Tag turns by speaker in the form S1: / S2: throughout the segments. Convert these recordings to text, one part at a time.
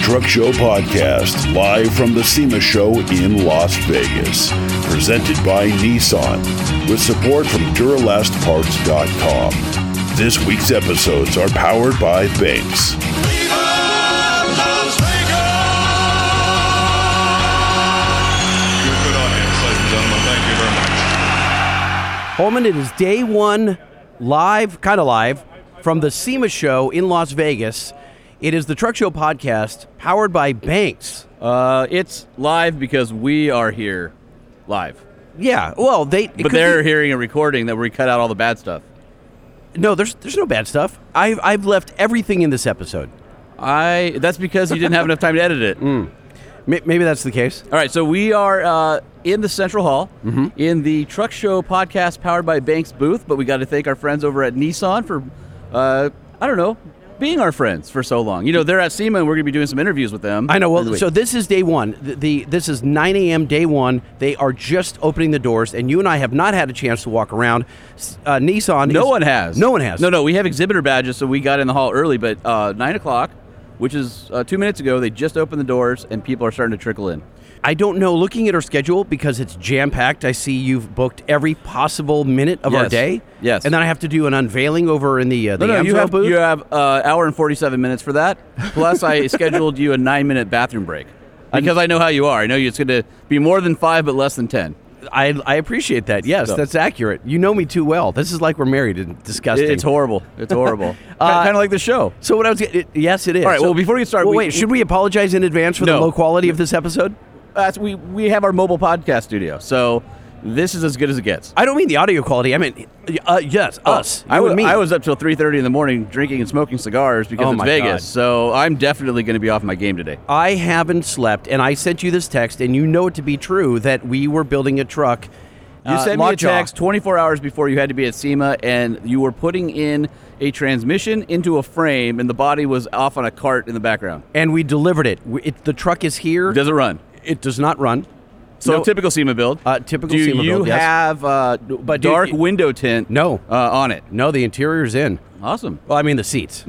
S1: Truck Show podcast, live from the SEMA Show in Las Vegas. Presented by Nissan, with support from DuralastParts.com. This week's episodes are powered by Banks.
S2: Good audience, ladies and gentlemen. Thank you very much.
S3: Holman, it is day one, live, kind of live, from the SEMA show in Las Vegas. It is the Truck Show podcast powered by Banks.
S4: Uh, it's live because we are here live.
S3: Yeah, well, they. it
S4: But
S3: could
S4: they're
S3: be-
S4: hearing a recording that we cut out all the bad stuff.
S3: No, there's there's no bad stuff. I've, I've left everything in this episode.
S4: I that's because you didn't have enough time to edit it.
S3: Mm. May maybe that's the case. Mm-hmm.
S4: All right, so we are uh, in the Central Hall in the Truck Show podcast powered by Banks Booth, but we got to thank our friends over at Nissan for uh, I don't know, being our friends for so long. You know, they're at SEMA and we're going to be doing some interviews with them.
S3: I know.
S4: through
S3: Well,
S4: the
S3: so
S4: week.
S3: this is day one. The, the this is 9 a.m. day one. They are just opening the doors, and you and I have not had a chance to walk around. S- Uh, Nissan.
S4: no
S3: is-
S4: one has.
S3: No one has.
S4: No, no, we have exhibitor badges, so we got in the hall early, but uh, 9 o'clock, which is uh, two minutes ago, they just opened the doors and people are starting to trickle in.
S3: I don't know. Looking at our schedule because it's jam packed. I see you've booked every possible minute of our
S4: Yes.
S3: day.
S4: Yes.
S3: And then I have to do an unveiling over in the uh, the
S4: no, no, you
S3: Amsoil
S4: have
S3: booth.
S4: you have uh, hour and forty seven minutes for that. Plus, I scheduled you a nine minute bathroom break because I know how you are. I know you- it's going to be more than five, but less than ten.
S3: I I appreciate that. Yes,
S4: So-
S3: that's accurate. You know me too well. This is like we're married and disgusting.
S4: It's horrible. It's horrible.
S3: Uh,
S4: kind of like the show.
S3: so what I was get- it, yes, it is.
S4: All right,
S3: So-
S4: well, before you start,
S3: well,
S4: we-
S3: wait. Should we apologize in advance for the
S4: No.
S3: low quality of this episode?
S4: That's we we have our mobile podcast studio, so this is as good as it gets.
S3: I don't mean the audio quality. I mean, uh, yes, us.
S4: Oh, I
S3: You
S4: was
S3: and me.
S4: I was up till three thirty in the morning drinking and smoking cigars because
S3: Oh
S4: it's
S3: my God.
S4: Vegas. So I'm definitely going to be off my game today.
S3: I haven't slept, and I sent you this text, and you know it to be true that we were building a truck.
S4: You
S3: uh,
S4: sent me a
S3: lockjaw.
S4: text 24 hours before you had to be at SEMA, and you were putting in a transmission into a frame, and the body was off on a cart in the background.
S3: and we delivered it. We- it the truck is here.
S4: Does it run?
S3: it does not run.
S4: So
S3: No.
S4: typical SEMA build.
S3: Uh, typical
S4: Do
S3: SEMA
S4: you
S3: build, yes.
S4: have uh,
S3: But do
S4: dark
S3: you-
S4: window tint?
S3: No.
S4: uh, on it.
S3: No, the interior's in.
S4: Awesome.
S3: Well, I mean the seats.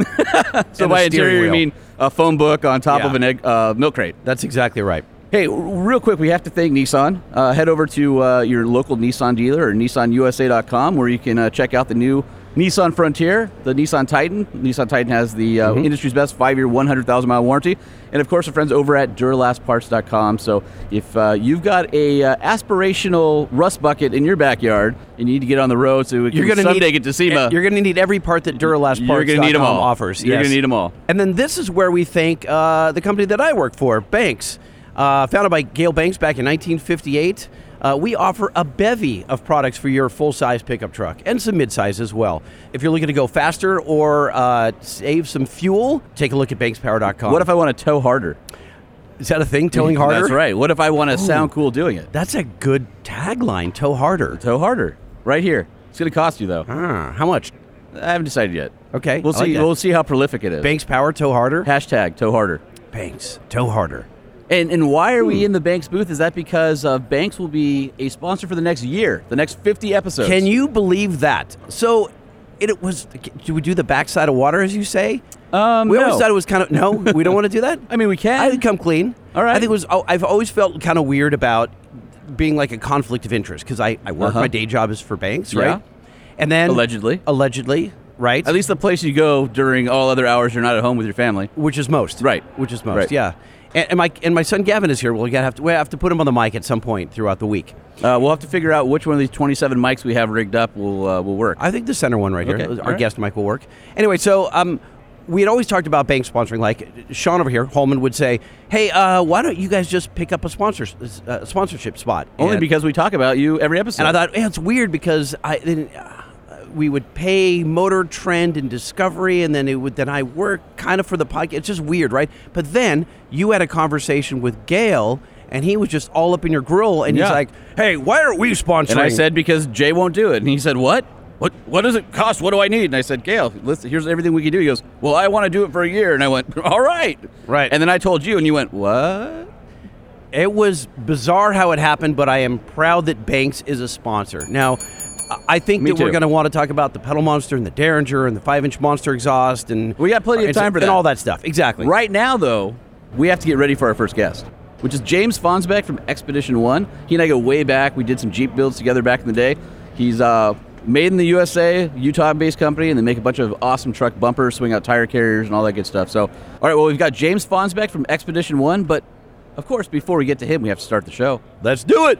S4: So by interior, you mean a phone book on top
S3: Yeah.
S4: of an egg uh, milk crate.
S3: that's exactly right.
S4: Hey, r- real quick, we have to thank Nissan. Uh, head over to uh, your local Nissan dealer or nissanusa.com where you can uh, check out the new Nissan Frontier, the Nissan Titan. Nissan Titan has the
S3: Mm-hmm.
S4: uh, industry's best five year, 100,000 mile warranty. And of course, our friends over at DuralastParts.com. So if uh, you've got a uh, aspirational rust bucket in your backyard and you need to get on the road so we can
S3: You're going to
S4: someday
S3: need
S4: get to SEMA,
S3: You're going to need every part that Duralast
S4: you're
S3: Parts
S4: gonna need 'em all.
S3: offers.
S4: You're
S3: yes.
S4: gonna need 'em all.
S3: And then this is where we thank uh, the company that I work for, Banks, uh, founded by Gail Banks back in 1958. Uh, we offer a bevy of products for your full-size pickup truck and some mid-size as well. If you're looking to go faster or uh, save some fuel, take a look at bankspower.com.
S4: what if I want to tow harder?
S3: Is that a thing? Towing harder?
S4: That's right. What if I want to sound cool doing it?
S3: That's a good tagline. Tow harder.
S4: Tow harder. Right here. It's going to cost you, though.
S3: Ah, how much?
S4: I haven't decided yet.
S3: Okay,
S4: we'll
S3: I like
S4: see.
S3: that.
S4: we'll see how prolific it is.
S3: Banks power. Tow harder.
S4: Hashtag toe harder.
S3: Banks. Tow harder.
S4: And and why are we in the Banks booth? Is that because uh, Banks will be a sponsor for the next year, the next fifty episodes?
S3: Can you believe that? So, it, it was. Do we do the backside of water, as you say?
S4: Um,
S3: we
S4: no.
S3: always thought it was kind of. No, we don't want to do that.
S4: I mean, we can.
S3: I would come clean.
S4: All right.
S3: I think it was. oh, I've always felt kind of weird about being like a conflict of interest because I I work
S4: Uh-huh.
S3: my day job is for banks,
S4: Yeah.
S3: right? And then
S4: Allegedly.
S3: allegedly, right?
S4: At least the place you go during all other hours you're not at home with your family.
S3: which is most,
S4: Right.
S3: Which is most,
S4: Right.
S3: yeah. And, and my and my son Gavin is here. We'll gotta have to we have to put him on the mic at some point throughout the week.
S4: Uh, we'll have to figure out which one of these twenty-seven mics we have rigged up will uh, will work.
S3: I think the center one right here, uh,
S4: Okay,
S3: our
S4: all right.
S3: guest mic will work. Anyway, so um, we had always talked about bank sponsoring. Like Sean over here, Holman would say, "Hey, uh, why don't you guys just pick up a sponsor uh, sponsorship spot?"
S4: Only
S3: And-
S4: because we talk about you every episode.
S3: and I thought, yeah, it's weird because I then uh, we would pay Motor Trend and Discovery, and then it would then I work kind of for the podcast. It's just weird, right? But then you had a conversation with Gail, and he was just all up in your grill, and he's
S4: Yeah.
S3: like, "Hey, why aren't we sponsoring?"
S4: And I said because Jay won't do it. And he said, "What? What? What does it cost? What do I need?" And I said, "Gail, listen, here's everything we can do." He goes, "Well, I want to do it for a year." And I went, "All right,
S3: Right.
S4: And then I told you, and you went, "What?"
S3: It was bizarre how it happened, but I am proud that Banks is a sponsor. Now, I- I think
S4: Me
S3: that we're
S4: too.
S3: going to want to talk about the pedal monster and the Derringer and the five inch monster exhaust and
S4: We got plenty of
S3: and-
S4: time for
S3: and
S4: that.
S3: all that stuff. Exactly.
S4: Right now, though, we have to get ready for our first guest, which is James Fonsbeck from Expedition One. He and I go way back. We did some Jeep builds together back in the day. He's uh, made in the USA, Utah-based company, and they make a bunch of awesome truck bumpers, swing-out tire carriers, and all that good stuff. So, all right, well, we've got James Fonsbeck from Expedition One, but of course, before we get to him, we have to start the show.
S3: Let's do it.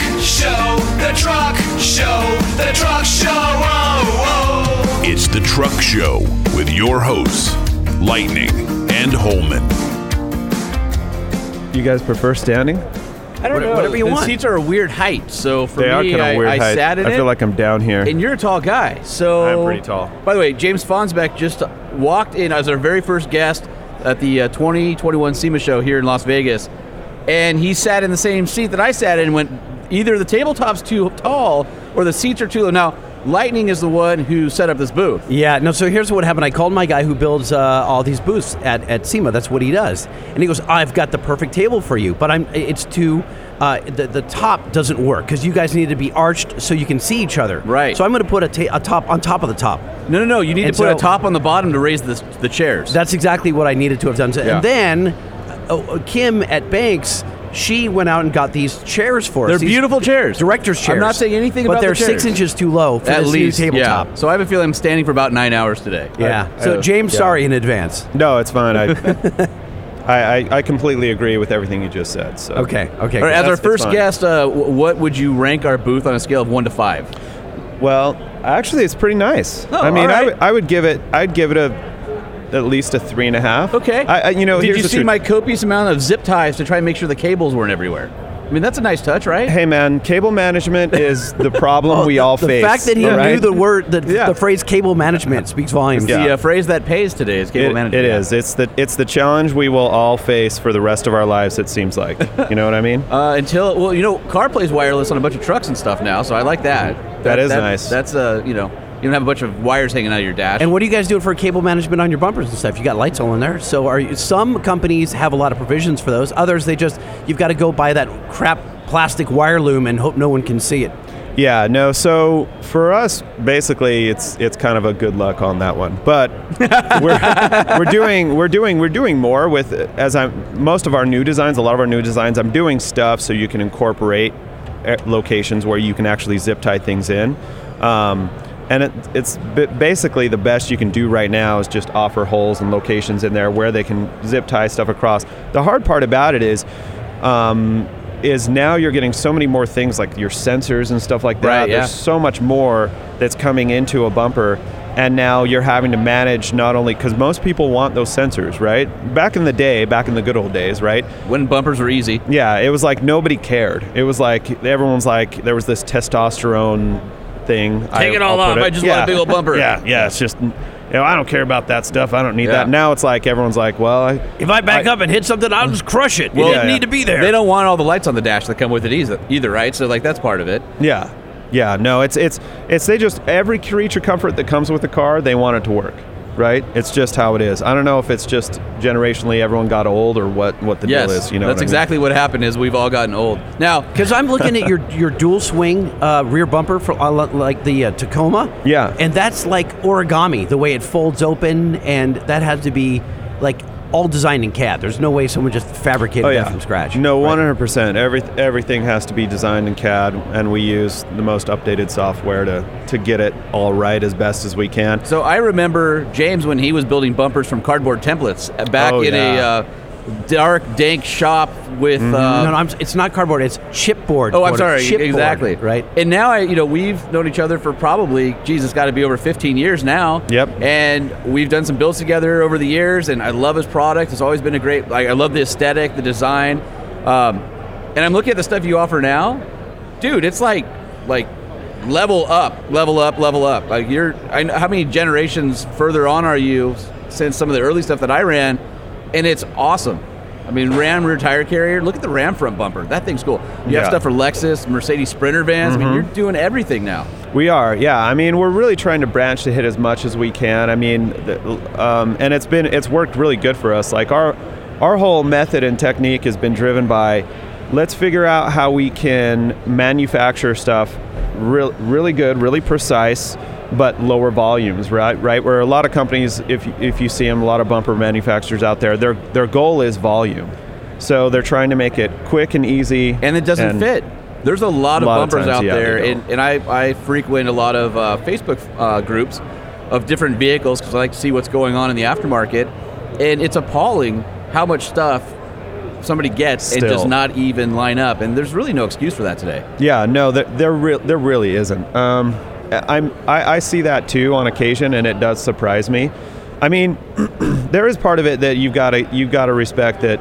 S5: show, the truck show, the truck show. oh, oh.
S1: It's the Truck Show with your hosts, Lightning and Holman.
S6: You guys prefer standing?
S4: I don't
S3: know. whatever you
S4: the
S3: want.
S4: seats are a weird height, so for
S6: They are
S4: me,
S6: kind
S4: I,
S6: of weird
S4: I
S6: height.
S4: sat in
S6: I
S4: it.
S6: feel like I'm down here.
S4: And you're a tall guy, so
S6: I'm pretty tall.
S4: By the way, James Fonsbeck just walked in as our very first guest at the uh, 2021 SEMA show here in Las Vegas, and he sat in the same seat that I sat in. and Went either the tabletop's too tall or the seats are too low. Now, Lightning is the one who set up this booth.
S3: Yeah, no, so here's what happened. I called my guy who builds uh, all these booths at, at SEMA. That's what he does. And he goes, I've got the perfect table for you, but I'm it's too, uh, the, the top doesn't work because you guys need to be arched so you can see each other.
S4: Right.
S3: So I'm going to put a, ta- a top on top of the top.
S4: No, no, no. You need
S3: And
S4: to put
S3: so-
S4: a top on the bottom to raise the, the chairs.
S3: That's exactly what I needed to have done.
S4: Yeah.
S3: And then uh, uh, Kim at Banks, she went out and got these chairs for
S4: They're
S3: us. these
S4: beautiful chairs.
S3: Director's chairs.
S4: I'm not saying anything
S3: but
S4: about the
S3: they're six
S4: chairs.
S3: inches too low for
S4: at
S3: this
S4: least
S3: new tabletop.
S4: Yeah. So I have a feeling I'm standing for about nine hours today.
S3: Yeah.
S6: I-
S3: so
S6: I-
S3: James,
S6: yeah.
S3: sorry in advance.
S6: no, it's fine. I, I, I, I completely agree with everything you just said. So.
S3: Okay. Okay.
S4: All right, as
S6: That's-
S4: our
S6: it's
S4: first
S6: fine.
S4: guest, uh, w- what would you rank our booth on a scale of one to five?
S6: Well, actually, it's pretty nice.
S4: Oh,
S6: I mean,
S4: all
S6: I
S4: right.
S6: would- I would give it. I'd give it a at least a three and a half.
S4: Okay.
S6: I, I, you know,
S4: did
S6: here's
S4: you
S6: the
S4: see
S6: truth.
S4: my copious amount of zip ties to try and make sure the cables weren't everywhere? I mean, that's a nice touch, right? Oh,
S6: Hey man, cable management is the problem we all
S3: the
S6: face.
S3: fact that he
S6: all right?
S3: knew the word, the,
S6: Yeah.
S3: the phrase "cable management" speaks volumes.
S6: Yeah.
S4: The uh, phrase that pays today is cable
S6: It-
S4: management.
S6: It is. It's the it's the challenge we will all face for the rest of our lives. It seems like. You know what I mean?
S4: Uh, until well, you know, CarPlay's wireless on a bunch of trucks and stuff now, so I like that.
S6: That is nice.
S4: That's uh, you know, you don't have a bunch of wires hanging out of your dash.
S3: And what are you guys doing for cable management on your bumpers and stuff? You got lights all in there. So are you, some companies have a lot of provisions for those. Others they just you've got to go buy that crap plastic wire loom and hope no one can see it.
S6: Yeah, no. So for us, basically, it's it's kind of a good luck on that one. But we're, we're doing we're doing we're doing more with as I'm most of our new designs, a lot of our new designs, I'm doing stuff so you can incorporate eh, locations where you can actually zip tie things in. Um, and it, it's b- basically the best you can do right now is just offer holes and locations in there where they can zip tie stuff across. The hard part about it is um, is now you're getting so many more things like your sensors and stuff like that.
S4: Right, yeah.
S6: There's so much more that's coming into a bumper, and now you're having to manage not only because most people want those sensors, right? Back in the day, back in the good old days, right?
S4: when bumpers were easy,
S6: Yeah, it was like nobody cared. It was like everyone's like there was this testosterone thing. Take
S4: it all off. I just want a big old bumper.
S6: Yeah, yeah. It's just you know I don't care about that stuff. I don't need
S4: Yeah.
S6: that. Now it's like everyone's like, well, I,
S3: If I back up and hit something, I'll just crush it.
S6: Well, didn't yeah, need yeah. to
S3: be
S4: they don't want all the lights on the dash that come with it either, either right? So like that's part of it.
S6: Yeah, yeah. No, it's it's it's they just every creature comfort that comes with the car, they want it to work, right? It's just how it is. I don't know if it's just generationally everyone got old or what what the deal is. You know,
S4: that's
S6: what I mean?
S4: exactly what happened. Is we've all gotten old now.
S3: Because I'm looking at your your dual swing uh, rear bumper for uh, li- like the uh, Tacoma.
S6: Yeah.
S3: and that's like origami the way it folds open, and that had to be like all designed in CAD. There's no way someone just fabricated
S6: Oh yeah,
S3: that from scratch.
S6: No,
S3: Right.
S6: one hundred percent. Every everything has to be designed in CAD, and we use the most updated software to to get it all right as best as we can.
S4: So I remember James when he was building bumpers from cardboard templates uh, back
S6: Oh,
S4: in
S6: yeah. Mm-hmm.
S4: a uh, dark, dank shop with. Uh,
S3: no, no, I'm, it's not cardboard. It's chipboard.
S4: Oh, I'm
S3: Quote,
S4: sorry.
S3: Chipboard,
S4: Exactly.
S3: Right.
S4: And now I, you know, we've known each other for probably, Jesus, got to be over 15 years now.
S6: Yep.
S4: And we've done some builds together over the years, and I love his product. It's always been a great. Like, I love the aesthetic, the design, um, and I'm looking at the stuff you offer now, dude. It's like, like, level up, level up, level up. Like you're, I, know- how many generations further on are you since some of the early stuff that I ran, and it's awesome. I I mean, Ram rear tire carrier. Look at the Ram front bumper. That thing's cool. You
S6: Yeah.
S4: have stuff for Lexus, Mercedes Sprinter vans.
S6: Mm-hmm.
S4: I mean, you're doing everything now.
S6: We are, yeah. I mean, we're really trying to branch to hit as much as we can. I mean, the, um, and it's been it's worked really good for us. Like our our whole method and technique has been driven by let's figure out how we can manufacture stuff real, really good, really precise, but lower volumes, right? Right. Where a lot of companies, if you- if you see them, a lot of bumper manufacturers out there, their their goal is volume. So they're trying to make it quick and easy,
S4: and it doesn't
S6: and-
S4: fit. There's a lot of
S6: lot of
S4: bumpers
S6: times,
S4: out
S6: yeah,
S4: there,
S6: they
S4: and,
S6: don't.
S4: and I, I frequent a lot of uh, Facebook uh, groups of different vehicles because I like to see what's going on in the aftermarket, and it's appalling how much stuff somebody gets
S6: Still.
S4: and does not even line up, and there's really no excuse for that today.
S6: Yeah, no, there there, re- there really isn't. Um, I- I'm I, I see that too on occasion, and it does surprise me. I mean, there is part of it that you've got to you've got to respect that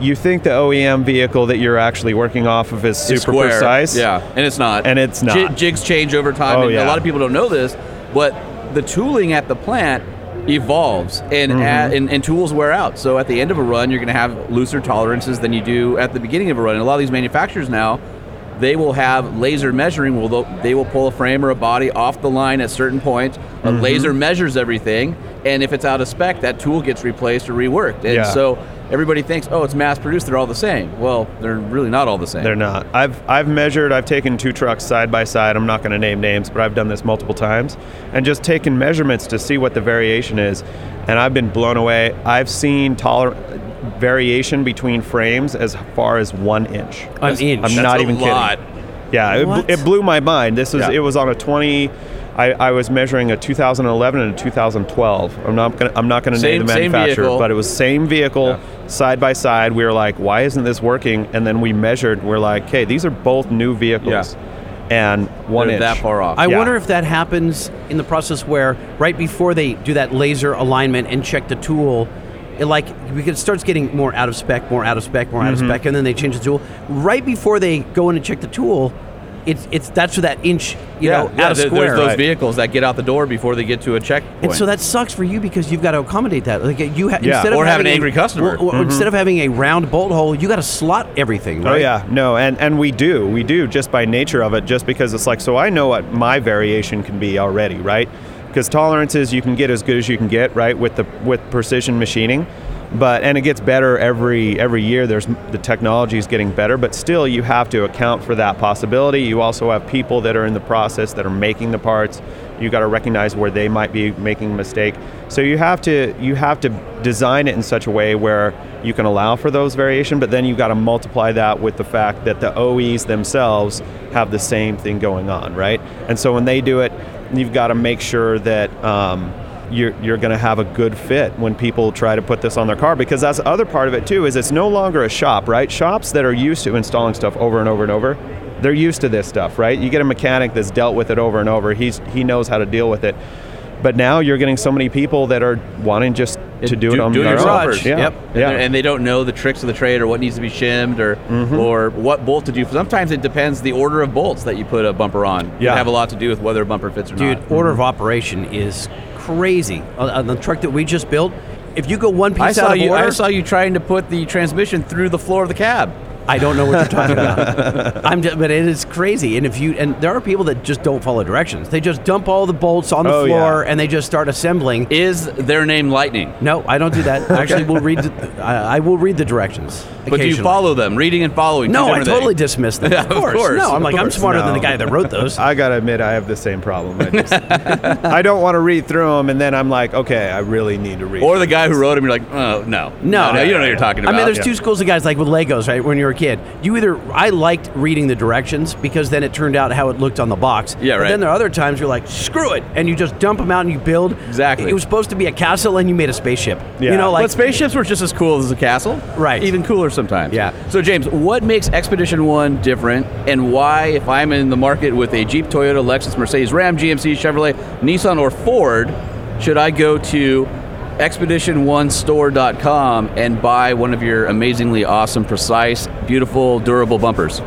S6: you think the OEM vehicle that you're actually working off of is super
S4: It's square.
S6: precise.
S4: Yeah, and it's not.
S6: And it's
S4: Ji-
S6: not.
S4: jigs change over time.
S6: Oh,
S4: and
S6: yeah.
S4: A lot of people don't know this, but the tooling at the plant evolves and,
S6: Mm-hmm.
S4: a- and and tools wear out. So at the end of a run, you're going to have looser tolerances than you do at the beginning of a run. And a lot of these manufacturers now, they will have laser measuring. Will they'll- they will pull a frame or a body off the line at certain points. A
S6: Mm-hmm.
S4: laser measures everything, and if it's out of spec, that tool gets replaced or reworked. And
S6: Yeah.
S4: so everybody thinks, oh, it's mass produced. They're all the same. Well, they're really not all the same.
S6: They're not. I've I've measured. I've taken two trucks side by side. I'm not going to name names, but I've done this multiple times, and just taken measurements to see what the variation is, and I've been blown away. I've seen toler variation between frames as far as one inch.
S3: An inch.
S6: I'm
S3: That's
S6: not
S4: a
S6: even
S4: lot.
S6: kidding. Yeah, it,
S3: What?
S6: bl- it blew my mind. This was
S4: Yeah.
S6: it was on a 20. I, I was measuring a 2011 and a 2012. I'm not gonna I'm not gonna
S4: Same-
S6: name the
S4: same
S6: manufacturer,
S4: vehicle.
S6: but it was same vehicle side by side. We were like, why isn't this working? And then we measured. We're like, hey, these are both new vehicles, and one
S4: They're
S6: inch.
S4: that far off.
S3: I
S6: Yeah.
S3: wonder if that happens in the process where right before they do that laser alignment and check the tool, it like because it starts getting more out of spec, more out of spec, more out
S4: Mm-hmm.
S3: of spec, and then they change the tool. Right before they go in and check the tool, it's it's that's for that inch, you know, out of
S4: there-
S3: square.
S4: There's those
S6: Right.
S4: vehicles that get out the door before they get to a checkpoint.
S3: And so that sucks for you because you've got to accommodate that. Like you ha-
S6: Yeah.
S3: instead of
S4: Or have
S3: having
S4: an
S3: a-
S4: angry customer. Mm-hmm.
S3: or- or instead of having a round bolt hole, you got to slot everything.
S6: Oh
S3: right?
S6: yeah, no, and and we do, we do just by nature of it, just because it's like so I know what my variation can be already, right? Because tolerances you can get as good as you can get, right, with the with precision machining, but and it gets better every every year. There's the technology is getting better, but still you have to account for that possibility. You also have people that are in the process that are making the parts. You got to recognize where they might be making a mistake. So you have to you have to design it in such a way where you can allow for those variation, but then you've got to multiply that with the fact that the OEs themselves have the same thing going on, right? And so when they do it, you've got to make sure that um, you're, you're going to have a good fit when people try to put this on their car because that's the other part of it too is it's no longer a shop right shops that are used to installing stuff over and over and over they're used to this stuff right you get a mechanic that's dealt with it over and over he's he knows how to deal with it but now you're getting so many people that are wanting just to do, it on
S4: do
S6: their own.
S4: garage.
S6: Yeah.
S4: Yep. And,
S6: Yeah.
S4: they're- and they don't know the tricks of the trade or what needs to be shimmed or
S3: Mm-hmm.
S4: or what bolt to do. Sometimes it depends the order of bolts that you put a bumper on. It
S6: Yeah.
S4: have a lot to do with whether a bumper fits or
S3: Dude,
S4: not.
S3: order of operation is crazy. On, on the truck that we just built, if you go one piece
S4: I saw
S3: out of
S4: you.
S3: order,
S4: I saw you trying to put the transmission through the floor of the cab.
S3: I don't know what you're talking about. I'm just, but it is crazy. And if you and there are people that just don't follow directions. They just dump all the bolts on the
S6: Oh, yeah.
S3: floor and they just start assembling.
S4: Is their name Lightning?
S3: no, I don't do that. Actually, we'll read. The, I, I will read the directions.
S4: But do you
S3: occasionally.
S4: follow them? Reading and following. two
S3: No, I
S4: different
S3: totally
S4: things.
S3: dismiss them.
S4: Yeah,
S3: of,
S4: of
S3: course.
S4: course,
S3: No, I'm
S4: of
S3: like I'm
S4: course.
S3: smarter than the
S6: No.
S3: guy that wrote those.
S6: I gotta admit, I have the same problem. I, just, I don't want to read through them, and then I'm like, okay, I really need to read.
S4: Or the guy who wrote him. You're like, oh no,
S3: No,
S4: no, you don't know what you're talking about.
S3: I mean, there's
S6: Yeah.
S3: two schools of guys like with Legos, right? When you were a kid, you either I liked reading the directions because then it turned out how it looked on the box.
S4: Yeah,
S3: But
S4: right.
S3: then there are other times you're like, screw it, and you just dump them out and you build.
S4: Exactly.
S3: It was supposed to be a castle, and you made a spaceship. You
S6: Yeah.
S3: know, like
S4: but spaceships were just as cool as a castle.
S3: Right.
S4: Even cooler sometimes.
S3: Yeah.
S4: So, James, what makes Expedition 1 different, and why, if I'm in the market with a Jeep, Toyota, Lexus, Mercedes, Ram, GMC, Chevrolet, Nissan, or Ford, should I go to expedition1store.com and buy one of your amazingly awesome, precise, beautiful, durable bumpers?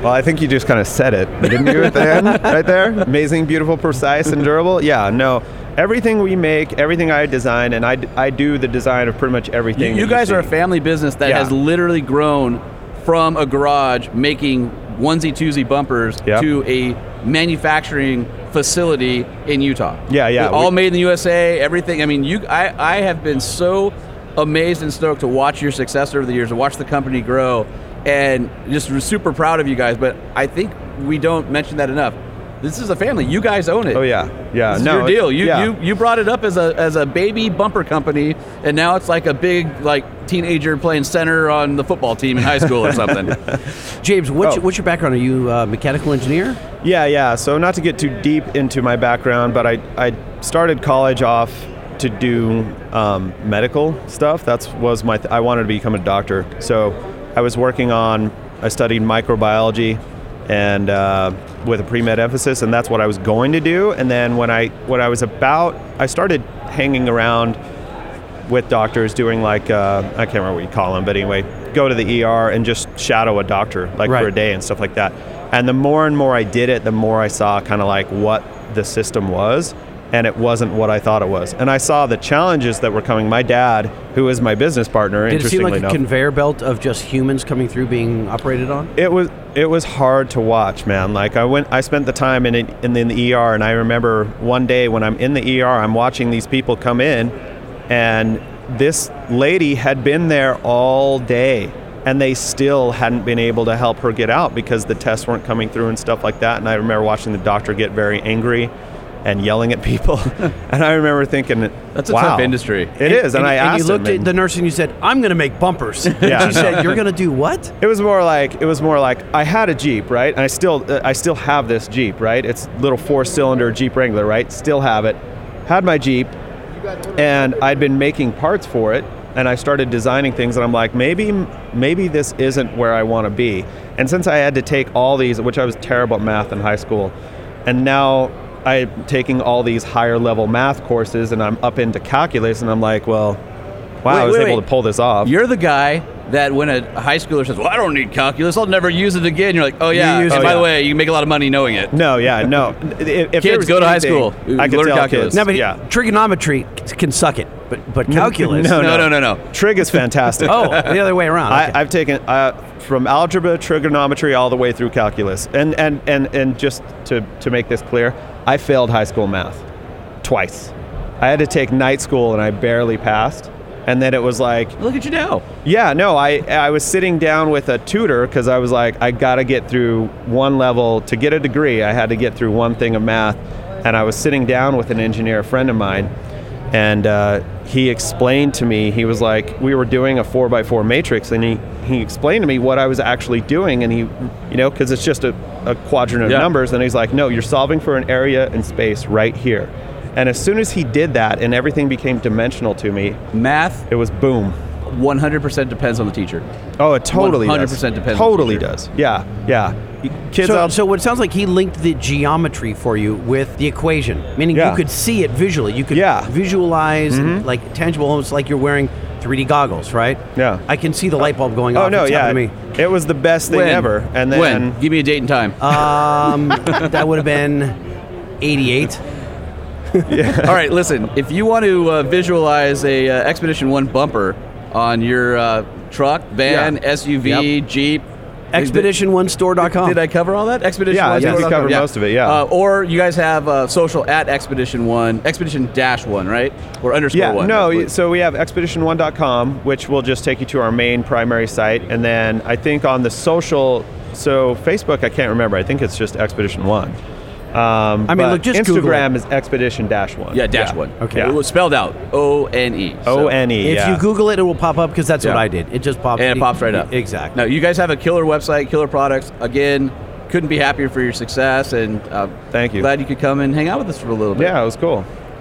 S6: Well, I think you just kind of said it, didn't you? At the end, right there, amazing, beautiful, precise, and durable. Yeah, no, everything we make, everything I design, and I, d- I do the design of pretty much
S4: You,
S6: everything. that
S4: you guys are a
S6: see.
S4: family business that
S6: Yeah.
S4: has literally grown from a garage making onesie twosie bumpers
S6: Yeah.
S4: to a manufacturing facility in Utah.
S6: Yeah, yeah.
S4: All
S6: We-
S4: made in the USA. Everything. I mean, you. I I have been so amazed and stoked to watch your success over the years, to watch the company grow, and just was super proud of you guys. But I think we don't mention that enough. This is a family. You guys own it.
S6: Oh yeah, yeah.
S4: This is
S6: no
S4: your deal.
S6: it-
S4: You,
S6: yeah.
S4: you you brought it up as a as a baby bumper company, and now it's like a big like teenager playing center on the football team in high school or something.
S3: James, what's,
S6: Oh.
S3: what's your background? Are you uh, a mechanical engineer?
S6: Yeah, yeah. So not to get too deep into my background, but I, I started college off to do um, medical stuff. That's was my th- I wanted to become a doctor. So I was working on I studied microbiology and uh, with a pre med emphasis, and that's what I was going to do. And then when I when I was about I started hanging around with doctors doing like uh, I can't remember what you call them, but anyway, go to the ER and just shadow a doctor like
S3: Right.
S6: for a day and stuff like that. And the more and more I did it, the more I saw kind of like what the system was, and it wasn't what I thought it was. And I saw the challenges that were coming. My dad, who is my business partner,
S3: Did it seem
S6: interestingly
S3: like a
S6: enough,
S3: conveyor belt of just humans coming through being operated on?
S6: it was it was hard to watch, man. Like I went, I spent the time in it- in, in the ER, and I remember one day when I'm in the ER, I'm watching these people come in, and this lady had been there all day, and they still hadn't been able to help her get out because the tests weren't coming through and stuff like that. And I remember watching the doctor get very angry. And yelling at people, and I remember thinking,
S4: That's a
S6: wow.
S4: tough industry.
S6: It is, and, I asked
S3: you looked
S6: him,
S3: at the nurse and you said, "I'm going to make bumpers."
S6: Yeah, I
S3: she said,
S6: know.
S3: "You're going to do what?"
S6: It was more like it was more like I had a Jeep, right? And I still uh, I still have this Jeep, right? It's little four-cylinder Jeep Wrangler, right? Still have it. Had my Jeep and I'd been making parts for it and I started designing things and I'm like, maybe maybe this isn't where I want to be. And since I had to take all these, which I was terrible at math in high school, and now I'm taking all these higher level math courses and I'm up into calculus and I'm like, well, wow,
S4: Wait,
S6: I was
S4: wait,
S6: able
S4: wait.
S6: to pull this off.
S4: You're the guy that when a high schooler says, "Well, I don't need calculus. I'll never use it again," you're like, "Oh yeah."
S3: use
S4: and
S6: it. Oh,
S4: by the
S6: yeah.
S4: way, you make a lot of money knowing it.
S6: No, yeah, no. If- If there
S4: Kids,
S6: was
S4: go to high
S6: anything,
S4: school.
S6: I could
S4: Learn
S6: tell
S4: calculus.
S6: kids.
S3: No, but
S6: yeah.
S3: trigonometry c- can suck it, but but calculus.
S6: No,
S4: No, no, no, no.
S6: Trig is fantastic.
S3: Oh, the other way around. Okay.
S6: I, I've taken uh, from algebra, trigonometry, all the way through calculus, and and and and just to to make this clear, I failed high school math twice. I had to take night school, and I barely passed. And then it was like,
S4: Look at you now.
S6: yeah, no, I I was sitting down with a tutor because I was like, I gotta get through one level to get a degree. I had to get through one thing of math, and I was sitting down with an engineer friend of mine, and uh, he explained to me. He was like, we were doing a four by four matrix, and he he explained to me what I was actually doing, and he, you know, because it's just a, a quadrant of
S4: Yeah.
S6: numbers, and he's like, no, you're solving for an area in space right here. And as soon as he did that, and everything became dimensional to me,
S4: Math
S6: it was boom.
S4: 100% depends on the teacher.
S6: Oh, it totally
S4: 100%
S6: does.
S4: depends on the
S6: Totally
S4: teacher.
S6: does. Yeah, yeah. Y- Kids
S3: so,
S6: out.
S3: so what it sounds like he linked the geometry for you with the equation, meaning
S6: Yeah.
S3: you could see it visually. You could
S6: Yeah. Mm-hmm.
S3: visualize and, like tangible, almost like you're wearing 3D goggles, right?
S6: Yeah.
S3: I can see the light bulb going off.
S6: oh no,
S3: It's
S6: yeah.
S3: happened to me.
S6: It was the best thing
S4: When?
S6: ever. And then
S4: when? Give me a date and time.
S3: Um, that would have been 88.
S4: All right, listen. If you want to uh, visualize a uh, Expedition One bumper on your uh, truck, van,
S6: Yeah.
S4: SUV, Jeep,
S3: Expedition1store.com.
S4: Did I cover all that? Expedition
S6: Yeah,
S4: One.
S6: I think we
S4: Store.com?
S6: covered most of it, yeah.
S4: Uh, or you guys have uh, social at Expedition One, Expedition Dash One, right? Or underscore
S6: yeah,
S4: One.
S6: no.
S4: I
S6: y-
S4: believe.
S6: So we have expedition1.com, which will just take you to our main primary site, and then I think on the social, so Facebook, I can't remember. I think it's just expedition one. Um,
S3: I mean,
S6: but
S3: look, just Google
S6: Instagram is expedition dash one.
S4: yeah, Dash One.
S3: Okay.
S4: It was spelled out O N E.
S6: O N E.
S3: If
S6: yeah.
S3: you Google it, it will pop up because that's what
S4: Yeah.
S3: I did. It just pops. e-
S4: And it pops right up.
S3: Exactly.
S4: No, you guys have a killer website, killer products. Again, couldn't be happier for your success, and uh,
S6: Thank you.
S4: Glad you could come and hang out with us for a little bit.
S6: yeah, it was cool.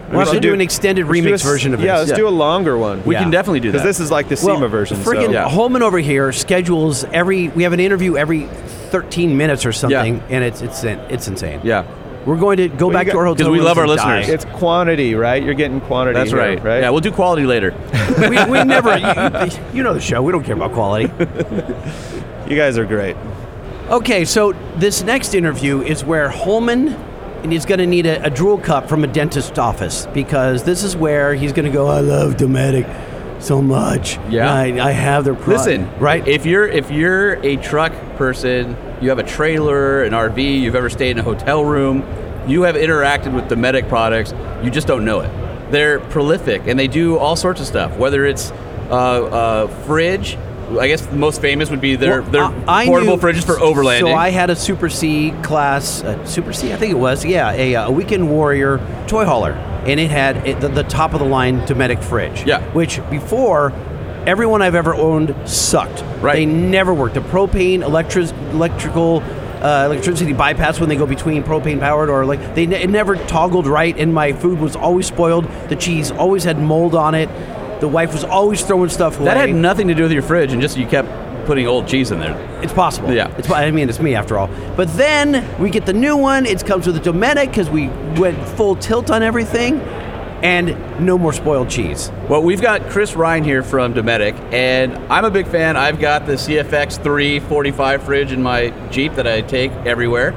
S3: Why don't
S6: should
S3: you do an extended
S6: let's do a
S3: remix
S6: s-
S3: version of
S6: Yeah,
S3: this.
S6: let's
S4: Yeah.
S6: do a longer one.
S4: We
S3: Yeah.
S4: can definitely do that.
S6: Because this is like the SEMA version. so-
S3: Freaking
S4: Yeah.
S3: Holman over here schedules every. We have an interview every 13 minutes or something, and it's it's in- it's insane.
S4: yeah.
S3: We're going to go
S6: Well,
S3: back
S6: you
S3: to
S6: got-
S3: our
S6: 'cause
S3: hotel
S4: we
S3: rooms
S4: love our
S3: and die.
S4: listeners.
S6: It's quantity, right? You're getting quantity.
S4: That's
S6: here,
S4: right.
S6: Right.
S4: Yeah, we'll do quality later.
S3: we, we never. You, you know the show. We don't care about quality.
S6: you guys are great.
S3: Okay, so this next interview is where Holman and he's going to need a, a drool cup from a dentist's office because this is where he's going to go. I love Dometic so much.
S4: Yeah.
S3: I, I have their product.
S4: Listen,
S3: right?
S4: If you're if you're a truck person, you have a trailer, an RV, you've ever stayed in a hotel room, you have interacted with the medic products, you just don't know it. They're prolific and they do all sorts of stuff. Whether it's uh, uh, fridge, I guess the most famous would be their
S3: Well,
S4: their
S3: I- I
S4: portable
S3: knew-
S4: fridges for overlanding.
S3: So I had a Super C class, uh, Super C, I think it was, yeah, a, uh, a Weekend Warrior toy hauler, and it had it, the, the top of the line Dometic fridge.
S4: Yeah.
S3: Which before, everyone I've ever owned sucked.
S4: Right.
S3: They never worked. The propane, electric, electrical. Uh, electricity bypass when they go between propane powered or like they ne- it never toggled right and my food was always spoiled the cheese always had mold on it the wife was always throwing stuff away
S4: that had nothing to do with your fridge, and just you kept putting old cheese in there.
S3: It's possible.
S4: Yeah.
S3: It's, I mean, it's me after all. But then we get the new one. It comes with a Dometic because we went full tilt on everything, and no more spoiled cheese.
S4: Well, we've got Chris Ryan here from Dometic, and I'm a big fan. I've got the CFX 345 fridge in my Jeep that I take everywhere.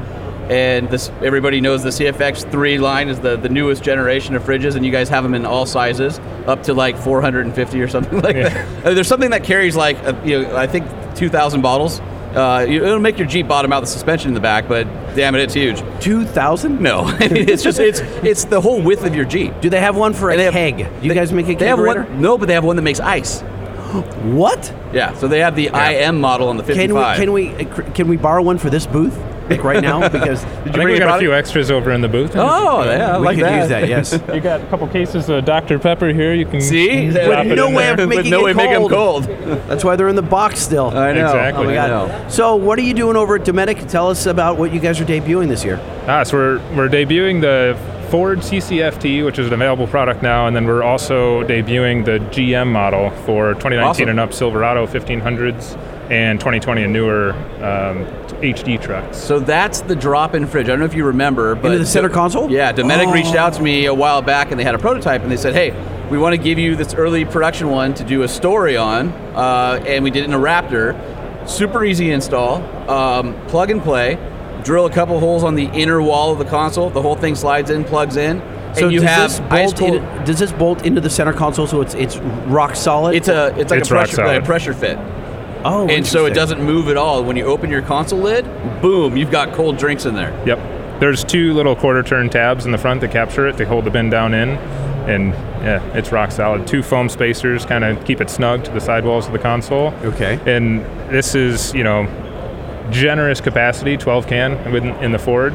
S4: And this, everybody knows the CFX 3 line is the, the newest generation of fridges, and you guys have them in all sizes, up to like 450 or something like that. Uh, There's something that carries like, uh you know, I think 2,000 bottles. Uh, you- it'll make your Jeep bottom out the suspension in the back, but damn it, it's huge.
S3: Two thousand?
S4: No, it's just it's it's the whole width of your Jeep.
S3: Do they have one for a
S4: And they have-
S3: keg? Do you
S4: they-
S3: guys make a keg?
S4: They have one. No, but they have one that makes ice.
S3: What?
S4: Yeah, so they have the IM model on the
S3: Can we
S4: 55.
S3: can we uh, cr- can we borrow one for this booth like right now? Because
S7: I think
S4: bring
S7: we
S4: a
S7: got a
S4: product?
S7: few extras over in the booth.
S4: Oh, yeah, I
S3: we
S4: like
S3: could
S4: that.
S3: use that. Yes.
S7: You got a couple cases of Dr. Pepper here. You can
S4: See?
S7: drop
S4: With
S7: it
S3: no
S7: in
S3: way
S7: there.
S3: of
S4: With
S3: making
S4: no
S3: it
S4: way make 'em
S3: cold.
S4: cold.
S3: That's why they're in the box still.
S4: I know.
S7: Exactly.
S4: Oh my
S7: I
S4: god.
S3: So what are you doing over at Dometic? Tell us about what you guys are debuting this year.
S7: Ah, so we're, we're debuting the Ford CCFT, which is an available product now, and then we're also debuting the GM model for 2019
S4: Awesome.
S7: and up Silverado 1500s and 2020 and newer um, HD trucks.
S4: So that's the drop-in fridge. I don't know if you remember, but
S3: the center console?
S4: Yeah, Dometic
S3: Oh.
S4: reached out to me a while back, and they had a prototype, and they said, "Hey, we want to give you this early production one to do a story on," uh, and we did it in a Raptor. Super easy install, um, plug and play. Drill a couple holes on the inner wall of the console. The whole thing slides in, plugs in, and you
S3: does
S4: have
S3: this
S4: ice
S3: bolt
S4: in-
S3: in- does this bolt into the center console so it's it's rock solid?
S4: It's a it's like
S7: It's
S4: a
S7: rock
S4: pressure like a
S7: solid.
S4: pressure fit.
S3: oh,
S4: and so it
S3: interesting.
S4: doesn't move at all. When you open your console lid, boom, you've got cold drinks in there.
S7: Yep. There's two little quarter turn tabs in the front that capture it. They hold the bin down in, and yeah, it's rock solid. Two foam spacers kind of keep it snug to the sidewalls of the console.
S3: Okay.
S7: And this is, you know, generous capacity, 12 can in, in the Ford.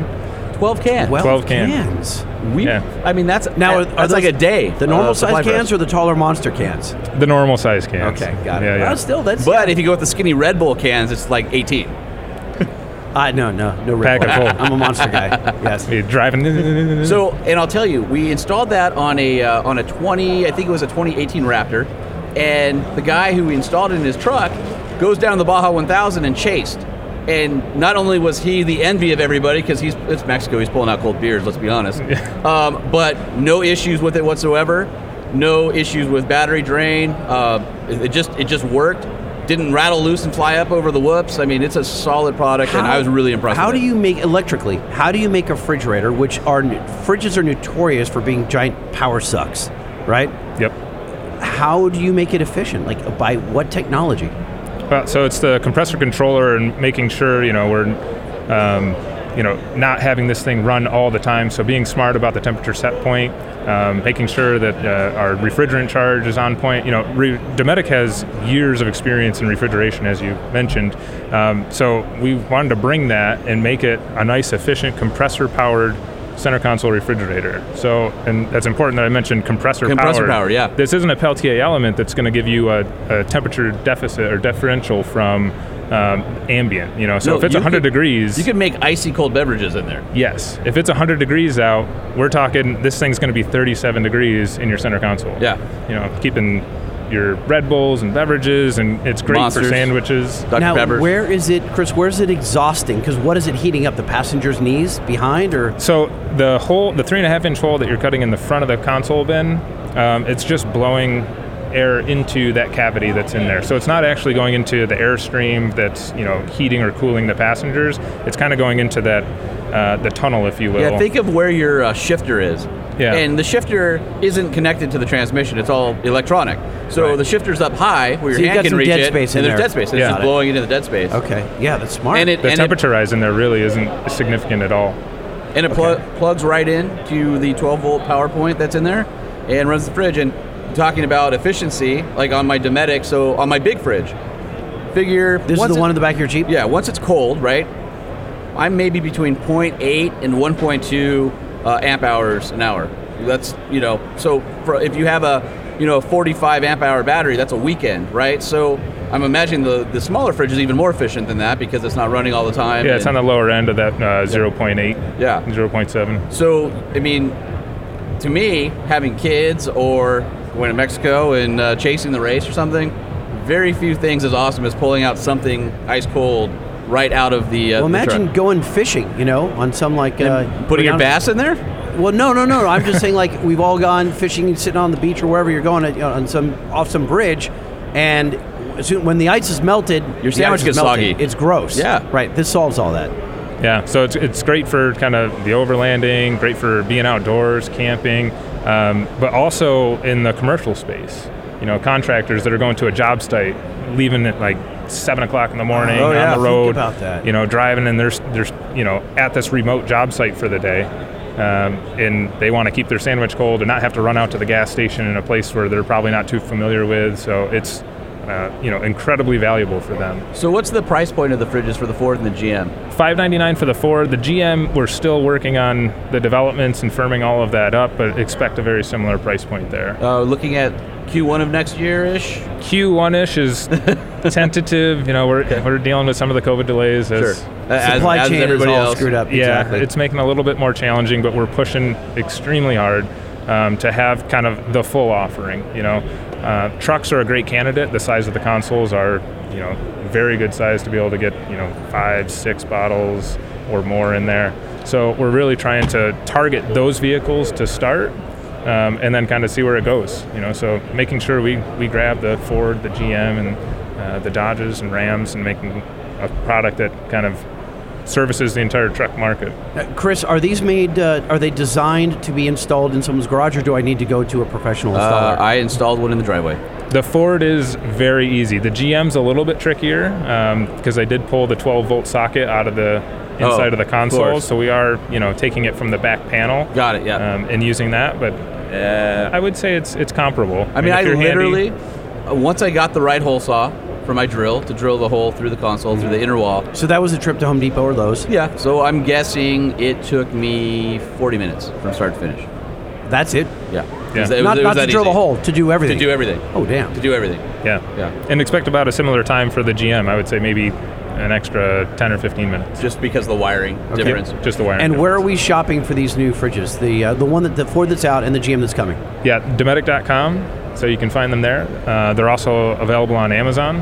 S4: 12 can.
S7: 12 can.
S3: cans.
S4: we,
S7: yeah.
S4: I mean that's
S3: Now, are, are
S4: that's like
S3: those
S4: a day.
S3: The normal
S4: uh, supply
S3: size
S4: for us.
S3: cans or the taller monster cans?
S7: The normal size cans.
S3: Okay, got it.
S7: Yeah,
S3: Well,
S7: yeah.
S3: still, that's
S4: But if you go with the skinny Red Bull cans, it's like 18.
S3: I no no no Red
S7: Pack it
S3: Bull.
S7: full.
S3: I'm a monster guy. Yes.
S7: You're driving.
S4: So, and I'll tell you, we installed that on a uh, on a 20, I think it was a 2018 Raptor, and the guy who installed it in his truck goes down the Baja 1000 and chased. And not only was he the envy of everybody because he's it's Mexico, he's pulling out cold beers. Let's be honest. um, but no issues with it whatsoever. No issues with battery drain. Uh, it it just it just worked. Didn't rattle loose and fly up over the whoops. I mean, it's a solid product, and I was really impressed.
S3: How
S4: with
S3: do
S4: it.
S3: you make electrically? How do you make a refrigerator? Which are fridges are notorious for being giant power sucks, right?
S7: yep.
S3: How do you make it efficient? Like by what technology?
S7: Well, so it's the compressor controller and making sure you know we're, um, you know, not having this thing run all the time. So being smart about the temperature set point, um, making sure that uh, our refrigerant charge is on point. You know, re- Dometic has years of experience in refrigeration, as you mentioned. Um, so we wanted to bring that and make it a nice, efficient compressor-powered center console refrigerator. So, and that's important that I mentioned compressor
S4: Compressor power, yeah.
S7: this isn't a Peltier element that's going to give you a, a temperature deficit or differential from um, ambient. You know, so
S4: No,
S7: if it's
S4: you
S7: 100
S4: could-
S7: degrees,
S4: You can make icy cold beverages in there.
S7: yes. If it's 100 degrees out, we're talking this thing's going to be 37 degrees in your center console.
S4: Yeah.
S7: you know, keeping your Red Bulls and beverages, and it's great
S4: Monsters.
S7: for sandwiches.
S4: Dr.
S3: now,
S4: Pepper.
S3: where is it, Chris? Where is it exhausting? Because what is it heating up? The passenger's knees behind, or
S7: So the hole, the three and a half inch hole that you're cutting in the front of the console bin, um, it's just blowing air into that cavity that's in there. So it's not actually going into the airstream that's you know heating or cooling the passengers. It's kind of going into that uh, the tunnel, if you will.
S4: Yeah, think of where your uh, shifter is.
S7: Yeah.
S4: And the shifter isn't connected to the transmission; it's all electronic. So
S7: Right.
S4: the shifter's up high where your
S3: you've
S4: hand
S3: got
S4: can
S3: some
S4: reach
S3: dead
S4: it,
S3: space in
S4: and there's
S3: there.
S4: dead space. It's
S7: Yeah.
S4: just blowing into the dead space.
S3: Okay. Yeah, that's smart.
S4: And it
S7: the
S4: and
S7: temperature rise in there really isn't significant at all.
S4: it, and it plu- plugs right in to the 12 volt power point that's in there, and runs the fridge. And talking about efficiency, like on my Dometic, so on my big fridge, figure
S3: this is
S4: once
S3: the
S4: it-
S3: one in the back of your Jeep?
S4: yeah, once it's cold, right? I'm maybe between 0.8 and 1.2 uh, amp hours an hour. That's you know, so for, if you have a you know 45 amp hour battery, that's a weekend, right? So I'm imagining the the smaller fridge is even more efficient than that because it's not running all the time.
S7: Yeah, it's on
S4: and-
S7: the lower end of that uh, 0.8,
S4: yeah.
S7: 0.7.
S4: So, I mean, to me, having kids or going to Mexico and uh, chasing the race or something, very few things as awesome as pulling out something ice cold right out of the. Uh,
S3: Well,
S4: the
S3: imagine
S4: truck.
S3: going fishing, you know, on some like. Uh,
S4: And putting your
S3: renowned-
S4: bass in there.
S3: Well, no, no, no. no. I'm just saying, like, we've all gone fishing, sitting on the beach or wherever you're going at, you know, on some off some bridge, and as soon- when the ice is melted, the
S4: Your sandwich
S3: ice is
S4: gets
S3: melted.
S4: soggy.
S3: It's gross.
S4: Yeah.
S3: Right. This solves all that.
S7: Yeah, so it's, it's great for kind of the overlanding, great for being outdoors, camping, um, but also in the commercial space. You know, contractors that are going to a job site, leaving at like seven o'clock in the morning
S3: Oh,
S7: on
S3: yeah,
S7: the
S3: think
S7: road.
S3: about that.
S7: You know, driving and they're, s- they're s- you know at this remote job site for the day, um, and they want to keep their sandwich cold and not have to run out to the gas station in a place where they're probably not too familiar with. So it's uh, you know incredibly valuable for them.
S4: So, what's the price point of the fridges for the Ford and the GM?
S7: 599 for the Ford. The GM, we're still working on the developments and firming all of that up, but expect a very similar price point there.
S4: Uh, looking at Q1 of next year ish.
S7: Q1-ish is tentative. You know, we're, we're dealing with some of the COVID delays. as-
S4: As,
S3: Supply
S4: as
S3: chain
S4: everybody
S3: is all
S4: else.
S3: screwed up.
S7: Yeah,
S3: exactly.
S7: it's making it a little bit more challenging, but we're pushing extremely hard um, to have kind of the full offering. You know, uh, trucks are a great candidate. The size of the consoles are, you know, very good size to be able to get, you know, five, six bottles or more in there. So we're really trying to target those vehicles to start. Um, and then kind of see where it goes, you know. So making sure we, we grab the Ford, the GM, and uh, the Dodges and Rams, and making a product that kind of services the entire truck market.
S3: Uh, Chris, are these made? Uh, are they designed to be installed in someone's garage, or do I need to go to a professional
S4: Uh,
S3: installer?
S4: I installed one in the driveway.
S7: The Ford is very easy. The GM's a little bit trickier because they did pull the 12 volt socket out of the
S4: Oh,
S7: inside of the
S4: of course.
S7: console, so we are you know taking it from the back panel.
S4: Got it, yeah.
S7: Um, and using that, but I would say it's it's comparable.
S4: I mean,
S7: if
S4: I
S7: you're handy-
S4: literally, uh once I got the right hole saw for my drill to drill the hole through the console, through the inner wall.
S3: so that was a trip to Home Depot or Lowe's.
S4: Yeah. So I'm guessing it took me 40 minutes from start to finish.
S3: That's it.
S7: Yeah.
S4: Yeah. It was-
S3: not
S4: it was- it was
S3: not to
S4: that
S3: drill
S4: easy.
S3: the hole, to do
S4: To
S3: everything.
S4: do everything.
S3: Oh damn.
S4: To do everything.
S7: yeah,
S4: Yeah.
S7: and expect about a similar time for the GM. I would say maybe an extra 10 or 15 minutes.
S4: Just because of the wiring difference.
S7: Just the wiring.
S3: And where are
S7: difference.
S3: we shopping for these new fridges? The uh, the one that the Ford that's out and the GM that's coming.
S7: Yeah, Dometic.com. So you can find them there. Uh, they're also available on Amazon.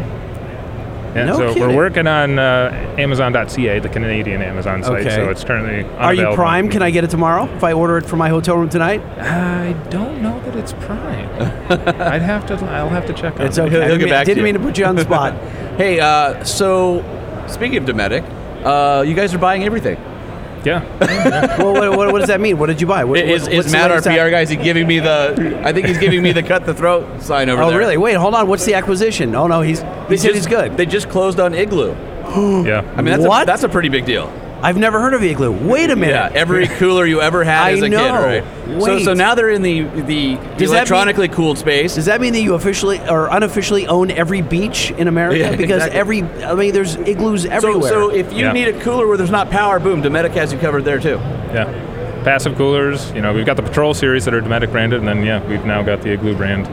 S7: Yeah,
S3: No
S7: so
S3: kidding.
S7: we're working on uh, Amazon.ca, the Canadian Amazon site.
S3: Okay.
S7: So it's currently
S3: Are you
S7: unavailable.
S3: Prime? Can I get it tomorrow if I order it from my hotel room tonight?
S7: I don't know that it's Prime. I'd have to. I'll have to check on
S3: It's
S7: it.
S3: okay.
S4: He'll
S3: I
S4: get
S3: didn't, mean,
S4: back to
S3: didn't
S4: you.
S3: mean to put you on the spot.
S4: Hey, uh, so speaking of Dometic, uh, you guys are buying everything.
S7: Yeah.
S3: well, what, what, what does that mean? What did you buy? What,
S4: Is,
S3: what-
S4: is
S3: what's the
S4: Matt, our
S3: latest ac-
S4: PR guy, is he giving me the? I think he's giving me the cut the throat sign over
S3: Oh,
S4: there.
S3: really? Wait, hold on. What's the acquisition? Oh no, he's he said
S4: just,
S3: he's good.
S4: They just closed on Igloo.
S7: yeah.
S4: I mean, that's
S3: What?
S4: A, that's a pretty big deal.
S3: I've never heard of Igloo. Wait a minute.
S4: Yeah, every cooler you ever had
S3: I
S4: as a
S3: know.
S4: kid, right? So, so
S3: Wait.
S4: now they're in the the
S3: Does that
S4: electronically cooled space.
S3: Does that mean that you officially or unofficially own every beach in America?
S4: Yeah,
S3: because
S4: exactly.
S3: every I mean, there's igloos
S4: so,
S3: everywhere.
S4: so if you
S7: Yeah.
S4: need a cooler where there's not power, boom, Dometic has you covered there too.
S7: yeah. Passive coolers. You know, we've got the Patrol series that are Dometic branded, and then yeah, we've now got the Igloo brand.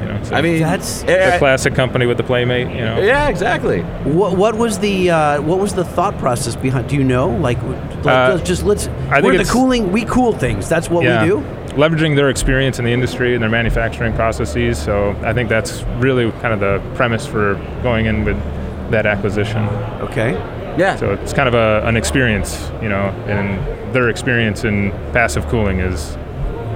S7: You know, so
S4: I mean,
S3: That's-
S7: the
S4: eh,
S7: classic company with the Playmate. You know.
S4: yeah, exactly.
S3: What, what was the uh, what was the thought process behind? Do you know? Like, w- like
S7: Uh,
S3: let's just let's.
S7: think
S3: we're the
S7: it's-
S3: cooling. We cool things. That's what we do.
S7: Leveraging their experience in the industry and their manufacturing processes. So I think that's really kind of the premise for going in with that acquisition.
S3: Okay.
S4: Yeah.
S7: So it's kind of a, an experience, you know, and their experience in passive cooling is,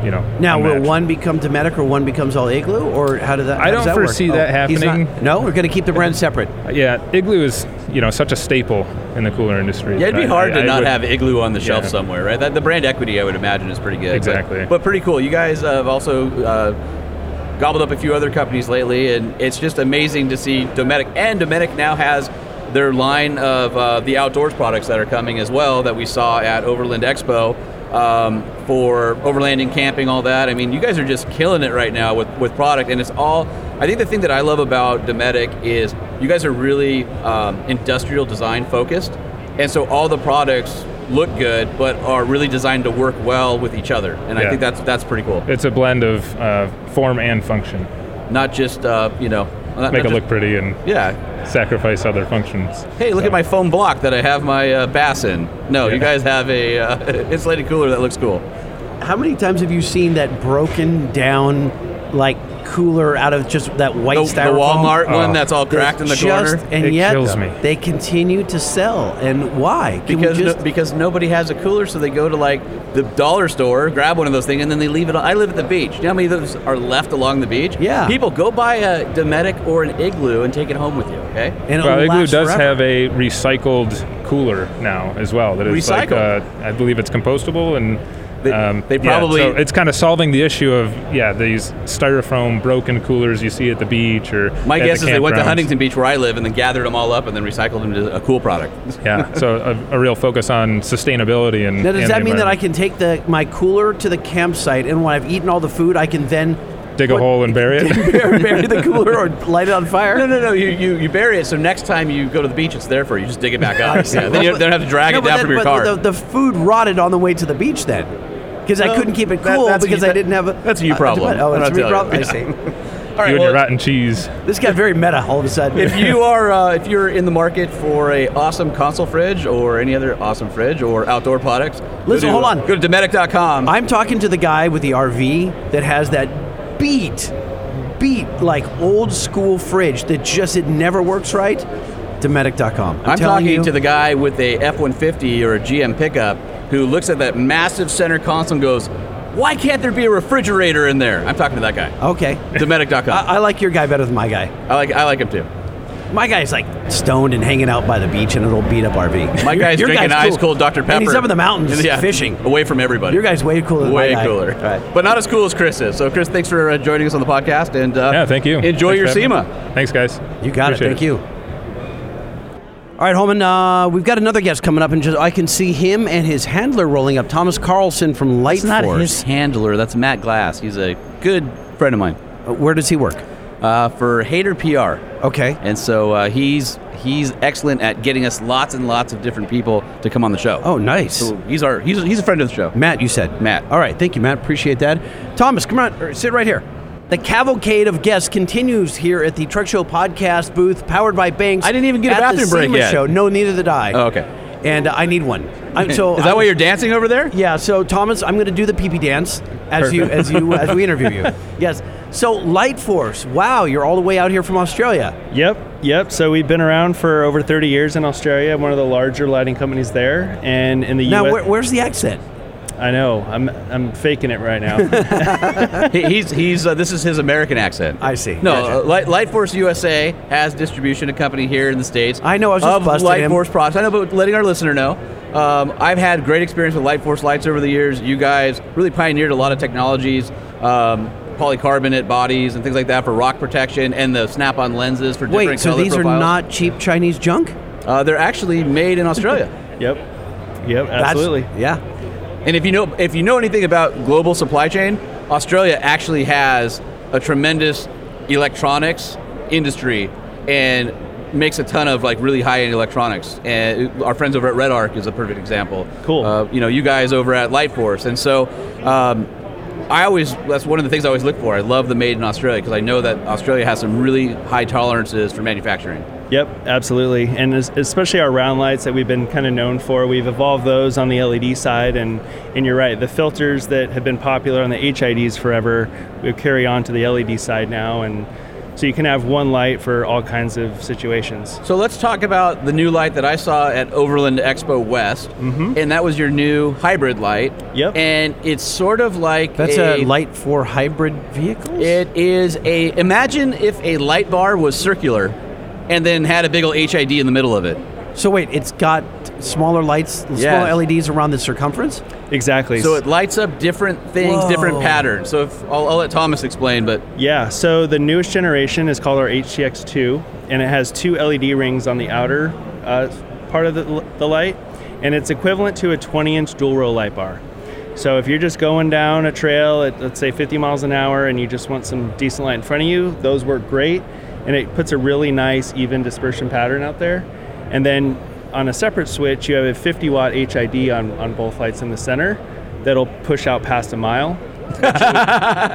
S7: you know.
S3: Now, will
S7: unmatched.
S3: one become Dometic or one becomes all Igloo, or how did that?
S7: I
S3: how does
S7: don't
S3: that work? Oh,
S7: foresee that
S3: he's not-
S7: happening.
S3: no, we're going to keep the brands separate.
S7: Yeah, Igloo is you know such a staple in the cooler industry.
S4: Yeah, it'd be
S7: I-
S4: hard
S7: I-
S4: to
S7: I
S4: not
S7: would-
S4: have Igloo on the shelf
S7: Yeah.
S4: somewhere, right? That, the brand equity, I would imagine, is pretty good. but-
S7: Exactly.
S4: But, pretty cool. You guys have also uh, gobbled up a few other companies lately, and it's just amazing to see Dometic. And Dometic now has their line of uh, the outdoors products that are coming as well that we saw at Overland Expo um, for overlanding, camping, all that. I mean, you guys are just killing it right now with, with product, and it's all. I think the thing that I love about Dometic is you guys are really um, industrial design focused. And so all the products look good, but are really designed to work well with each other. And I
S7: Yeah.
S4: think that's that's pretty cool.
S7: It's a blend of uh, form and function.
S4: Not just uh, you know,
S7: Make
S4: not, not
S7: it
S4: just-
S7: look pretty and
S4: Yeah.
S7: sacrifice other functions.
S4: Hey, look
S7: So-
S4: at my foam block that I have my uh, bass in. No, you guys have a uh, insulated cooler that looks cool.
S3: How many times have you seen that broken down, like cooler out of just that white
S4: The, the
S3: styrofoam?
S4: Walmart one
S7: Oh.
S4: that's all cracked in the
S3: just,
S4: corner.
S3: And
S7: It
S3: yet,
S7: kills me.
S3: they continue to sell. And why? Can we
S4: Because,
S3: just,
S4: no, because nobody has a cooler, so they go to like the dollar store, grab one of those things, and then they leave it. on- I live at the beach. Do you know how many of those are left along the beach?
S3: Yeah.
S4: People go buy a Dometic or an Igloo and take it home with you. Okay.
S3: and it
S7: Well, Igloo
S3: lasts
S7: does
S3: forever.
S7: have a recycled cooler now as well. That is like,
S4: Recycled?
S7: uh, I believe it's compostable and. um,
S4: They- they
S7: yeah,
S4: probably-
S7: so it's kind of solving the issue of yeah these styrofoam broken coolers you see at the beach or
S4: My
S7: at the
S4: guess is they went to
S7: campgrounds.
S4: Huntington Beach where I live and then gathered them all up and then recycled them to a cool product.
S7: yeah so a, a real focus on sustainability and
S3: Now, does
S7: and
S3: that
S7: the
S3: mean that I
S7: environment.
S3: can take the my cooler to the campsite, and when I've eaten all the food, I can then
S7: dig a
S3: put-
S7: hole and bury it
S3: bury, bury the cooler or light it on fire?
S4: No, no, no. You, you, you bury it so next time you go to the beach, it's there for you. You Just dig it back up. Uh, yeah, then you don't have to drag
S3: No,
S4: it
S3: but
S4: down
S3: that-
S4: from
S3: but
S4: your car.
S3: The, the food rotted on the way to the beach then, because I
S4: Well,
S3: couldn't keep it
S4: that-
S3: cool
S4: that's a
S3: because
S4: you-
S3: I didn't have a.
S4: that's a you
S3: uh,
S4: problem.
S3: Oh,
S4: I'm
S3: it's
S4: not
S3: a me
S4: telling you.
S3: problem. I see.
S4: all right,
S7: you and your
S4: well,
S7: rotten cheese
S3: This got very meta all of a sudden.
S4: if you are uh, if you're in the market for a awesome console fridge or any other awesome fridge or outdoor products, go
S3: Listen,
S4: to-
S3: hold on.
S4: Go to Dometic.com.
S3: I'm talking to the guy with the RV that has that beat, beat like old school fridge that just it never works right. Dometic.com. I'm,
S4: I'm
S3: telling
S4: talking
S3: you,
S4: to the guy with a F-150 or a GM pickup who looks at that massive center console and goes, "Why can't there be a refrigerator in there?" I'm talking to that guy.
S3: Okay.
S4: Dometic.com.
S3: I, I like your guy better than my guy.
S4: I like I like him too.
S3: My guy's like stoned and hanging out by the beach in an old beat up RV.
S4: My
S3: Your-
S4: guy's
S3: your
S4: drinking
S3: guy's
S4: ice
S3: cool.
S4: cold Dr. Pepper.
S3: And he's up in the mountains
S4: Yeah,
S3: fishing.
S4: Away from everybody.
S3: Your guy's way cooler than my
S4: way
S3: guy.
S4: cooler.
S3: Right.
S4: But not as cool as Chris is. So, Chris, thanks for uh, joining us on the podcast. And uh,
S7: yeah thank you
S4: Enjoy
S7: Thanks for
S4: your
S7: having me.
S4: SEMA.
S7: thanks guys
S3: You got
S7: Appreciate
S3: it. Thank you. All right, Holman. Uh, we've got another guest coming up, and just I can see him and his handler rolling up. Thomas Carlson from Light
S4: It's not
S3: Force.
S4: his handler. That's Matt Glass. He's a good friend of mine
S3: Uh, Where does he work?
S4: uh, for Hater PR.
S3: Okay.
S4: And so uh, he's he's excellent at getting us lots and lots of different people to come on the show.
S3: Oh, nice.
S4: So he's our he's, he's a friend of the show.
S3: Matt, you said.
S4: Matt.
S3: All right. Thank you, Matt. Appreciate that. Thomas, come on. er, Sit right here. The cavalcade of guests continues here at the Truck Show podcast booth, powered by Banks.
S4: I didn't even get a
S3: at the
S4: bathroom break
S3: SEMA
S4: yet.
S3: Show. No, neither did I.
S4: Oh, okay.
S3: And uh, I need one. I'm, so
S4: is that
S3: I'm-
S4: why you're dancing over there?
S3: Yeah, so Thomas, I'm going to do the pee pee dance as you as you as we interview you. Yes. So Light Force, wow, you're all the way out here from Australia.
S8: Yep, yep. So we've been around for over 30 years in Australia, one of the larger lighting companies there, and in the
S3: Now,
S8: U.S.
S3: where, where's the accent?
S8: I know I'm I'm faking it right now.
S4: He- he's he's uh, this is his American accent.
S3: I see.
S4: No,
S3: Gotcha.
S4: uh, Light, Light Force USA has distribution a company here in the states.
S3: I know, I was just
S4: of
S3: busting
S4: Light
S3: him.
S4: Force products. I know, but letting our listener know, um, I've had great experience with Light Force lights over the years. You guys really pioneered a lot of technologies. Um, polycarbonate bodies and things like that for rock protection and the snap-on lenses for different
S3: Wait, so
S4: color
S3: these are
S4: profiles.
S3: not cheap Chinese junk?
S4: uh, they're actually made in Australia
S8: yep, yep,
S3: That's-
S8: absolutely.
S3: yeah.
S4: and if you know if you know anything about global supply chain Australia actually has a tremendous electronics industry and makes a ton of like really high-end electronics and our friends over at Red Arc is a perfect example
S8: Cool.
S4: uh, you know you guys over at Lightforce and so um, I always that's one of the things I always look for I love the made in Australia because I know that Australia has some really high tolerances for manufacturing
S8: Yep, absolutely. And es- especially our round lights that we've been kind of known for, we've evolved those on the LED side. And, and you're right, the filters that have been popular on the HIDs forever, we carry on to the LED side now. And so you can have one light for all kinds of situations.
S4: So let's talk about the new light that I saw at Overland Expo West, and that was your new hybrid light.
S8: Yep.
S4: And it's sort of like
S3: That's a, light for hybrid vehicles.
S4: It is a imagine if a light bar was circular, and then had a big old HID in the middle of it.
S9: So wait, it's got smaller lights, smaller
S4: Yes.
S3: E
S9: LEDs around the circumference.
S8: Exactly.
S4: So it lights up different things, different
S9: Whoa.
S4: patterns. So if, I'll, I'll let Thomas explain, but
S8: Yeah, so the newest generation is called our HTX2, and it has two LED rings on the outer uh, part of the, the light, and it's equivalent to a 20 inch dual row light bar. So if you're just going down a trail at, let's say, 50 miles an hour and you just want some decent light in front of you, those work great, and it puts a really nice, even dispersion pattern out there. And then on a separate switch, you have a 50 watt HID on, on both lights in the center that'll push out past a mile.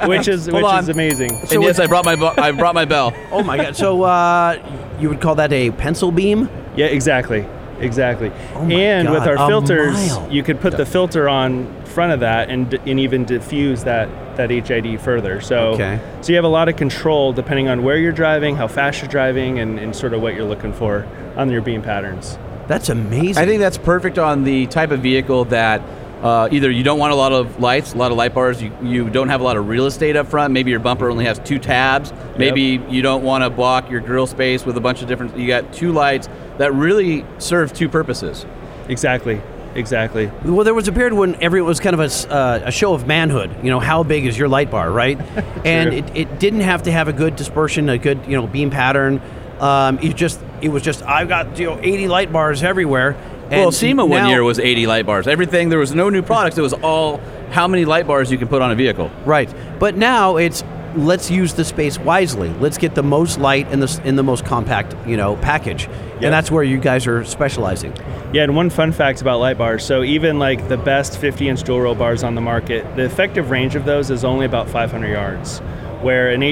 S8: which is which
S4: Hold
S8: is
S4: on.
S8: amazing.
S4: and yes, I brought my bu- I brought my bell.
S9: Oh my god! So uh, you would call that a pencil beam? Oh
S8: Yeah, exactly. Exactly.
S9: my
S8: and with
S9: God,
S8: our
S9: a
S8: filters,
S9: mile.
S8: you could put the filter on front of that and, d- and even diffuse that, that HID further. So,
S9: Okay.
S8: so you have a lot of control depending on where you're driving, how fast you're driving, and, and sort of what you're looking for on your beam patterns.
S9: That's amazing.
S4: I think that's perfect on the type of vehicle that uh, either you don't want a lot of lights, a lot of light bars, you, you don't have a lot of real estate up front. Maybe your bumper only has two tabs. Maybe you don't want to block your grill space with a bunch of different. You got two lights that really serve two purposes.
S8: Exactly. Exactly.
S9: Well, there was a period when everyone was kind of a, s- uh, a show of manhood. You know, how big is your light bar, right? and it, it didn't have to have a good dispersion, a good you know beam pattern. Um, it just it was just I've got you know 80 light bars everywhere. And
S4: well, SEMA one
S9: now-
S4: year was 80 light bars. Everything, there was no new products. It was all how many light bars you can put on a vehicle.
S9: right, but now it's let's use the space wisely. Let's get the most light in the s- in the most compact you know package,
S8: Yep.
S9: and that's where you guys are specializing.
S8: Yeah, and one fun fact about light bars. So even like the best 50-inch dual row bars on the market, the effective range of those is only about 500 yards, where an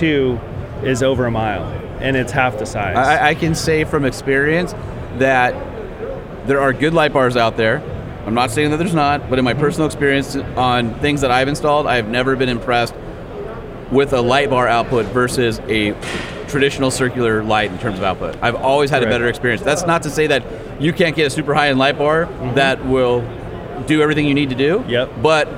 S8: HTX2 is over a mile, and it's half the size.
S4: I, I can say from experience that there are good light bars out there. I'm not saying that there's not, but in my personal experience on things that I've installed, I've never been impressed with a light bar output versus a traditional circular light in terms of output. I've always had a
S8: Correct.
S4: better experience. That's not to say that you can't get a super high end light bar that will do everything you need to do.
S8: Mm-hmm. Yep.
S4: But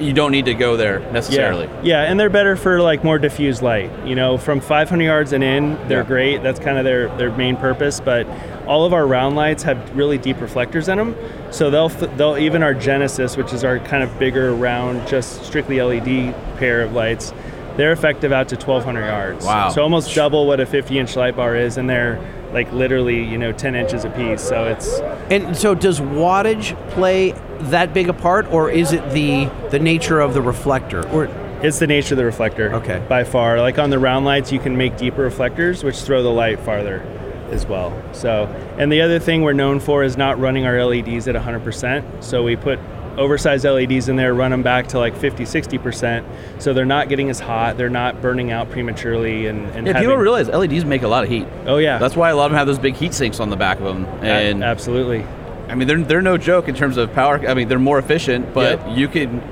S4: you don't need to go there necessarily.
S8: Yeah. yeah, and they're better for like more diffused light. You know, from 500 yards and in, they're
S4: Yeah.
S8: great. That's kind of their, their main purpose. But all of our round lights have really deep reflectors in them, so they'll f- they'll even our Genesis, which is our kind of bigger round, just strictly LED pair of lights, they're effective out to 1,200 yards.
S4: Wow.
S8: So almost double what a 50-inch light bar is, and they're like literally you know 10 inches a piece. So it's
S9: And so, does wattage play that big a part, or is it the the nature of the reflector? Or
S8: It's the nature of the reflector.
S9: Okay.
S8: By far. Like on the round lights, you can make deeper reflectors, which throw the light farther as well. So, and the other thing we're known for is not running our LEDs at 100%. So we put oversized LEDs in there, run them back to like 50, 60%. So they're not getting as hot, they're not burning out prematurely. And, and
S4: Yeah,
S8: having,
S4: people realize LEDs make a lot of heat.
S8: Oh, yeah.
S4: That's why a lot of them have those big heat sinks on the back of them.
S8: A-
S4: And
S8: absolutely.
S4: I mean, they're, they're no joke in terms of power. I mean, they're more efficient, but you can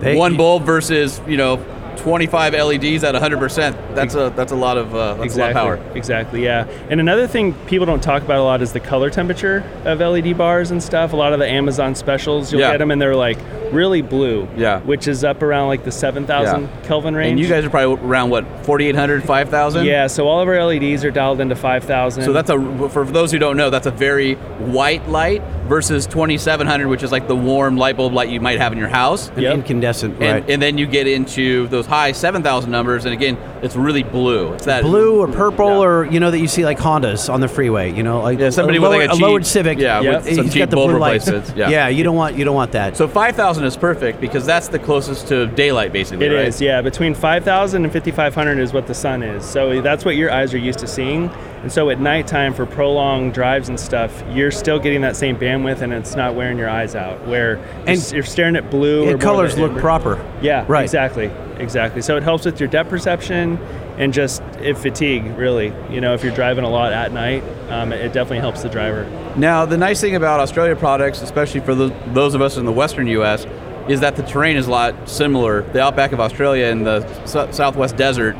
S9: They-
S4: one bulb versus you know 25 LEDs at 100. percent That's a that's a lot of uh, that's a lot of power.
S8: Exactly, yeah. And another thing people don't talk about a lot is the color temperature of LED bars and stuff. A lot of the Amazon specials, you'll
S4: Yeah.
S8: get them and they're like really blue,
S4: Yeah.
S8: which is up around like the 7,000
S4: Yeah.
S8: Kelvin range.
S4: And you guys are probably around what 4,800, 5,000.
S8: Yeah, so all of our LEDs are dialed into 5,000.
S4: So that's a for those who don't know, that's a very white light versus 2,700, which is like the warm light bulb light you might have in your house.
S9: an
S8: Yep.
S9: incandescent,
S4: And,
S9: right?
S4: and then you get into those high 7,000 numbers, and again, it's really blue. It's that
S9: Blue or purple,
S4: Yeah.
S9: or you know that you see like Hondas on the freeway. You know, like
S4: Yeah, somebody
S9: a,
S4: with
S9: lower,
S4: like a
S9: a lowered
S4: cheap-
S9: Civic.
S8: Yeah.
S4: yeah,
S9: yeah,
S8: with
S9: he's
S4: some
S9: got
S4: cheap
S9: the
S4: bulb
S9: blue lights.
S4: replacements, yeah.
S9: you don't want you don't want that.
S4: So 5,000 is perfect because that's the closest to daylight, basically.
S8: It is,
S4: right?
S8: yeah. Between 5,000 and 5,500 is what the sun is. So that's what your eyes are used to seeing. And so at nighttime for prolonged drives and stuff, you're still getting that same bandwidth and it's not wearing your eyes out. Where
S9: And-
S8: you're, staring at blue or more
S9: and
S8: of
S9: colors
S8: that
S9: look
S8: amber-
S9: proper.
S8: Yeah,
S9: Right.
S8: Exactly, exactly. So it helps with your depth perception and just it fatigue, really. You know, if you're driving a lot at night, um, it, it definitely helps the driver.
S4: Now, the nice thing about Australia products, especially for those, those of us in the western U.S., is that the terrain is a lot similar. The outback of Australia and the sou- southwest desert.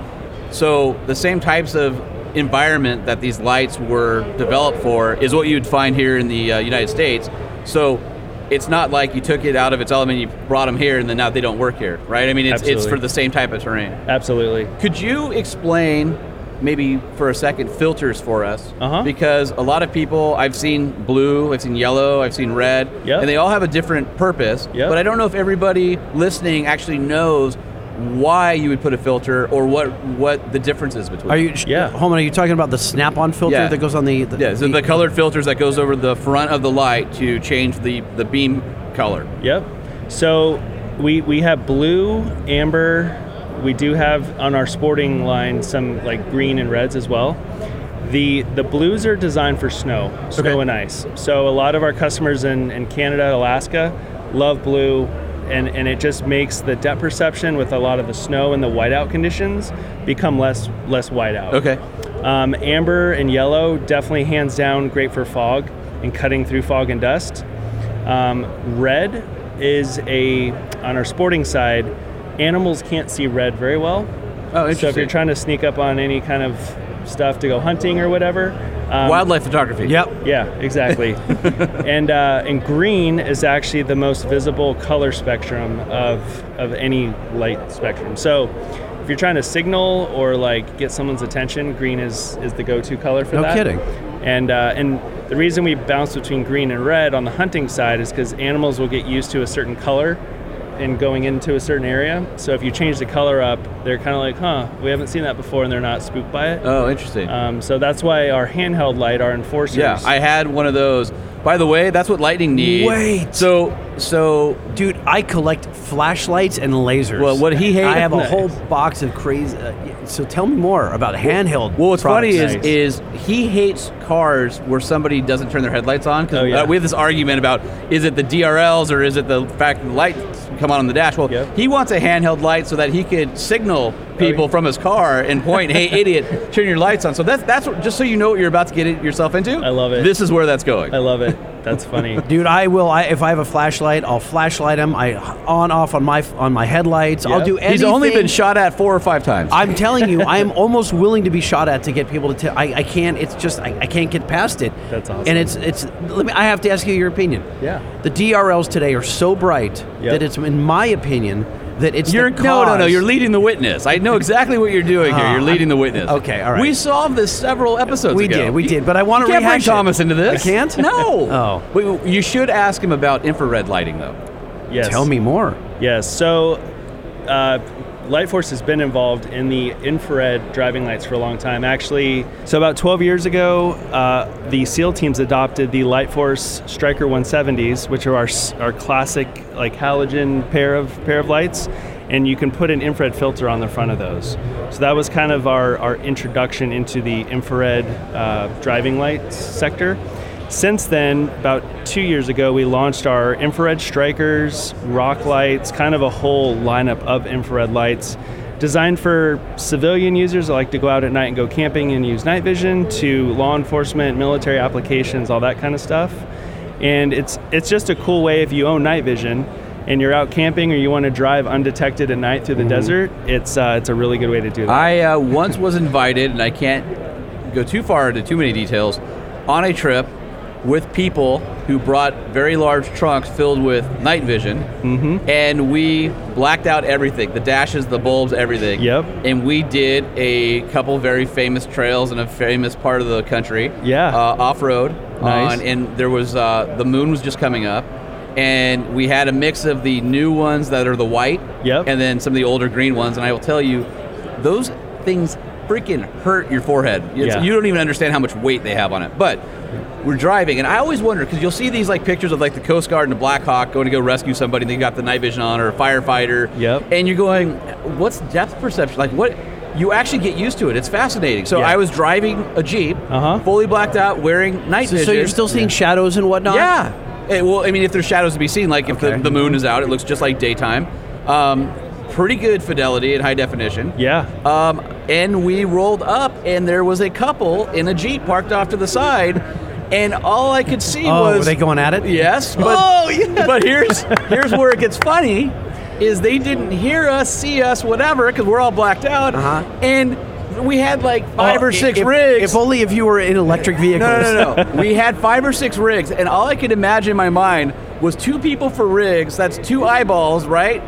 S4: So the same types of environment that these lights were developed for is what you'd find here in the uh, United States. So it's not like you took it out of its element, you brought them here, and then now they don't work here, right? I mean, it's, it's
S8: Absolutely.
S4: for the same type of terrain.
S8: Absolutely.
S4: Could you explain maybe for a second filters for us
S8: Uh-huh.
S4: because a lot of people I've seen blue, I've seen yellow, I've seen red,
S8: Yep.
S4: and they all have a different purpose.
S8: Yep.
S4: But I don't know if everybody listening actually knows why you would put a filter or what what the difference is between.
S3: Are
S4: them.
S3: you,
S8: Yeah.
S3: Holman? Are you talking about the snap-on filter
S4: Yeah.
S3: that goes on the? the
S4: Yeah, so the colored filters that goes over the front of the light to change the the beam color.
S8: Yep. So we we have blue, amber. We do have on our sporting line some like green and reds as well. The the blues are designed for snow, snow and ice. So a lot of our customers in, in Canada, Alaska, love blue. And, and it just makes the depth perception with a lot of the snow and the whiteout conditions become less less whiteout.
S4: Okay.
S8: Um, amber and yellow, definitely hands down, great for fog and cutting through fog and dust. Um, red is a, on our sporting side, animals can't see red very well.
S4: Oh,
S8: So if you're trying to sneak up on any kind of stuff to go hunting or whatever, um,
S4: Wildlife photography.
S3: Yep.
S8: yeah, exactly. and uh, and green is actually the most visible color spectrum of of any light spectrum. So if you're trying to signal or like get someone's attention, green is is the go-to color for
S3: No
S8: that.
S3: kidding.
S8: And uh, and the reason we bounce between green and red on the hunting side is because animals will get used to a certain color and going into a certain area. So if you change the color up, they're kind of like, huh, we haven't seen that before, and they're not spooked by it.
S4: Oh, interesting.
S8: Um, so that's why our handheld light, our enforcers.
S4: yeah, I had one of those. By the way, that's what lightning needs.
S3: Wait.
S4: So so
S3: Dude, I collect flashlights and lasers.
S4: Well, what he hated-
S3: I have a
S4: Nice.
S3: whole box of crazy. Uh, yeah, so tell me more about handheld.
S4: well, what's funny
S3: products.
S4: is is he hates cars where somebody doesn't turn their headlights on. 'cause,
S8: Oh, yeah.
S4: uh, we have this argument about is it the DRLs or is it the fact that the lights come on on the dash? Well,
S8: Yep.
S4: he wants a handheld light so that he could signal
S8: Oh,
S4: people from his car and point, "Hey, idiot, turn your lights on." So that's that's what, just so you know what you're about to get it yourself into.
S8: I love it.
S4: This is where that's going.
S8: I love it. That's funny.
S3: Dude, I will. I, if I have a flashlight, I'll flashlight them. I on off on my on my headlights. I'll
S8: Yep.
S3: do anything.
S4: He's only been shot at four or five times.
S3: I'm telling you, I am almost willing to be shot at to get people to. tell. I I can't. It's just I, I can't get past it.
S8: That's awesome.
S3: And it's it's. Let me. I have to ask you your opinion.
S8: Yeah.
S3: The DRLs today are so bright
S8: Yep.
S3: that it's, in my opinion, that it's
S4: You're
S3: the
S4: no, no, no.
S3: cause- Ah.
S4: You're leading the witness. I know exactly what you're doing here. You're leading the witness.
S3: okay, all right.
S4: We solved this several episodes
S3: We
S4: ago.
S3: did, we
S4: You-
S3: did, but I wanna
S4: you can't bring
S3: rehash it.
S4: Thomas into this.
S3: I can't?
S4: No.
S3: Oh.
S4: Wait, you should ask him about infrared lighting, though.
S8: Yes.
S3: Tell me more.
S8: Yes. So, uh, Lightforce has been involved in the infrared driving lights for a long time. Actually, so about 12 years ago, uh, the SEAL teams adopted the Lightforce Striker 170s, which are our, s- our classic like halogen pair of pair of lights, and you can put an infrared filter on the front of those. So that was kind of our, our introduction into the infrared uh, driving light sector. Since then, about two years ago, we launched our infrared strikers, rock lights, kind of a whole lineup of infrared lights designed for civilian users that like to go out at night and go camping and use night vision to law enforcement, military applications, all that kind of stuff. And it's it's just a cool way if you own night vision and you're out camping or you want to drive undetected at night through the desert, it's uh, it's a really good way to do that.
S4: I uh, once was invited, and I can't go too far into too many details, on a trip with people who brought very large trunks filled with night vision,
S8: Mm-hmm.
S4: and we blacked out everything the dashes, the bulbs, everything.
S8: Yep.
S4: And we did a couple very famous trails in a famous part of the country.
S8: Yeah.
S4: Uh, off road.
S8: Nice.
S4: and there was uh, the moon was just coming up. And we had a mix of the new ones that are the white,
S8: Yep.
S4: and then some of the older green ones. And I will tell you, those things freaking hurt your forehead. It's-
S8: Yeah.
S4: You don't even understand how much weight they have on it. But we're driving, and I always wonder because you'll see these like pictures of like the Coast Guard and the Black Hawk going to go rescue somebody. and They got the night vision on, or a firefighter.
S8: Yep.
S4: And you're going, what's depth perception? Like what? You actually get used to it. It's fascinating. So
S8: Yeah.
S4: I was driving a jeep,
S8: Uh-huh.
S4: fully blacked out, wearing night
S3: So,
S4: vision.
S3: so you're still seeing shadows and whatnot.
S4: Yeah. Eh, well, I mean, if there's shadows to be seen, like if the, the moon is out, it looks just like daytime. Um, pretty good fidelity and high definition.
S8: yeah.
S4: Um, and we rolled up, and there was a couple in a jeep parked off to the side, and all I could see
S3: Oh,
S4: was
S3: were they going at it? Oh.
S4: Yes, but but here's here's where it gets funny, is they didn't hear us, see us, whatever, because we're all blacked out,
S3: Uh-huh.
S4: and we had like five
S3: Oh,
S4: or six
S3: if,
S4: rigs.
S3: If only if you were in electric vehicles.
S4: No, no, no, no. we had five or six rigs, and all I could imagine in my mind was two people for rigs. That's two eyeballs, right?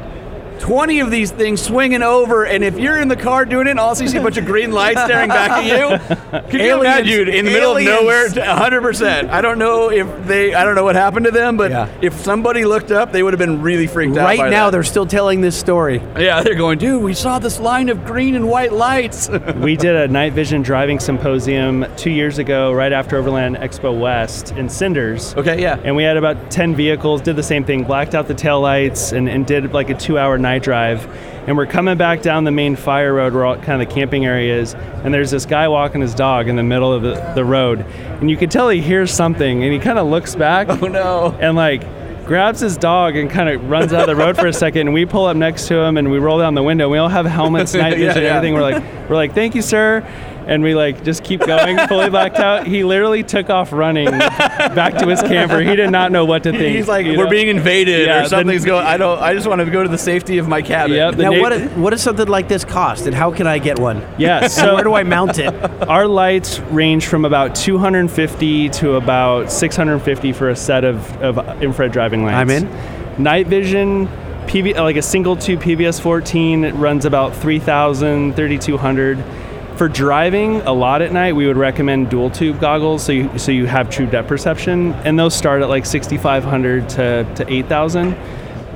S4: 20 of these things swinging over, and if you're in the car doing it, and all you see is a bunch of green lights staring back at you. Can you imagine, dude, in the middle of
S10: Aliens.
S4: nowhere, 100. percent I don't know if they, I don't know what happened to them, but
S3: Yeah.
S4: if somebody looked up, they would have been really freaked out.
S3: Right
S4: by
S3: now,
S4: that.
S3: they're still telling this story.
S4: yeah, they're going, dude, we saw this line of green and white lights.
S8: we did a night vision driving symposium two years ago, right after Overland Expo West in Cinders.
S4: okay, yeah.
S8: And we had about 10 vehicles, did the same thing, blacked out the taillights, and, and did like a two hour night drive. And we're coming back down the main fire road where all kind of the camping area is. And there's this guy walking his dog in the middle of the, the road. And you could tell he hears something and he kind of looks back.
S4: Oh no.
S8: and like grabs his dog and kind of runs out of the road for a second and we pull up next to him and we roll down the window we all have helmets night
S4: Yeah,
S8: vision and
S4: yeah.
S8: everything we're like we're like thank you sir and we like just keep going fully blacked out he literally took off running back to his camper he did not know what to think
S4: He's like,
S8: you
S4: we're
S8: know?
S4: being invaded
S8: Yeah,
S4: or
S8: the-
S4: something's going. I don't. I just want to go to the safety of my cabin.
S8: Yep, the
S3: Now,
S8: na-
S3: what, is, what does something like this cost, and how can I get one?
S8: yeah so
S3: So where do I mount it?
S8: our lights range from about 250 to about 650 for a set of, of infrared driving lights.
S3: I'm in.
S8: Night vision, PV, like a single tube PBS 14, it runs about 3,000, 3,200. For driving a lot at night, we would recommend dual tube goggles so you, so you have true depth perception, and those start at like 6,500 to, to 8,000.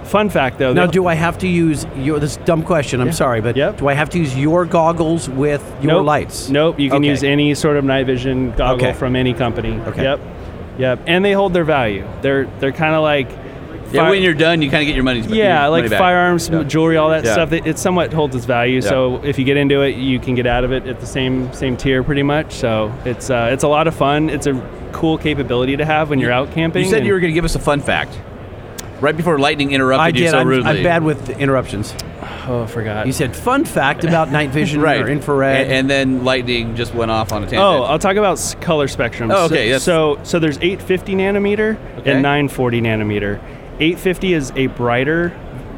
S8: Fun fact though,
S3: Now,
S8: the-
S3: do I have to use your? This is a dumb question. I'm sorry, but
S8: Yep.
S3: do I have to use your goggles with your
S8: nope.
S3: lights?
S8: Nope, you can
S3: Okay.
S8: use any sort of night vision goggle
S3: Okay.
S8: from any company.
S3: Okay.
S8: Yep. Yep. And they hold their value. They're they're kind of like
S4: Yeah,
S8: fire-
S4: when you're done, you kind of get your money's
S8: yeah,
S4: your
S8: like
S4: money back.
S8: firearms,
S4: Yeah.
S8: jewelry, all that
S4: Yeah.
S8: stuff. It, it somewhat holds its value. So if you get into it, you can get out of it at the same same tier, pretty much. So it's uh, it's a lot of fun. It's a cool capability to have when you're out camping.
S4: You said
S8: and-
S4: you were going to give us a fun fact right before lightning interrupted
S3: I
S4: you
S3: did.
S4: so
S3: I'm,
S4: rudely.
S3: I'm bad with interruptions.
S8: Oh, I forgot.
S3: You said fun fact about night vision
S4: Right,
S3: or infrared.
S4: and, and then lightning just went off on a tangent.
S8: Oh, I'll talk about s- color spectrums.
S4: Oh, okay,
S8: So
S4: yes.
S8: so, so there's 850 nanometer
S4: Okay.
S8: and 940 nanometer. 850 is a brighter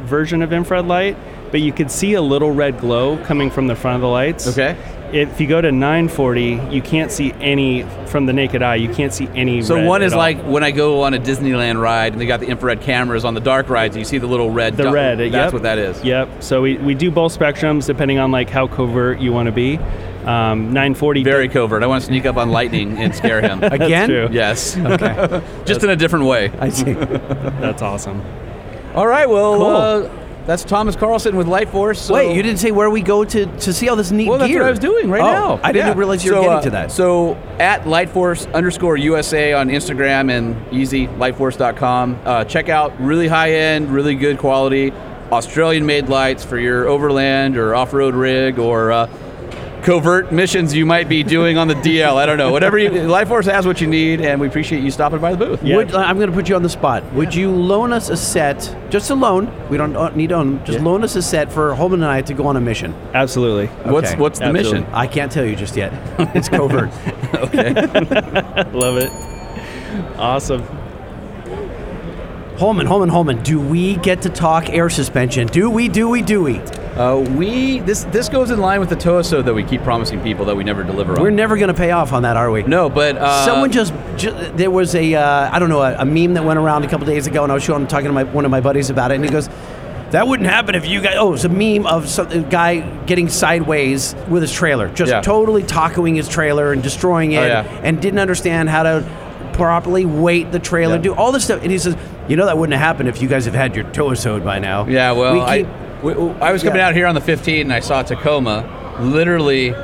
S8: version of infrared light, but you could see a little red glow coming from the front of the lights.
S4: Okay.
S8: If you go to 940, you can't see any from the naked eye. You can't see any.
S4: so
S8: red
S4: one
S8: at
S4: is
S8: all.
S4: like when I go on a Disneyland ride and they got the infrared cameras on the dark rides, and you see the little red.
S8: the
S4: dot.
S8: red.
S4: That's
S8: yep.
S4: what that is.
S8: Yep. So we, we do both spectrums depending on like how covert you want to be. Um, 940.
S4: Very covert. I want to sneak up on lightning and scare him.
S3: Again,
S8: true.
S4: yes. Okay. just in a different way.
S3: I see.
S8: That's awesome.
S4: All right. Well,
S3: Cool.
S4: uh, that's Thomas Carlson with Light Force. so-
S3: Wait, you didn't say where we go to to see all this neat
S4: Well, that's
S3: gear.
S4: what I was doing right
S3: Oh,
S4: now.
S3: I didn't
S4: Yeah.
S3: realize you were
S4: So,
S3: getting
S4: uh,
S3: to that.
S4: So at Lightforce underscore USA on Instagram and easy lightforce.com. Uh, check out really high end, really good quality Australian made lights for your overland or off road rig or. Uh, Covert missions you might be doing on the DL. I don't know. Whatever you, Lightforce has what you need, and we appreciate you stopping by the booth.
S8: Yeah.
S3: Would, I'm going to put you on the spot. Would you loan us a set, just a loan? We don't uh, need to own them. Just loan us a set for Holman and I to go on a mission.
S8: Absolutely.
S4: What's
S3: Okay.
S4: what's the
S8: Absolutely.
S4: mission?
S3: I can't tell you just yet. It's covert.
S8: Love it. Awesome.
S3: Holman, Holman, Holman. Do we get to talk air suspension? Do we? Do we? Do we?
S4: Uh, we this this goes in line with the Toaso that we keep promising people that we never deliver on.
S3: We're never going to pay off on that, are we?
S4: no, but uh,
S3: Someone just, ju- there was a uh, I don't know a, a meme that went around a couple days ago, and I was showing talking to my one of my buddies about it, and he goes, "That wouldn't happen if you guys." Oh, it's a meme of some a guy getting sideways with his trailer, just
S4: Yeah. Oh,
S3: totally tacoing his trailer and destroying it,
S4: yeah.
S3: and didn't understand how to properly weight the trailer,
S4: Yeah.
S3: do all this stuff, and he says, "You know that wouldn't have happened if you guys have had your toes sewed by now."
S4: Yeah, well,
S3: we keep,
S4: I, we, we- I was coming
S3: Yeah.
S4: out here on the 15 and I saw Tacoma literally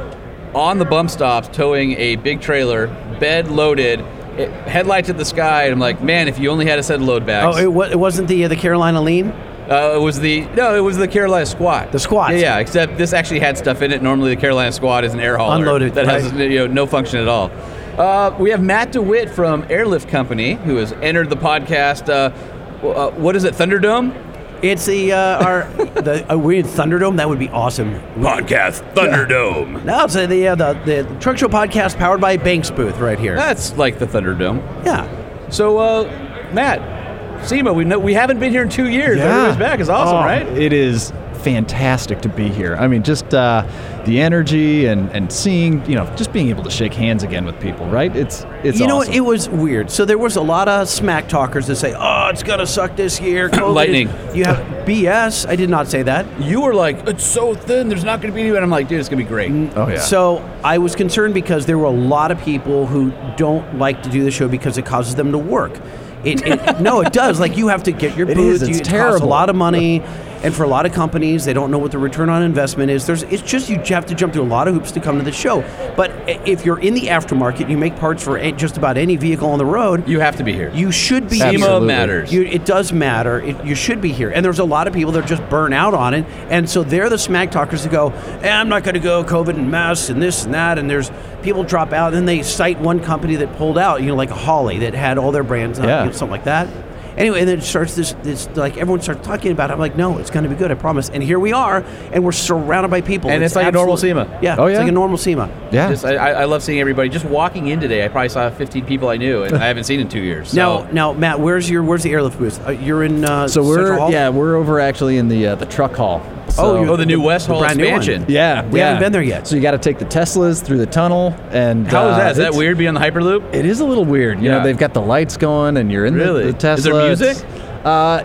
S4: on the bump stops towing a big trailer, bed loaded, it, headlights at the sky. And I'm like, man, if you only had a set of load bags.
S3: oh, it, wa- it wasn't the uh, the Carolina lean.
S4: Uh, it was the no, it was the Carolina squat.
S3: The squat.
S4: Yeah, yeah, except this actually had stuff in it. Normally, the Carolina squat is an air hauler
S3: Unloaded,
S4: that has
S3: right.
S4: you know, no function at all. Uh, we have Matt DeWitt from Airlift Company who has entered the podcast. Uh, w- uh, what is it, Thunderdome?
S3: It's the uh, our the uh, we in Thunderdome. That would be awesome.
S11: Podcast Thunderdome.
S3: No, it's uh, the, uh, the the truck show podcast powered by Banks Booth right here.
S4: That's like the Thunderdome.
S3: Yeah,
S4: So, uh, Matt, SEMA, we know, we haven't been here in two years. Everybody's back is awesome,
S12: Oh,
S4: right?
S12: It is fantastic to be here. I mean, just uh, the energy and, and seeing, you know, just being able to shake hands again with people, right? It's it's
S3: you know
S12: awesome.
S3: what? It was weird. So there was a lot of smack talkers that say, "Oh, it's gonna suck this year." COVID is-"
S4: Lightning.
S3: You have BS. I did not say that.
S4: You were like, it's so thin. There's not going to be anyone. I'm like, dude, it's going to be great.
S12: oh yeah.
S3: Mm. So I was concerned because there were a lot of people who don't like to do the show because it causes them to work. It, it, no, it does. Like you have to get your
S12: It
S3: booth.
S12: is. It's
S3: you, it costs
S12: terrible.
S3: a lot of money, and for a lot of companies, they don't know what the return on investment is. There's, it's just you have to jump through a lot of hoops to come to the show. But i- if you're in the aftermarket, you make parts for a- just about any vehicle on the road.
S4: You have to be here.
S3: You should be
S12: SEMA
S3: here.
S4: matters.
S3: You, it does matter. It, you should be here. And there's a lot of people that are just burn out on it. And so they're the smack talkers that go, eh, I'm not going to go, COVID and masks and this and that. And there's people drop out. And then they cite one company that pulled out, you know, like a Holly that had all their brands, on,
S12: Yeah.
S3: you know, something like that. Anyway, and then it starts this, this, like everyone starts talking about it. I'm like, no, it's going to be good, I promise. And here we are, and we're surrounded by people.
S4: And it's like a normal
S3: absolute-
S4: SEMA.
S3: Yeah,
S12: Oh,
S3: it's
S12: yeah?
S3: like a normal SEMA.
S12: yeah.
S4: Just, I, I I love seeing everybody. Just walking in today, I probably saw 15 people I knew, and I haven't seen in two years. So.
S3: Now, now, Matt, where's your where's the airlift booth? Uh, you're in uh,
S12: So we're
S3: Central Hall?
S12: yeah we're over actually in the uh, the truck hall. So-
S4: oh, the new West Hall
S3: brand new one.
S4: expansion.
S12: yeah
S3: We
S12: yeah.
S3: haven't been there yet.
S12: So you got to take the Teslas through the tunnel and
S4: How is
S12: uh,
S4: that? Is that
S12: it's-
S4: weird being on the Hyperloop?
S12: It is a little weird. You
S4: Yeah.
S12: know, they've got the lights going and you're in the-
S4: Really?
S12: the, Tesla.
S4: Is there music?
S12: It's- Uh,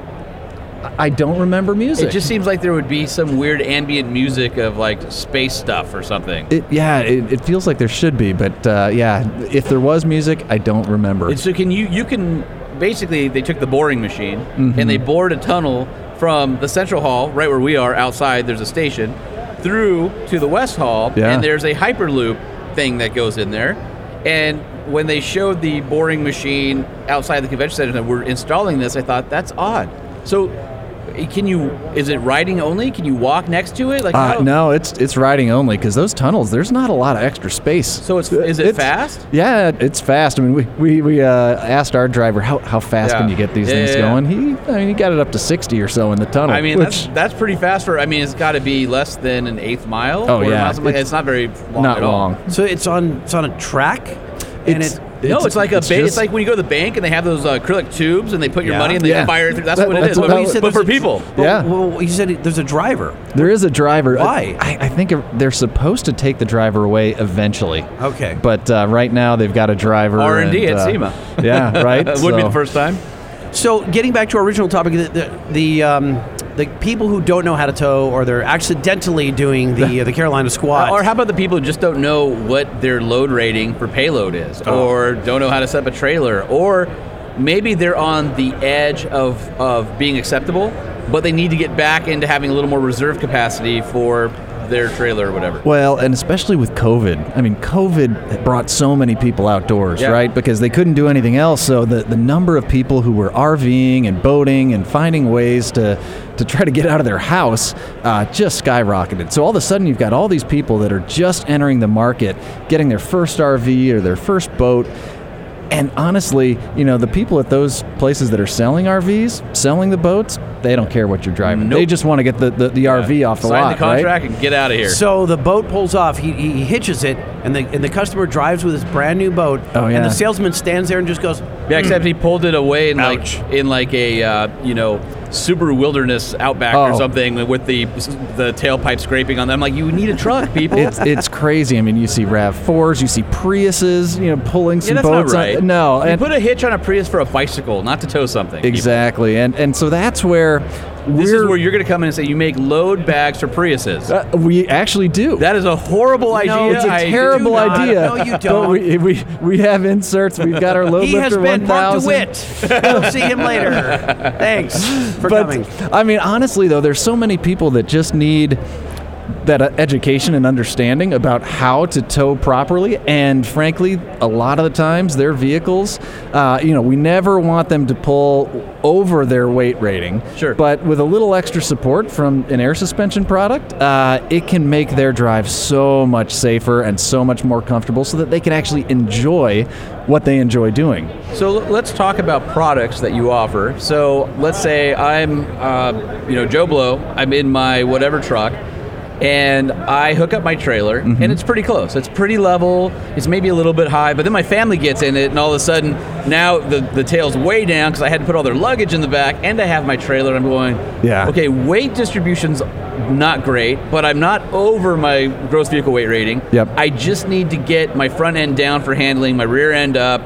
S12: I don't remember music.
S4: It just seems like there would be some weird ambient music of like space stuff or something.
S12: It- yeah, it, it feels like there should be, but uh, yeah, if there was music, I don't remember.
S4: And so can you you can basically they took the boring machine
S12: Mm-hmm.
S4: and they bored a tunnel from the central hall, right where we are outside, there's a station, through to the west hall,
S12: Yeah.
S4: and there's a hyperloop thing that goes in there. And when they showed the boring machine outside the convention center that we're installing this, I thought that's odd. So can you is it riding only? Can you walk next to it? Like
S12: uh,
S4: how-
S12: no, it's it's riding only because those tunnels. There's not a lot of extra space.
S4: So it's is it fast?
S12: Yeah, it's fast. I mean, we we, we uh, asked our driver how, how fast
S4: Yeah.
S12: can you get these
S4: Yeah,
S12: things
S4: yeah, yeah.
S12: going. He I mean he got it up to sixty or so in the tunnel.
S4: I mean,
S12: which,
S4: that's that's pretty fast for. I mean, it's got to be less than an eighth mile.
S12: Oh,
S4: or a
S12: yeah.
S4: mile, something like that.
S12: It's
S4: it's not very long
S12: not
S4: at all.
S12: long.
S3: So it's on it's on a track, and
S12: It's-
S3: it
S4: No, it's, like a
S12: it's
S4: ba- it's
S12: just-
S4: like when you go to the bank and they have those uh, acrylic tubes and they put your
S3: Yeah.
S4: money and they
S12: Yeah.
S4: fire it through. That's
S12: That-
S4: what it
S12: that's
S4: is.
S12: what
S4: but,
S12: that was-
S4: but for people,
S12: Yeah.
S3: Well, well, you said it, there's a driver.
S12: There is a driver. uh,
S3: Why?
S12: I, I think they're supposed to take the driver away eventually.
S3: Okay.
S12: But uh, right now they've got a driver.
S4: R and D
S12: and,
S4: at
S12: uh,
S4: SEMA.
S12: Yeah, right.
S4: It wouldn't be
S12: So-
S4: the first time.
S3: So getting back to our original topic, the the, the, um, the people who don't know how to tow or they're accidentally doing the uh, the Carolina squat.
S4: or how about the people who just don't know what their load rating for payload is,
S12: Oh.
S4: or don't know how to set up a trailer, or maybe they're on the edge of of being acceptable, but they need to get back into having a little more reserve capacity for their trailer or whatever.
S12: Well, and especially with COVID. I mean, COVID brought so many people outdoors,
S4: Yeah.
S12: right? Because they couldn't do anything else. So the, the number of people who were RVing and boating and finding ways to, to try to get out of their house uh, just skyrocketed. So all of a sudden, you've got all these people that are just entering the market, getting their first RV or their first boat. And honestly, you know, the people at those places that are selling RVs, selling the boats, they don't care what you're driving. They just want to get the, the, the RV off the
S4: Uh, Sign
S12: lot,
S4: the contract
S12: right?
S4: and get out of here.
S3: So the boat pulls off. He, he hitches it, and the and the customer drives with his brand new boat.
S12: Oh,
S3: And
S12: yeah.
S3: the salesman stands there and just goes,
S4: Yeah, except he pulled it away in
S3: Ouch.
S4: like in like a uh, you know Subaru Wilderness Outback or
S12: Oh.
S4: something with the the tailpipe scraping on them. I'm like, you need a truck, people.
S12: it's it's crazy. I mean, you see Rav fours, you see Priuses, you know, pulling
S4: yeah,
S12: some
S4: that's
S12: boats.
S4: not
S12: on-
S4: right.
S12: no,
S4: you
S12: and
S4: put a hitch on a Prius for a bicycle, not to tow something. people.
S12: exactly, and and so that's where we're,
S4: This is where you're going to come in and say you make load bags for Priuses.
S12: uh, we actually do.
S4: that is a horrible idea.
S12: no, it's a
S4: I-
S12: terrible
S3: do not.
S12: idea.
S3: No, you
S12: But we, we we have inserts. We've got our load
S3: "He has
S12: lifter
S3: been Mark
S12: 1000.
S3: DeWitt. We'll see him later. Thanks for
S12: but
S3: coming."
S12: I mean, honestly, though, there's so many people that just need that uh, education and understanding about how to tow properly. And frankly, a lot of the times, their vehicles, uh, you know, we never want them to pull over their weight rating.
S4: Sure.
S12: But with a little extra support from an air suspension product, uh, it can make their drive so much safer and so much more comfortable, so that they can actually enjoy what they enjoy doing.
S4: So l- let's talk about products that you offer. So let's say I'm, uh, you know, Joe Blow. I'm in my whatever truck, and I hook up my trailer,
S12: Mm-hmm.
S4: and it's pretty close. It's pretty level. It's maybe a little bit high, but then my family gets in it, and all of a sudden Now the, the tail's way down because I had to put all their luggage in the back and I have my trailer. I'm going,
S12: Yeah.
S4: okay, weight distribution's not great, but I'm not over my gross vehicle weight rating.
S12: Yep.
S4: I just need to get my front end down for handling, my rear end up.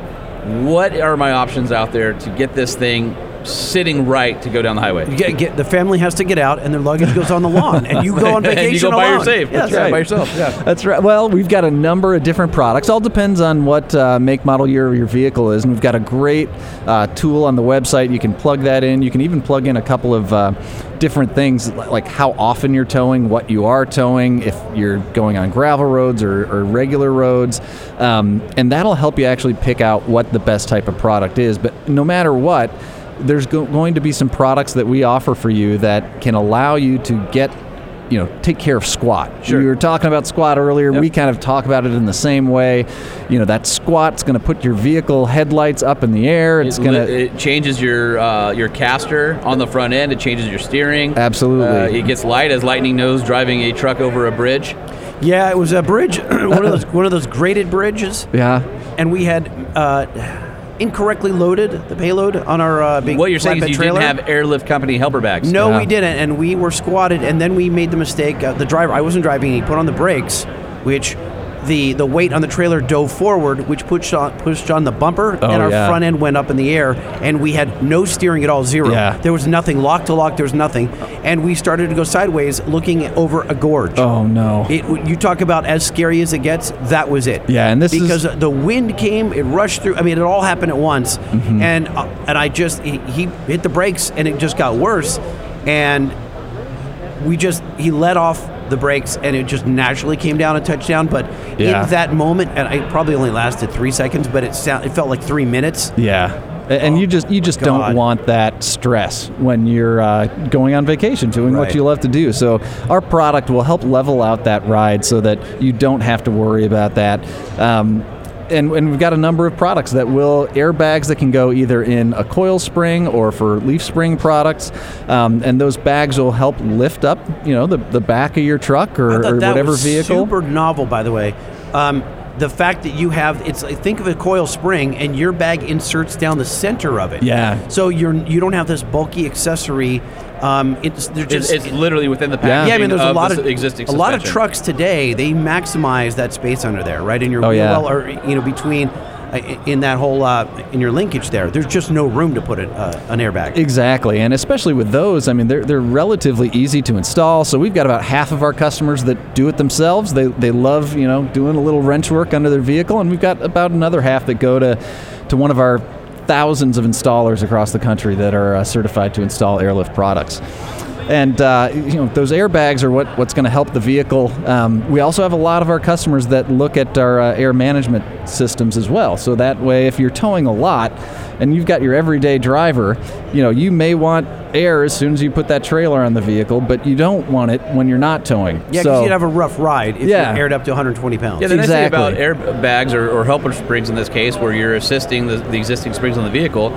S4: What are my options out there to get this thing sitting right to go down the highway?
S3: You get, get- the family has to get out, and their luggage goes on the lawn, and you go on vacation
S4: and you go by
S3: alone.
S4: yourself.
S3: Yeah,
S4: That's
S3: so-
S4: right. By yourself. Yeah.
S12: That's right. Well, we've got a number of different products. All depends on what uh, make, model, year your vehicle is. And we've got a great uh, tool on the website. You can plug that in. You can even plug in a couple of uh, different things, li- like how often you're towing, what you are towing, if you're going on gravel roads or, or regular roads. Um, and that'll help you actually pick out what the best type of product is. But no matter what, there's go- going to be some products that we offer for you that can allow you to get you know, take care of squat. Sure. You were talking about squat earlier. We kind of talk about it in the same way. You know, that squat's going to put your vehicle headlights up in the air. It's
S4: It
S12: going
S4: li- it changes your uh, your caster on the front end. It changes your steering.
S12: Absolutely.
S4: Uh, it gets light as lightning knows driving a truck over a bridge.
S3: Yeah, it was a bridge, one of those one of those graded bridges,
S12: yeah.
S3: and we had uh, incorrectly loaded the payload on our uh, big
S4: What you're saying
S3: flatbed
S4: is you
S3: trailer.
S4: didn't have airlift company helper bags.
S3: No,
S12: Yeah.
S3: we didn't, and we were squatted, and then we made the mistake. Uh, the driver, I wasn't driving. He put on the brakes, which the the weight on the trailer dove forward, which pushed on pushed on the bumper, and our
S12: Oh, yeah.
S3: front end went up in the air, and we had no steering at all, zero.
S12: Yeah.
S3: There was nothing lock to lock. There was nothing, and we started to go sideways, looking over a gorge.
S12: Oh no.
S3: It, you talk about as scary as it gets. That was it.
S12: Yeah, and this is-
S3: because the wind came, it rushed through. I mean, it all happened at once,
S12: Mm-hmm.
S3: and uh, and I just he, he hit the brakes, and it just got worse, and we just he let off the brakes, and it just naturally came down and touched down. But
S12: Yeah.
S3: in that moment, and it probably only lasted three seconds, but it sound it felt like three minutes.
S12: yeah. A- And you just you just
S3: God.
S12: don't want that stress when you're uh, going on vacation, doing
S3: Right.
S12: what you love to do. So our product will help level out that ride so that you don't have to worry about that. Um, and, and we've got a number of products that will airbags that can go either in a coil spring or for leaf spring products, um, and those bags will help lift up you know the, the back of your truck or,
S3: I thought
S12: or
S3: that
S12: whatever
S3: was
S12: vehicle.
S3: Super novel, by the way. Um, the fact that you have it's like, think of a coil spring and your bag inserts down the center of it.
S12: Yeah.
S3: So you're you don't have this bulky accessory. Um, it's they're
S4: It's,
S3: just
S4: it's literally within the
S12: Yeah.
S4: packaging
S3: yeah, I mean, there's a
S4: of
S3: lot
S4: the
S3: of
S4: s- existing
S3: a lot of
S4: suspension.
S3: trucks today. They maximize that space under there, right? In your
S12: Oh,
S3: wheel
S12: yeah.
S3: well, or you know between uh, i- in that whole uh, in your linkage there. There's just no room to put it, uh, an airbag.
S12: Exactly, and especially with those, I mean, they're, they're relatively easy to install. So we've got about half of our customers that do it themselves. They, they love, you know, doing a little wrench work under their vehicle, and we've got about another half that go to, to one of our thousands of installers across the country that are uh, certified to install airlift products. And uh, you know those airbags are what, what's going to help the vehicle. Um, we also have a lot of our customers that look at our uh, air management systems as well. So that way, if you're towing a lot and you've got your everyday driver, you know you may want air as soon as you put that trailer on the vehicle, but you don't want it when you're not towing.
S3: yeah, because
S12: so,
S3: you'd have a rough ride if
S12: Yeah.
S3: you're aired up to 120 pounds.
S4: Yeah, the nice
S12: Exactly.
S4: thing about airbags or, or helper springs in this case, where you're assisting the, the existing springs on the vehicle,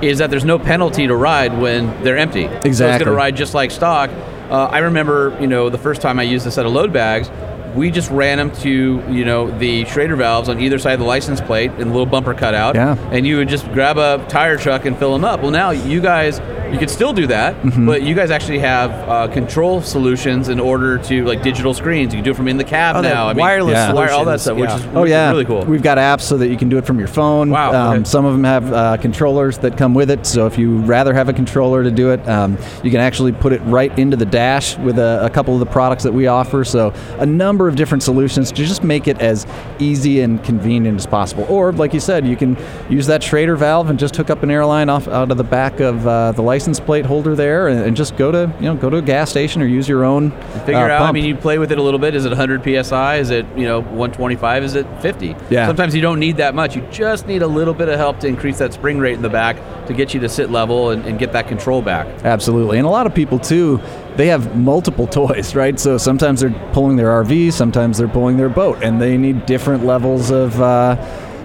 S4: is that there's no penalty to ride when they're empty. So it's going
S12: Exactly.
S4: to ride just like stock. Uh, I remember, you know, the first time I used a set of load bags, we just ran them to, you know, the Schrader valves on either side of the license plate and a little bumper cutout.
S12: Yeah.
S4: And you would just grab a tire truck and fill them up. Well, now you guys, you could still do that,
S12: Mm-hmm.
S4: but you guys actually have uh, control solutions in order to, like, digital screens. You can do it from in the cab
S3: Oh, they have
S4: now.
S3: wireless
S4: wire- all that
S3: solutions,
S4: stuff,
S3: yeah.
S4: which is
S12: Oh
S4: which is
S12: yeah,
S4: really cool.
S12: We've got apps so that you can do it from your phone.
S4: Wow,
S12: Um,
S4: okay.
S12: Some of them have uh, controllers that come with it. So if you rather have a controller to do it, um, you can actually put it right into the dash with a, a couple of the products that we offer. So a number of different solutions to just make it as easy and convenient as possible. Or like you said, you can use that Schrader valve and just hook up an airline off out of the back of uh, the license plate holder there, and, and just go to you know go to a gas station or use your own
S4: Figure
S12: uh,
S4: out. I
S12: pump.
S4: mean, you play with it a little bit. Is it 100 psi? Is it you know 125? Is it 50?
S12: Yeah.
S4: Sometimes you don't need that much. You just need a little bit of help to increase that spring rate in the back to get you to sit level and, and get that control back.
S12: Absolutely. And a lot of people, too, they have multiple toys, right? So sometimes they're pulling their RV, sometimes they're pulling their boat, and they need different levels of uh,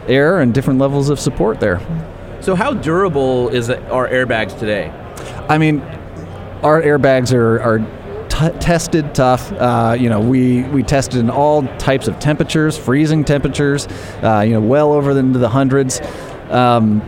S12: air and different levels of support there.
S4: So how durable is it, are airbags today?
S12: I mean, our airbags are, are t- tested tough. Uh, you know, we, we tested in all types of temperatures, freezing temperatures, uh, you know, well over into the hundreds. Um,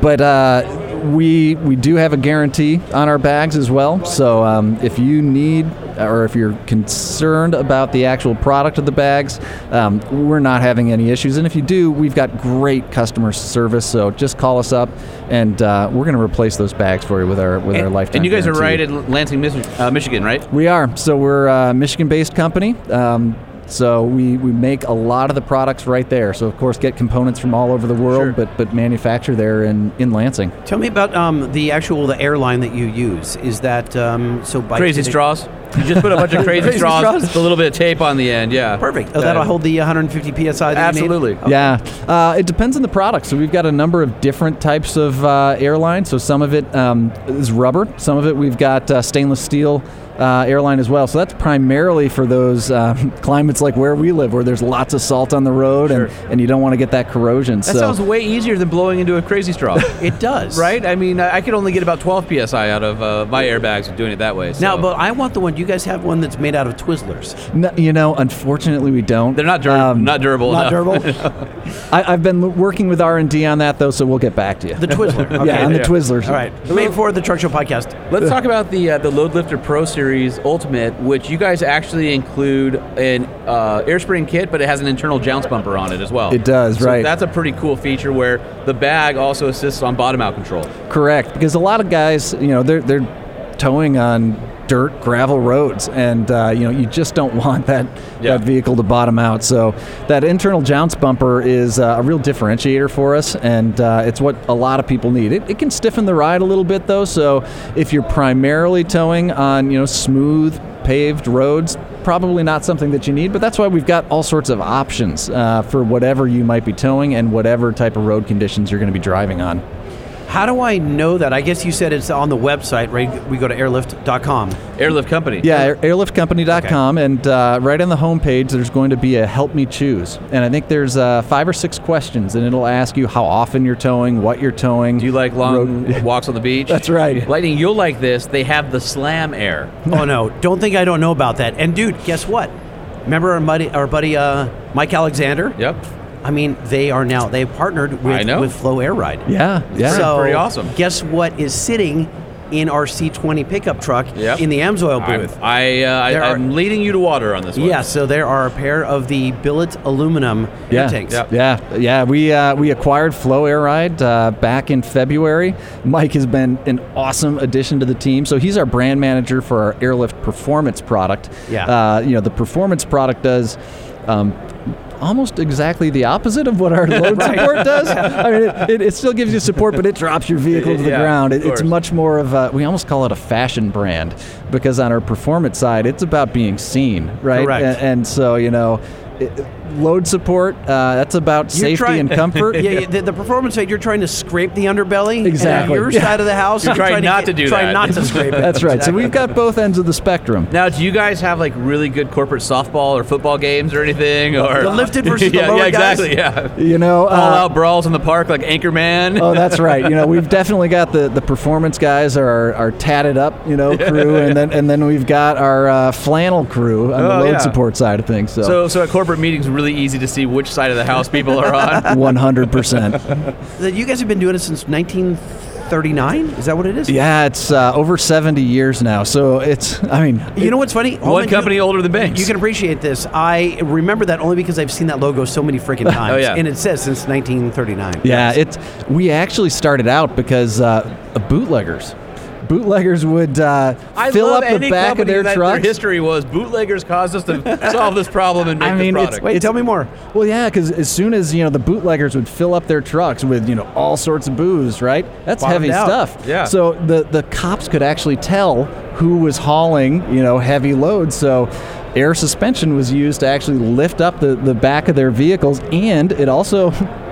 S12: but uh, we we do have a guarantee on our bags as well. So um, if you need or if you're concerned about the actual product of the bags, um, we're not having any issues. And if you do, we've got great customer service. So just call us up, and uh, we're going to replace those bags for you with our with our lifetime.
S4: And you guys are
S12: guarantee.
S4: right at Lansing, Michi- uh, Michigan, right?
S12: We are. So we're a Michigan-based company. Um, so we, we make a lot of the products right there. So of course, get components from all over the world, but but manufacture there in, in Lansing.
S3: Tell me about um, the actual the airline that you use. Is that um, so? By
S4: Crazy straws. You just put a bunch of crazy,
S3: Crazy
S4: straws,
S3: straws.
S4: with a little bit of tape on the end. Yeah,
S3: Perfect. Oh, that'll
S4: Uh,
S3: hold the 150 psi. That you need?
S4: Absolutely.
S12: Yeah, uh, it depends on the product. So we've got a number of different types of uh, airline. So some of it um, is rubber. Some of it we've got uh, stainless steel uh, airline as well. So that's primarily for those um, climates like where we live, where there's lots of salt on the road, and, and you don't want to get that corrosion.
S4: That
S12: so
S4: sounds way easier than blowing into a crazy straw,
S3: It does.
S4: right? I mean, I I could only get about 12 psi out of uh, my airbags with doing it that way. So.
S3: Now, but I want the one you guys have one that's made out of Twizzlers.
S12: N- you know, unfortunately, we don't.
S4: they're not, dur-
S12: Um,
S4: not durable.
S3: Not
S4: enough.
S3: durable.
S12: I, I've been l- working with R and D on that though, so we'll get back to you.
S3: The Twizzler. Okay.
S12: yeah, on the Twizzlers.
S3: All right. Made for the Truck Show podcast.
S4: Let's talk about the uh, the Load Lifter Pro Series Ultimate, which you guys actually include an uh, air spring kit, but it has an internal jounce bumper on it as well.
S12: It does,
S4: So
S12: right.
S4: That's a pretty cool feature where the bag also assists on bottom out control.
S12: Correct, because a lot of guys, you know, they're they're towing on dirt gravel roads, and uh, you know, you just don't want that
S4: Yeah.
S12: that vehicle to bottom out. So that internal jounce bumper is uh, a real differentiator for us, and uh, it's what a lot of people need. It, it can stiffen the ride a little bit though, so if you're primarily towing on you know smooth paved roads. Probably not something that you need, but that's why we've got all sorts of options uh, for whatever you might be towing and whatever type of road conditions you're going to be driving on.
S3: How do I know that? I guess you said it's on the website, right? We go to airlift.com.
S4: Airlift Company.
S12: Yeah, air- airliftcompany.com, and uh, right on the homepage, there's going to be a help me choose, and I think there's uh, five or six questions, and it'll ask you how often you're towing, what you're towing.
S4: Do you like long
S12: road-
S4: walks on the beach?
S12: That's right.
S4: Lightning, you'll like this. They have the Slam Air.
S3: oh no! Don't think I don't know about that. And dude, guess what? Remember our buddy, our buddy uh, Mike Alexander?
S4: Yep.
S3: I mean, they are now they've partnered
S4: I
S3: with
S4: know.
S3: with Flow Air Ride.
S12: Yeah, yeah.
S3: So
S4: pretty awesome.
S3: Guess what is sitting in our C20 pickup truck
S4: Yep.
S3: in the Amsoil
S4: I'm,
S3: booth?
S4: I, uh,
S3: There
S4: I,
S3: are-
S4: I'm leading you to water on this one.
S3: yeah, so there are a pair of the billet aluminum air
S12: yeah,
S3: tanks.
S12: yeah, yeah, yeah. We uh, we acquired Flow Air Ride uh, back in February. Mike has been an awesome addition to the team. So he's our brand manager for our Airlift Performance product.
S3: Yeah.
S12: uh, you know the Performance product does. Um, Almost exactly the opposite of what our load support does. I mean, it, it, it still gives you support, but it drops your vehicle to the
S4: Yeah,
S12: ground. It,
S4: of
S12: it's
S4: course.
S12: much more of a, we almost call it a fashion brand because on our performance side, it's about being seen, right?
S3: Correct.
S12: A- And, so, you know, it, load support, uh, that's about
S3: You're
S12: safety
S3: trying-
S12: and comfort.
S3: yeah, yeah, the, the performance side, you're trying to scrape the underbelly. and
S12: Exactly.
S3: your
S12: Yeah.
S3: side of the house,
S4: You're trying not
S3: get-
S4: to do
S3: trying
S4: that.
S3: not to scrape it.
S12: That's right. So we've got both ends of the spectrum.
S4: Now, do you guys have like really good corporate softball or football games or anything? Or
S3: The lifted versus the
S4: yeah,
S3: lower
S4: yeah,
S3: guys?
S4: exactly. Yeah,
S12: You know,
S4: all
S12: uh,
S4: out brawls in the park like Anchorman.
S12: oh, that's right. You know, we've definitely got the, the performance guys are our, our tatted up, you know, crew, and then and then we've got our uh, flannel crew on the
S4: Oh,
S12: load
S4: yeah.
S12: support side of things.
S4: So, so at corporate meetings, really easy to see which side of the house people are on.
S12: one hundred percent.
S3: That you guys have been doing it since 1939. Is that what it is?
S12: Yeah, it's uh, over 70 years now. So it's, I mean,
S3: You know what's funny?
S4: One
S3: Holman, you-
S4: company older than banks.
S3: You can appreciate this. I remember that only because I've seen that logo so many freaking times.
S4: Oh, yeah.
S3: And it says since 1939.
S12: yeah, it's, we actually started out because uh, of bootleggers. Bootleggers would uh,
S4: I
S12: fill
S4: love
S12: up the
S4: any
S12: back of
S4: company
S12: their
S4: that
S12: trucks.
S4: history was bootleggers caused us to solve this problem and make
S12: I mean,
S4: this
S12: it's-
S4: product.
S3: Wait, tell me more.
S12: Well, yeah, because as soon as you know the bootleggers would fill up their trucks with you know all sorts of booze, right? That's
S3: Bottomed
S12: heavy
S3: out.
S12: stuff.
S4: Yeah.
S12: So the the cops could actually tell who was hauling you know heavy loads. So air suspension was used to actually lift up the the back of their vehicles, and it also.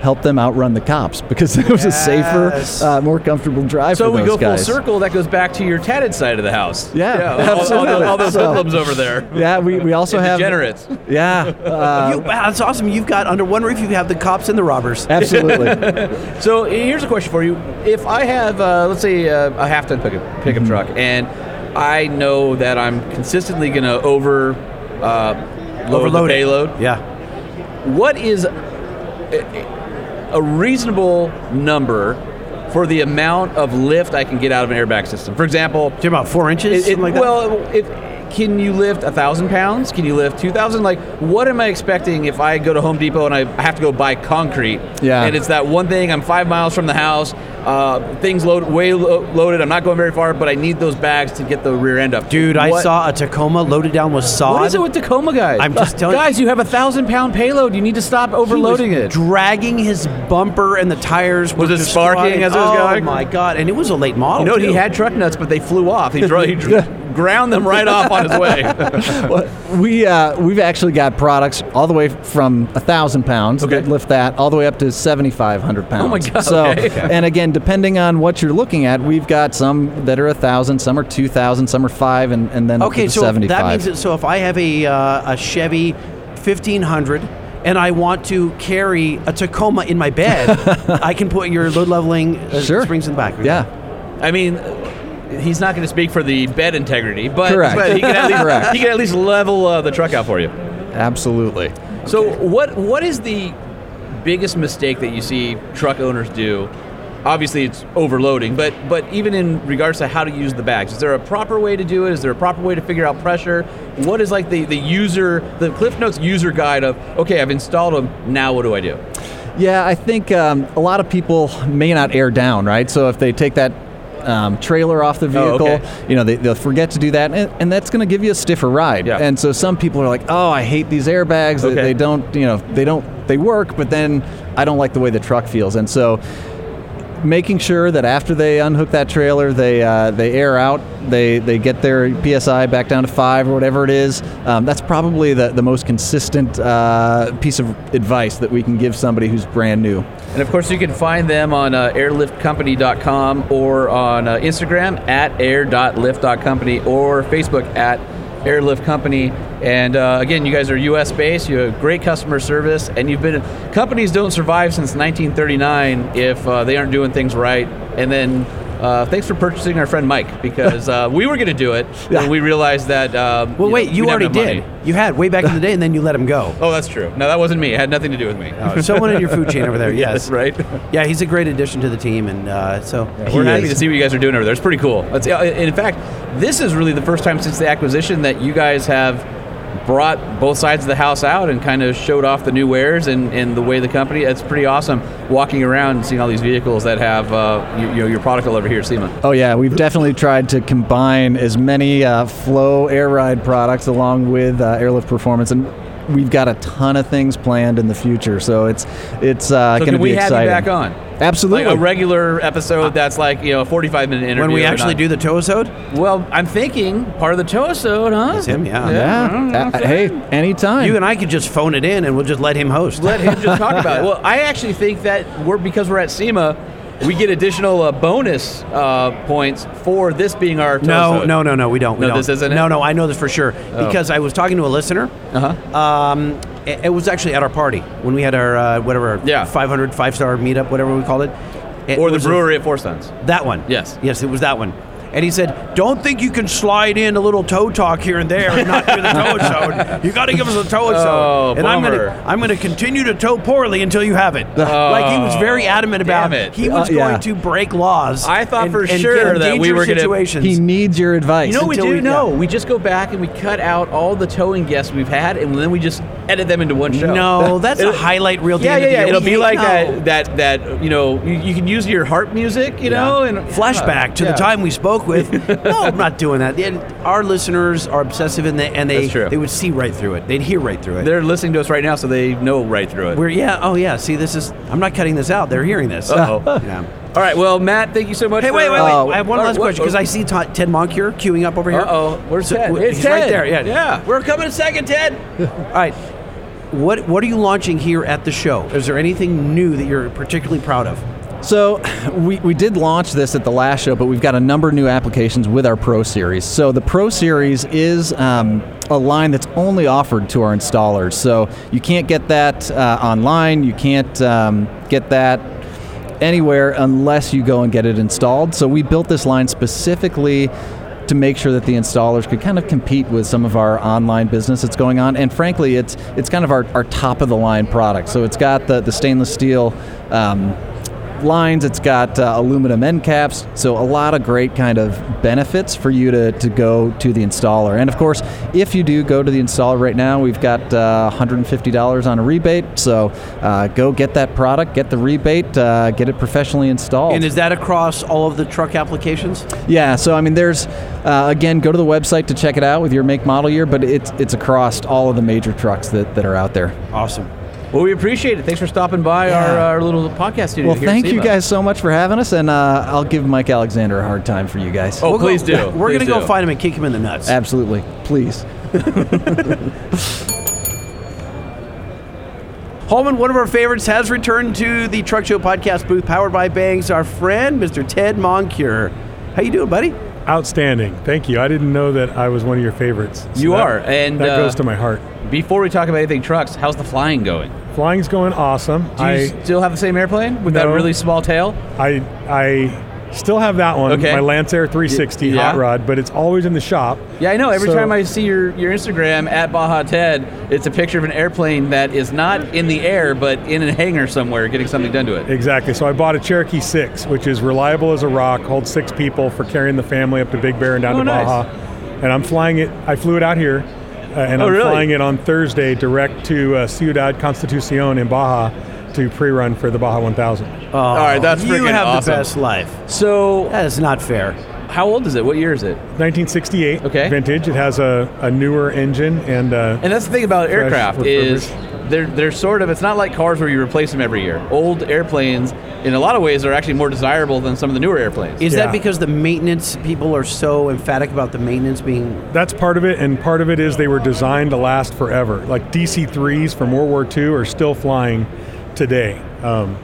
S12: helped them outrun the cops because it was a
S3: Yes.
S12: safer, uh, more comfortable drive
S4: so
S12: for
S4: we
S12: those
S4: go
S12: guys.
S4: full circle. That goes back to your tatted side of the house.
S12: Yeah,
S4: all- all, all,
S12: absolutely.
S4: all those
S12: So-
S4: hoodlums over there.
S12: Yeah, we, we also have
S4: Degenerates.
S12: Yeah, uh,
S3: You- wow, that's awesome. You've got under one roof, you have the cops and the robbers.
S12: absolutely.
S4: So here's a question for you: If I have, uh, let's say, uh, a half-ton pickup pickup truck, and I know that I'm consistently going to over uh, load the
S3: Overload it.
S4: payload,
S3: Yeah.
S4: what is a reasonable number for the amount of lift I can get out of an airbag system. For example,
S3: You're about four inches,
S4: it- it-
S3: something like that.
S4: Well, it, can you lift a thousand pounds? Can you lift two thousand? Like, what am I expecting if I go to Home Depot and I have to go buy concrete?
S12: Yeah.
S4: And it's that one thing. I'm five miles from the house. Uh, things load way lo- loaded. I'm not going very far, but I need those bags to get the rear end up.
S3: dude, I
S4: What-
S3: saw a Tacoma loaded down with sod.
S4: What is it with Tacoma guys?
S3: I'm just telling-
S4: guys, you have a thousand pound payload. You need to stop
S3: He was
S4: overloading it.
S3: dragging his bumper and the tires were
S4: Was it
S3: just
S4: sparking
S3: flying.
S4: as it was
S3: oh
S4: going?
S3: my god! And it was a late model.
S4: you know,
S3: too.
S4: he had truck nuts, but they flew off. He, dro- he dr- ground them right off on his way.
S12: Well, we uh, we've actually got products all the way from a thousand pounds
S4: Okay. Oh
S12: that lift that all the way up to seventy five hundred pounds.
S4: my God,
S12: So
S4: okay.
S12: and again, depending on what you're looking at, we've got some that are a thousand, some are two thousand, some are five, and and then up
S3: Okay,
S12: to
S3: so
S12: seventy
S3: that means
S12: five.
S3: that, so if I have a uh, a Chevy 1500 and I want to carry a Tacoma in my bed, I can put your load leveling uh,
S12: Sure.
S3: springs in the back.
S12: yeah,
S4: I mean, he's not going to speak for the bed integrity, but,
S12: Correct.
S4: but he, can at least,
S12: Correct.
S4: he can at least level uh, the truck out for you.
S12: absolutely.
S4: So, what what is the biggest mistake that you see truck owners do? Obviously, it's overloading, but but even in regards to how to use the bags, is there a proper way to do it? Is there a proper way to figure out pressure? What is like the, the user, the Cliff Notes user guide of okay, I've installed them. Now, what do I do?
S12: Yeah, I think um, a lot of people may not air down, right? So if they take that um, trailer off the
S4: Oh,
S12: vehicle,
S4: okay.
S12: you know, they, they'll forget to do that, and, and that's going to give you a stiffer ride.
S4: Yeah.
S12: And so some people are like, "Oh, I hate these airbags. They,
S4: Okay.
S12: they don't, you know, they don't, they work, but then I don't like the way the truck feels." And so making sure that after they unhook that trailer, they uh, they air out, they they get their psi back down to five or whatever it is. Um, that's probably the the most consistent uh, piece of advice that we can give somebody who's brand new.
S4: And of course, you can find them on uh, airliftcompany.com or on uh, Instagram at air.lift.company or Facebook at Airlift Company. And uh, again, you guys are US based, you have great customer service, and you've been companies don't survive since 1939 if uh, they aren't doing things right. And then uh, thanks for purchasing our friend Mike because uh, we were going to do it, and we realized that. Um,
S3: Well,
S4: know,
S3: wait, you
S4: we didn't
S3: already
S4: have
S3: did.
S4: money.
S3: You had way back in the day, and then you let him go.
S4: Oh, that's true. No, that wasn't me. It had nothing to do with me.
S3: Uh, Someone in your food chain over there. Yes,
S4: right.
S3: Yeah, he's a great addition to the team, and uh, so
S4: We're happy to see what you guys are doing over there. It's pretty cool. That's, uh, in fact, this is really the first time since the acquisition that you guys have brought both sides of the house out and kind of showed off the new wares and, and the way the company. It's pretty awesome walking around and seeing all these vehicles that have uh, you, you know your product all over here, SEMA.
S12: Oh yeah, we've definitely tried to combine as many uh, flow air ride products along with uh, airlift performance and. We've got a ton of things planned in the future, so it's it's uh,
S4: So
S12: going to
S4: can
S12: be
S4: we have you
S12: exciting.
S4: back on?
S12: Absolutely,
S4: Like a regular episode that's like you know a forty-five minute interview.
S3: when we
S4: or
S3: actually
S4: not.
S3: do the toasode,
S4: well, I'm thinking part of the Tosode, huh? It's
S3: him, yeah.
S12: yeah. Uh, hey, anytime.
S3: you and I could just phone it in, and we'll just let him host.
S4: let him just talk about it. Well, I actually think that we're because we're at SEMA, we get additional uh, bonus uh, points for this being our
S3: No,
S4: Tozo.
S3: no, no, no. We don't. We
S4: No,
S3: don't.
S4: this isn't it?
S3: No,
S4: Oh.
S3: no. I know this for sure because I was talking to a listener. Uh-huh. Um, it, it was actually at our party when we had our uh, whatever
S4: Yeah.
S3: 500 five star meetup, whatever we called it. It
S4: Or the
S3: was a-
S4: brewery at Four Suns.
S3: that one.
S4: Yes.
S3: Yes, it was that one. And he said, "Don't think you can slide in a little toe talk here and there and not do the toe zone. You got to give us a toe
S4: Oh,
S3: zone." And I'm
S4: bummer.
S3: gonna, I'm gonna continue to toe poorly until you have it. like he was very adamant
S4: Oh. damn
S3: about
S4: it.
S3: He was
S12: Uh, yeah.
S3: going to break laws.
S4: I thought
S3: and-
S4: for
S3: and get
S4: sure
S3: in
S4: that we were
S3: dangerous
S4: gonna-
S3: situations.
S12: he needs your advice.
S4: You know what we
S3: Until
S4: do?
S3: we-
S4: no, we just go back and we cut out all the towing guests we've had, and then we just edit them into one show.
S3: No, that's a
S4: It'll-
S3: highlight reel. at the
S4: Yeah,
S3: end
S4: yeah,
S3: of the
S4: yeah.
S3: year.
S4: It'll be like
S3: No.
S4: that, that, that. You know, you, you can use your harp music, you know, and uh,
S3: flashback to
S4: Yeah.
S3: the time we spoke with. no, I'm not doing that. And Our listeners are obsessive, and they and they
S4: That's true.
S3: they would see right through it. They'd hear right through it.
S4: They're listening to us right now, so they know right through it.
S3: We're yeah, oh yeah. See, this is I'm not cutting this out. They're hearing this.
S4: Uh-oh.
S3: Yeah.
S4: all right, well, Matt, thank you so much.
S3: Hey,
S4: for,
S3: wait, wait, wait!
S4: uh,
S3: I have one
S4: or-
S3: last
S4: what-
S3: question because I see Todd, Ted Moncure queuing up over here.
S4: Uh-oh. Where's
S3: So,
S4: Ted?
S3: w-
S4: It's
S3: he's right
S4: Ted.
S3: there. Yeah,
S4: Yeah.
S3: We're coming in second, Ted. All right. What What are you launching here at the show? Is there anything new that you're particularly proud of?
S12: So we, we did launch this at the last show, but we've got a number of new applications with our Pro Series. So the Pro Series is um, a line that's only offered to our installers. So you can't get that uh, online. You can't um, get that anywhere unless you go and get it installed. So we built this line specifically to make sure that the installers could kind of compete with some of our online business that's going on. And frankly, it's it's kind of our, our top of the line product. So it's got the, the stainless steel. Um, lines. It's got uh, aluminum end caps, so a lot of great kind of benefits for you to, to go to the installer. And of course, if you do go to the installer right now, we've got uh, $150 on a rebate. So uh, go get that product, get the rebate, uh, get it professionally
S4: Oh.
S12: installed.
S3: And is that across all of the truck applications?
S12: Yeah, so I mean, there's uh, again, go to the website to check it out with your make, model, year, but it's it's across all of the major trucks that, that are out there.
S3: Awesome.
S4: Well, we appreciate it. Thanks for stopping by our, uh, our little podcast studio.
S12: Well,
S4: here at
S12: thank you
S4: SEMA.
S12: guys so much for having us, and uh, I'll give Mike Alexander a hard time for you guys.
S4: Oh, please do.
S3: We're
S4: Please
S3: gonna go
S4: do.
S3: find him and kick him in the nuts.
S12: absolutely, please.
S3: Holman, one of our favorites, has returned to the Truck Show podcast booth, powered by Bangs. Our friend, Mr. Ted Moncure. How you doing, buddy?
S13: Outstanding. Thank you. I didn't know that I was one of your favorites. So
S4: You
S13: that-
S4: are, and,
S13: that
S4: uh,
S13: goes to my heart.
S4: Before we talk about anything trucks, how's the flying going? Do
S13: Flying's going awesome.
S4: you
S13: I
S4: still have the same airplane with that
S13: No.
S4: really small tail?
S13: I I still have that one,
S4: Okay.
S13: my Lance Air 360
S4: Y- yeah.
S13: hot rod, but it's always in the shop.
S4: Yeah, I know. Every
S13: So-
S4: time I see your, your Instagram at Baja Ted, it's a picture of an airplane that is not in the air, but in a hangar somewhere getting something done to it.
S13: Exactly. So I bought a Cherokee 6, which is reliable as a rock, holds six people for carrying the family up to Big Bear and down
S4: Oh,
S13: to
S4: nice.
S13: Baja. And I'm flying it, I flew it out here, uh, and
S4: Oh,
S13: I'm
S4: really?
S13: flying it on Thursday direct to uh, Ciudad Constitucion in Baja to pre run for the Baja 1000.
S3: All
S4: right, that's
S3: you
S4: freaking
S3: have
S4: awesome.
S3: the best life.
S4: So,
S3: That is not fair.
S4: how old is it? What year is it?
S13: 1968
S4: Okay.
S13: vintage. It has a, a newer engine and uh,
S4: And that's the thing about aircraft is they're they're sort of it's not like cars where you replace them every year. Old airplanes in a lot of ways are actually more desirable than some of the newer airplanes.
S3: Is that
S13: Yeah.
S3: because the maintenance people are so emphatic about the maintenance being?
S13: That's part of it, and part of it is they were designed to last forever. Like DC 3s from World War II are still flying today. Um,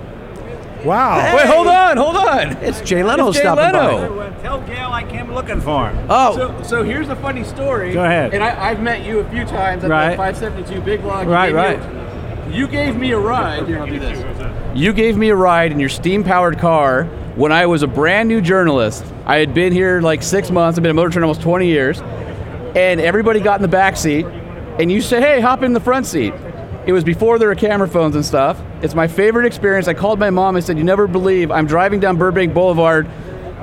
S13: wow.
S4: Wait, hold on, hold on.
S3: It's Jay Leno
S4: It's Jay
S3: stopping
S4: Leno.
S3: by.
S14: Tell Gail I came looking for him.
S3: Oh,
S15: So, so here's a funny story.
S14: Go ahead.
S15: And I, I've met you a few times at
S14: Right.
S15: that 572 Big Log. You
S14: Right,
S15: gave me
S14: right.
S15: a- you gave me a ride. Here, I'll do this.
S4: You gave me a ride in your steam powered car when I was a brand new journalist. I had been here like six months, I've been a motor trainer almost 20 years, and everybody got in the back seat, and you said, hey, hop in the front seat. It was before there were camera phones and stuff. It's my favorite experience. I called my mom and said, you never believe I'm driving down Burbank Boulevard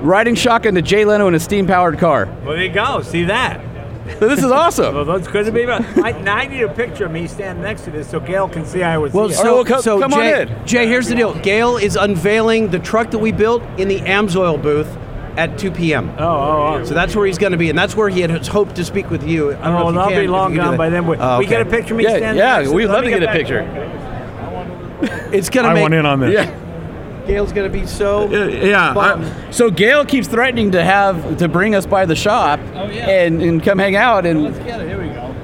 S4: riding shotgun to Jay Leno in a steam powered car.
S14: Well, there you go. See that?
S4: So this is
S14: Well,
S4: awesome.
S14: that's good to be about. I, now I need a picture of me standing next to this so Gail can see I was
S3: Well,
S14: here.
S3: so,
S4: well, come-
S3: Oh, so
S4: come on
S3: Jay,
S4: in.
S3: Jay, here's the deal. Gail is unveiling the truck that we built in the Amsoil booth at 2 p.m.
S14: oh, oh, oh.
S3: So that's where he's going to be, and that's where he had hoped to speak with you. I don't know
S14: well,
S3: if you
S14: I'll
S3: can-
S14: be
S3: if
S14: long
S3: you can do
S14: gone
S3: that.
S14: by then. But
S3: Oh,
S14: We
S3: okay.
S14: get a picture of me
S4: Yeah,
S14: standing
S4: yeah,
S14: next
S4: we'd
S14: Let
S4: love to
S14: me
S4: get a
S14: back-
S4: picture.
S3: It's going to
S13: I
S3: make
S13: want in on this.
S3: Gail's going to be so.
S4: Yeah.
S3: bummed.
S4: so Gail keeps threatening to have to bring us by the shop and, and come hang out and
S15: Oh, Let's get it. Here we go.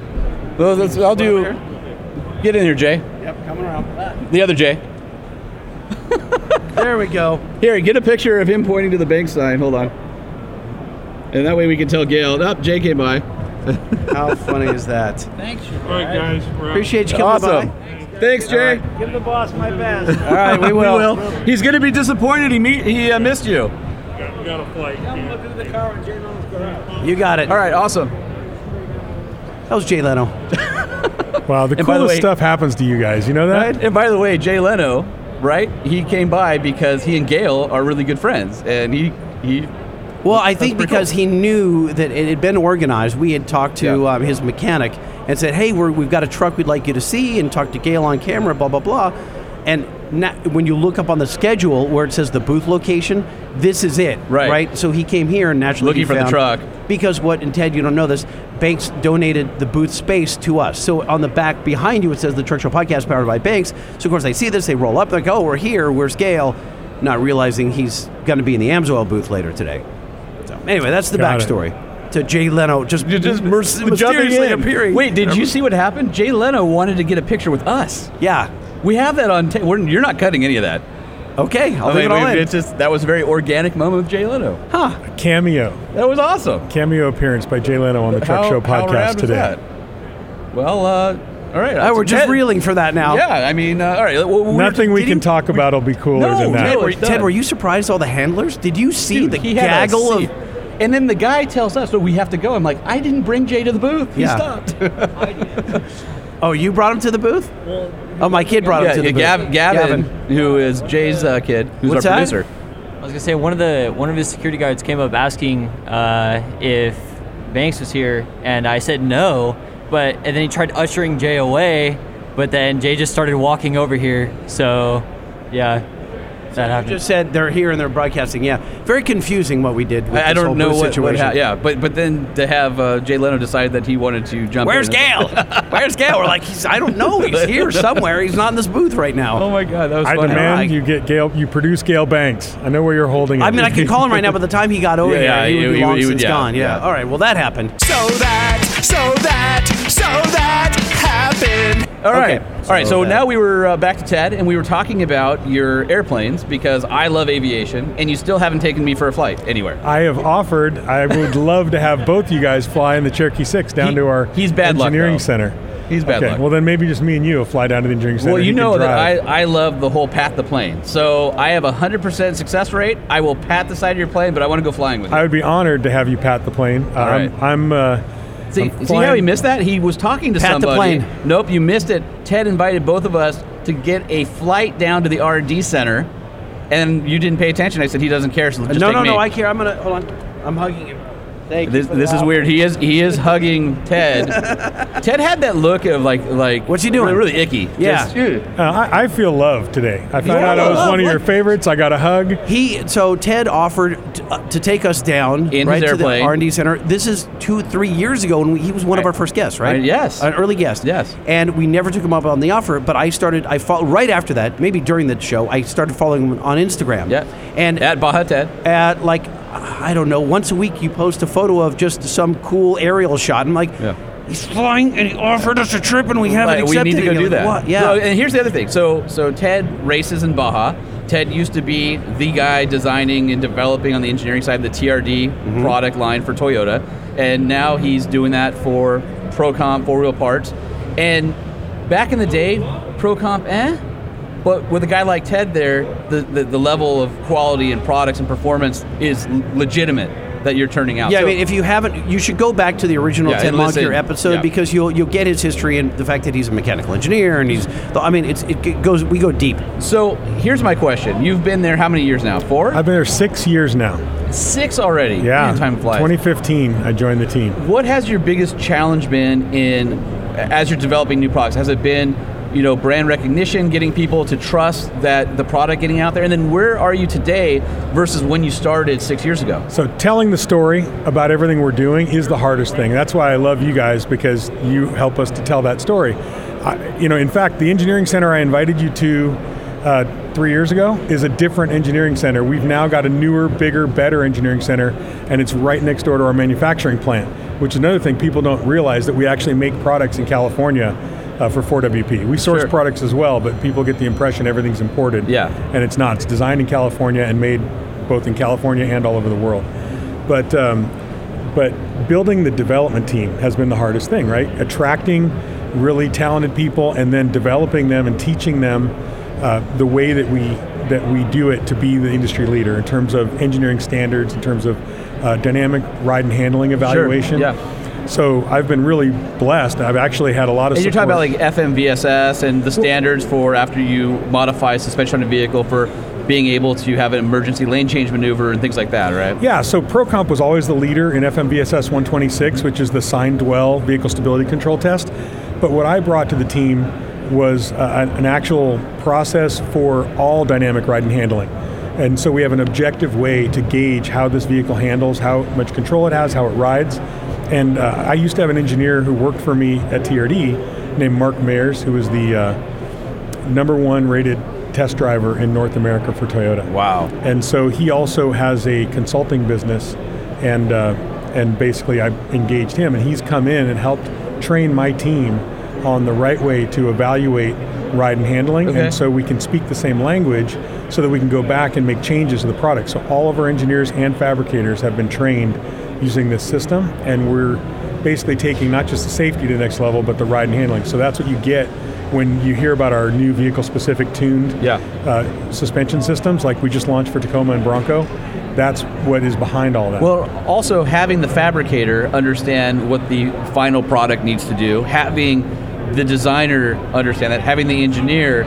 S4: Well, that's, I'll do. Get in here, Jay.
S15: Yep, coming around.
S4: The other Jay.
S3: there we go.
S4: Here, get a picture of him pointing to the bank sign. Hold on. And that way we can tell Gail. Up, Jay came by.
S3: How funny is that?
S2: All right, guys. We're out.
S3: Appreciate you coming
S4: Awesome.
S3: by.
S4: Thanks, Jay.
S14: Give the boss my best.
S4: All right, we will. He's gonna be disappointed. He meet, he uh, missed you. All
S2: We got a flight.
S3: You got it.
S4: right, awesome.
S3: That was Jay Leno.
S13: Wow, the
S4: And by the
S13: coolest
S4: way-
S13: stuff happens to you guys. You know that?
S4: And by the way, Jay Leno, right? He came by because he and Gail are really good friends, and he he.
S3: Well, I think
S4: pretty
S3: because he knew that it had been organized, we had talked to
S4: Yeah.
S3: um, his mechanic and said, "Hey, we're, we've got a truck we'd like you to see," and talked to Gail on camera, blah blah blah. And na when you look up on the schedule where it says the booth location, this is it,
S4: Right.
S3: Right. So he came here and naturally
S4: Looking
S3: he
S4: for the
S3: found-
S4: truck.
S3: because what and Ted, you don't know this. Banks donated the booth space to us. So on the back behind you, it says the Truck Show Podcast powered by Banks. So of course they see this, they roll up, they're like, "Oh, we're here. Where's Gail?" Not realizing he's going to be in the Amsoil booth later today. So anyway, that's the
S13: Got it.
S3: backstory to Jay Leno just
S4: Just
S3: mysteriously appearing.
S4: Wait, did you see what happened? Jay Leno wanted to get a picture with us.
S3: Yeah.
S4: We have that on tape. We're- You're not cutting any of that.
S3: Okay, I'll
S4: I
S3: leave
S4: mean,
S3: it all
S4: we-
S3: in.
S4: It's just that was a very organic moment with Jay Leno.
S13: Cameo.
S4: That was awesome.
S13: Cameo appearance by Jay Leno on the Truck
S4: How-
S13: Show
S4: how rad
S13: podcast
S4: was
S13: today.
S4: that? Well, uh, all right.
S3: Oh,
S4: that's-
S3: we're just
S4: Ted-
S3: reeling for that now.
S4: Yeah, I mean, uh, all right. well, we were-
S13: Nothing we
S4: did
S13: can
S4: he-
S13: talk about will be cooler
S4: No,
S13: than that.
S4: no,
S3: Ted, were,
S4: it's done.
S3: Ted, were you surprised all the handlers? Did you see
S4: Dude,
S3: the
S4: he had a
S3: gaggle
S4: seat.
S3: of
S4: And then the guy tells us, so we have to go. I'm like, I didn't bring Jay to the booth. He
S3: Yeah.
S4: stopped.
S3: Oh, you brought him to the booth? Oh, my kid brought him to the booth.
S4: Gavin, who is Jay's uh, kid, who's
S3: What's
S4: our
S3: that?
S4: producer.
S16: I was gonna say one of the one of his security guards came up asking uh, if Banks was here, and I said no. But and then he tried ushering Jay away, but then Jay just started walking over here. So, yeah, that
S3: You
S16: happened.
S3: just said they're here and they're broadcasting. Yeah, very confusing what we did. With
S4: I, I
S3: this whole
S4: don't know
S3: booth
S4: what, what
S3: situation.
S4: happened. Yeah, but but then to have uh, Jay Leno decide that he wanted to jump.
S3: Where's
S4: in and-
S3: Gail? Where's Gail? We're like, he's, I don't know. He's here somewhere. He's not in this booth right now.
S4: Oh my god, that
S13: I demand you get Gail. You produce Gail Banks. I know where you're holding.
S3: I
S13: it.
S3: mean, I could call him right now, but the time he got over
S13: Yeah, yeah,
S3: here, he would
S13: he-
S3: be
S13: he
S3: long
S13: would- he would-
S3: since
S13: yeah,
S3: gone. Yeah.
S13: yeah.
S3: All right. Well, that happened.
S5: So that, so that, so that happened.
S4: All right.
S3: Okay.
S4: All right. So,
S3: So, uh,
S4: now we were uh, back to Ted, and we were talking about your airplanes because I love aviation, and you still haven't taken me for a flight anywhere.
S13: I have offered. I would love to have both you guys fly in the Cherokee Six down
S4: He-
S13: to our
S4: he's bad luck,
S13: engineering
S4: though.
S13: center.
S4: He's bad
S13: okay,
S4: luck.
S13: Well, then maybe just me and you will fly down to the engineering center.
S4: Well, you
S13: can
S4: know that
S13: drive.
S4: I, I love the whole pat the plane. So I have a 100% success rate. I will pat the side of your plane, but I want to go flying with you.
S13: I would be honored to have you pat the plane. Uh, I'm. I'm uh,
S4: See,
S13: I'm
S4: see how he
S13: flying-
S4: missed that? He was talking to
S13: Pat the
S4: somebody.
S13: plane.
S4: Nope, you missed it. Ted invited both of us to get a flight down to the R&D center, and you didn't pay attention. I said he doesn't care, so just
S3: no,
S4: take
S3: no,
S4: me.
S3: no. I care. I'm gonna hold on. I'm hugging him. Thank
S4: This,
S3: you. for
S4: this
S3: the
S4: is
S3: offer.
S4: weird. He is he is hugging Ted. Ted had that look of like like what's he doing? Really, icky. Just, "Ew."
S13: Uh, I, I feel loved today. I found
S3: Yeah.
S13: out I was
S3: Love,
S13: one of
S3: look.
S13: your favorites. I got a hug.
S3: He so Ted offered to, uh, to take us down
S4: In
S3: right
S4: his airplane.
S3: to the R and D center. This is two three years ago, and we, he was one of our first guests, right?
S4: Right, yes.
S3: an early guest.
S4: Yes.
S3: and we never took him up on the offer. But I started. I followed right after that. Maybe during the show, I started following him on Instagram.
S4: Yeah.
S3: and
S4: At Baja Ted.
S3: at like I don't know, once a week you post a photo of just some cool aerial shot. I'm like, he's flying, and he offered us a trip, and we haven't
S4: Like,
S3: accepted
S4: we need to
S3: it.
S4: go
S3: You're
S4: do
S3: like,
S4: that.
S3: What? Yeah.
S4: No, and here's the other thing. So so Ted races in Baja. Ted used to be the guy designing and developing on the engineering side the TRD
S3: Mm-hmm.
S4: product line for Toyota, and now he's doing that for Procomp four wheel parts. And back in the day, Procomp, eh? But with a guy like Ted there, the, the, the level of quality and products and performance is l- legitimate that you're turning out.
S3: Yeah, I
S4: So-
S3: mean, if you haven't, you should go back to the original
S4: Yeah,
S3: Ted
S4: and listen.
S3: Moncure episode
S4: Yeah.
S3: because you'll you'll get his history and the fact that he's a mechanical engineer and he's. I mean, it's it g- goes we go deep.
S4: so here's my question. You've been there how many years now? Four?
S13: I've been there six years now.
S4: Six already.
S13: Yeah.
S4: Man, time flies.
S13: 2015, I joined the team.
S4: What has your biggest challenge been in as you're developing new products? Has it been you know brand recognition, getting people to trust that the product getting out there, and then where are you today versus when you started six years ago?
S13: So telling the story about everything we're doing is the hardest thing. That's why I love you guys because you help us to tell that story. I, you know, in fact, the engineering center I invited you to uh, three years ago is a different engineering center. We've now got a newer, bigger, better engineering center, and it's right next door to our manufacturing plant. Which is another thing people don't realize that we actually make products in California uh, for 4WP. We source products as well, but people get the impression everything's imported.
S4: Yeah.
S13: and it's not. It's designed in California and made both in California and all over the world. But um, but building the development team has been the hardest thing, right? Attracting really talented people and then developing them and teaching them uh, the way that we that we do it to be the industry leader in terms of engineering standards, in terms of uh, dynamic ride and handling evaluation.
S4: yeah.
S13: So I've been really blessed. I've actually had a lot of.
S4: And you're talking
S13: support.
S4: about like FMVSS and the standards for after you modify suspension on a vehicle for being able to have an emergency lane change maneuver and things like that, right?
S13: Yeah, so ProComp was always the leader in FMVSS 126, which is the sign dwell vehicle stability control test. But what I brought to the team was uh, an an actual process for all dynamic ride and handling. And so we have an objective way to gauge how this vehicle handles, how much control it has, how it rides. And uh, I used to have an engineer who worked for me at TRD named Mark Mayers, who was the uh, number one rated test driver in North America for Toyota.
S4: Wow.
S13: And so he also has a consulting business, and uh, and basically I engaged him, and he's come in and helped train my team on the right way to evaluate ride and handling,
S4: Okay.
S13: and so we can speak the same language, so that we can go back and make changes to the product. So all of our engineers and fabricators have been trained using this system, and we're basically taking not just the safety to the next level, but the ride and handling. So that's what you get when you hear about our new vehicle-specific tuned uh, suspension systems, like we just launched for Tacoma and Bronco, that's what is behind all that.
S4: Well, also having the fabricator understand what the final product needs to do, having the designer understand that, having the engineer,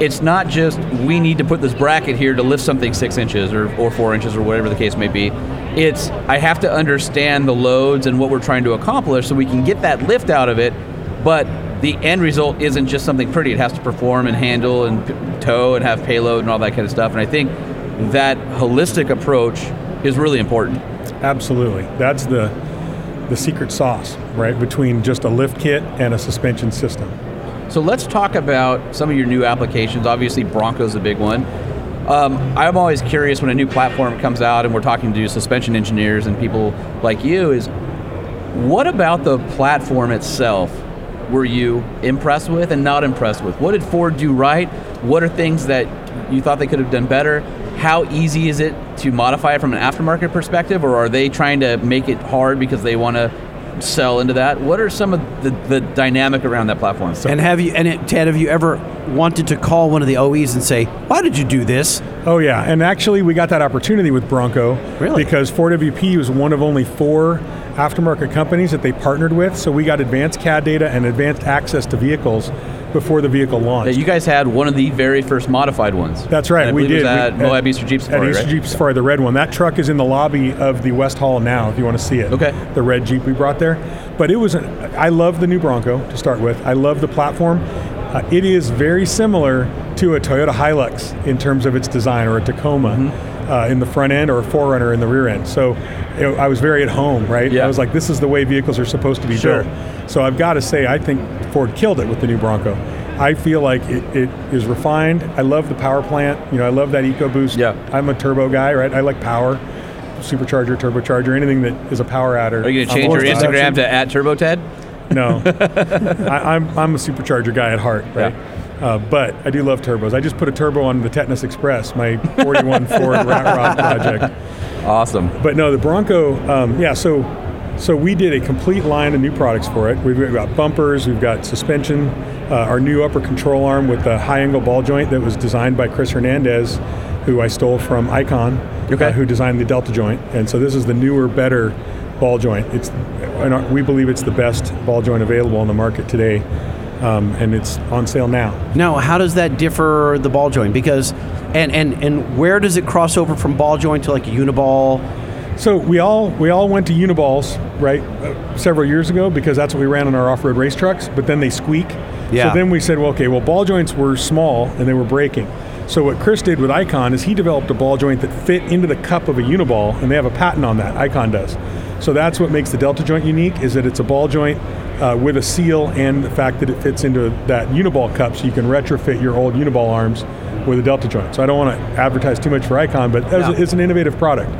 S4: it's not just we need to put this bracket here to lift something six inches or, or four inches or whatever the case may be. It's I have to understand the loads and what we're trying to accomplish so we can get that lift out of it, but the end result isn't just something pretty. It has to perform and handle and p- tow and have payload and all that kind of stuff. And I think that holistic approach is really important.
S13: Absolutely. That's the the secret sauce, right, between just a lift kit and a suspension system.
S4: So let's talk about some of your new applications. Obviously, Bronco's a big one. Um, I'm always curious when a new platform comes out and we're talking to suspension engineers and people like you is what about the platform itself were you impressed with and not impressed with? What did Ford do right? What are things that you thought they could have done better? How easy is it to modify it from an aftermarket perspective or are they trying to make it hard because they want to sell into that? What are some of the, the dynamic around that platform?
S3: And have you and it, Ted, have you ever wanted to call one of the OEs and say, "Why did you do this?"
S13: Oh yeah, and actually we got that opportunity with Bronco really? because 4WP was one of only four aftermarket companies that they partnered with, so we got advanced CAD data and advanced access to vehicles before the vehicle launched.
S4: That you guys had one of the very first modified ones.
S13: That's right,
S4: And I
S13: we
S4: believe it
S13: did.
S4: was at
S13: we,
S4: Moab Easter Jeep Safari,
S13: At Easter
S4: right?
S13: Jeep Safari, the red one. That truck is in the lobby of the West Hall now, if you want to see it. Okay. The red Jeep we brought there. But it was, an, I love the new Bronco to start with. I love the platform. Uh, it is very similar to a Toyota Hilux in terms of its design, or a Tacoma
S4: Mm-hmm.
S13: uh, in the front end, or a Forerunner in the rear end. So you know, I was very at home, right? I was like, this is the way vehicles are supposed to be
S4: Sure.
S13: built. So I've got to say, I think Ford killed it with the new Bronco. I feel like it, it is refined. I love the power plant. You know, I love that EcoBoost. Yeah. I'm a turbo guy, right? I like power, supercharger, turbocharger, anything that is a power adder.
S4: Are you going to
S13: I'm
S4: change
S13: for
S4: your Instagram
S13: production.
S4: to at TurboTed?
S13: No, I, I'm, I'm a supercharger guy at heart, right? Uh, but I do love turbos. I just put a turbo on the Tetanus Express, my 41 Ford Rat Rod project.
S4: Awesome.
S13: Um, But no, the Bronco, um, yeah. So, so we did a complete line of new products for it. We've got bumpers, we've got suspension, uh, our new upper control arm with the high-angle ball joint that was designed by Chris Hernandez, who I stole from Icon, uh, who designed the Delta joint. And so this is the newer, better ball joint. It's, and our- we believe it's the best ball joint available on the market today, um, and it's on sale now.
S3: Now, how does that differ the ball joint? Because and and and where does it cross over from ball joint to like a uniball?
S13: So we all we all went to Uniballs, right, uh, several years ago because that's what we ran on our off-road race trucks. But then they squeak.
S3: Yeah.
S13: So then we said, well, okay, well, ball joints were small and they were breaking. So what Chris did with Icon is he developed a ball joint that fit into the cup of a uniball, and they have a patent on that. Icon does. So that's what makes the delta joint unique is that it's a ball joint uh, with a seal, and the fact that it fits into that uniball cup, so you can retrofit your old uniball arms with a delta joint. So I don't want to advertise too much for Icon, but that was-
S17: No.
S13: it's an innovative product.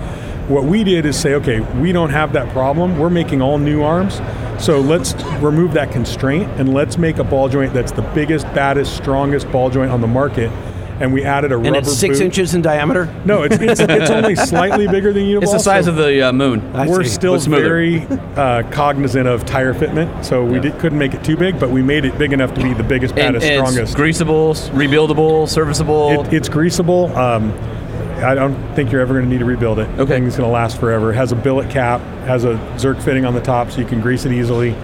S13: What we did is say, okay, we don't have that problem. We're making all new arms. So let's remove that constraint and let's make a ball joint that's the biggest, baddest, strongest ball joint on the market. And we added a
S3: And
S13: rubber
S3: it's six
S13: boot.
S3: inches in diameter.
S13: No, it's, it's, it's only slightly bigger than uniball.
S4: It's the size
S13: so-
S4: of the uh, moon.
S13: we're still
S4: Looks smoother.
S13: very uh, cognizant of tire fitment, so we did, couldn't make it too big, but we made it big enough to be the biggest,
S4: And
S13: baddest,
S4: it's
S13: strongest.
S4: greasable, s- rebuildable, serviceable.
S13: It, it's greasable. Um, I don't think you're ever going to need to rebuild it. Okay. Thing's going to last forever. It has a billet cap, has a Zerk fitting on the top, so you can grease it easily.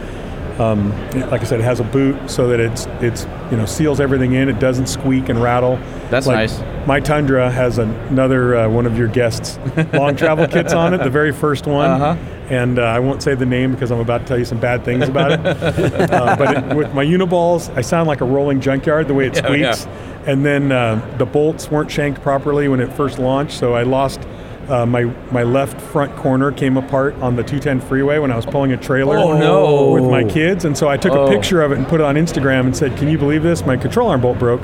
S13: Um, it- like I said, it has a boot so that it's it's you know seals everything in. It doesn't squeak and rattle.
S4: That's
S13: Like,
S4: nice.
S13: My Tundra has an- another uh, one of your guests' long travel kits on it, the very first one.
S4: Uh-huh.
S13: And uh, I won't say the name because I'm about to tell you some bad things about it. uh, but it, with my Uniballs, I sound like a rolling junkyard the way it
S4: Yeah, oh, yeah.
S13: squeaks. And then uh, the bolts weren't shanked properly when it first launched, so I lost uh, my my left front corner came apart on the 210 freeway when I was pulling a trailer
S4: Oh, no.
S13: with my kids, and so I took
S4: Oh.
S13: a picture of it and put it on Instagram and said, "Can you believe this? My control arm bolt broke,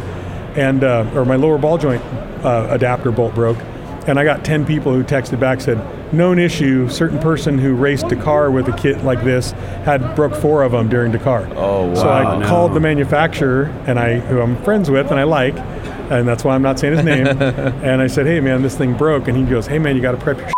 S13: and uh, or my lower ball joint uh, adapter bolt broke." And I got 10 people who texted back said, "Known issue. Certain person who raced Dakar with a kit like this had broke four of them during Dakar."
S4: Oh,
S13: So I
S4: wow. No.
S13: called the manufacturer and I who I'm friends with and I like, and that's why I'm not saying his name. and I said, "Hey man, this thing broke," and he goes, "Hey man, you got to prep your."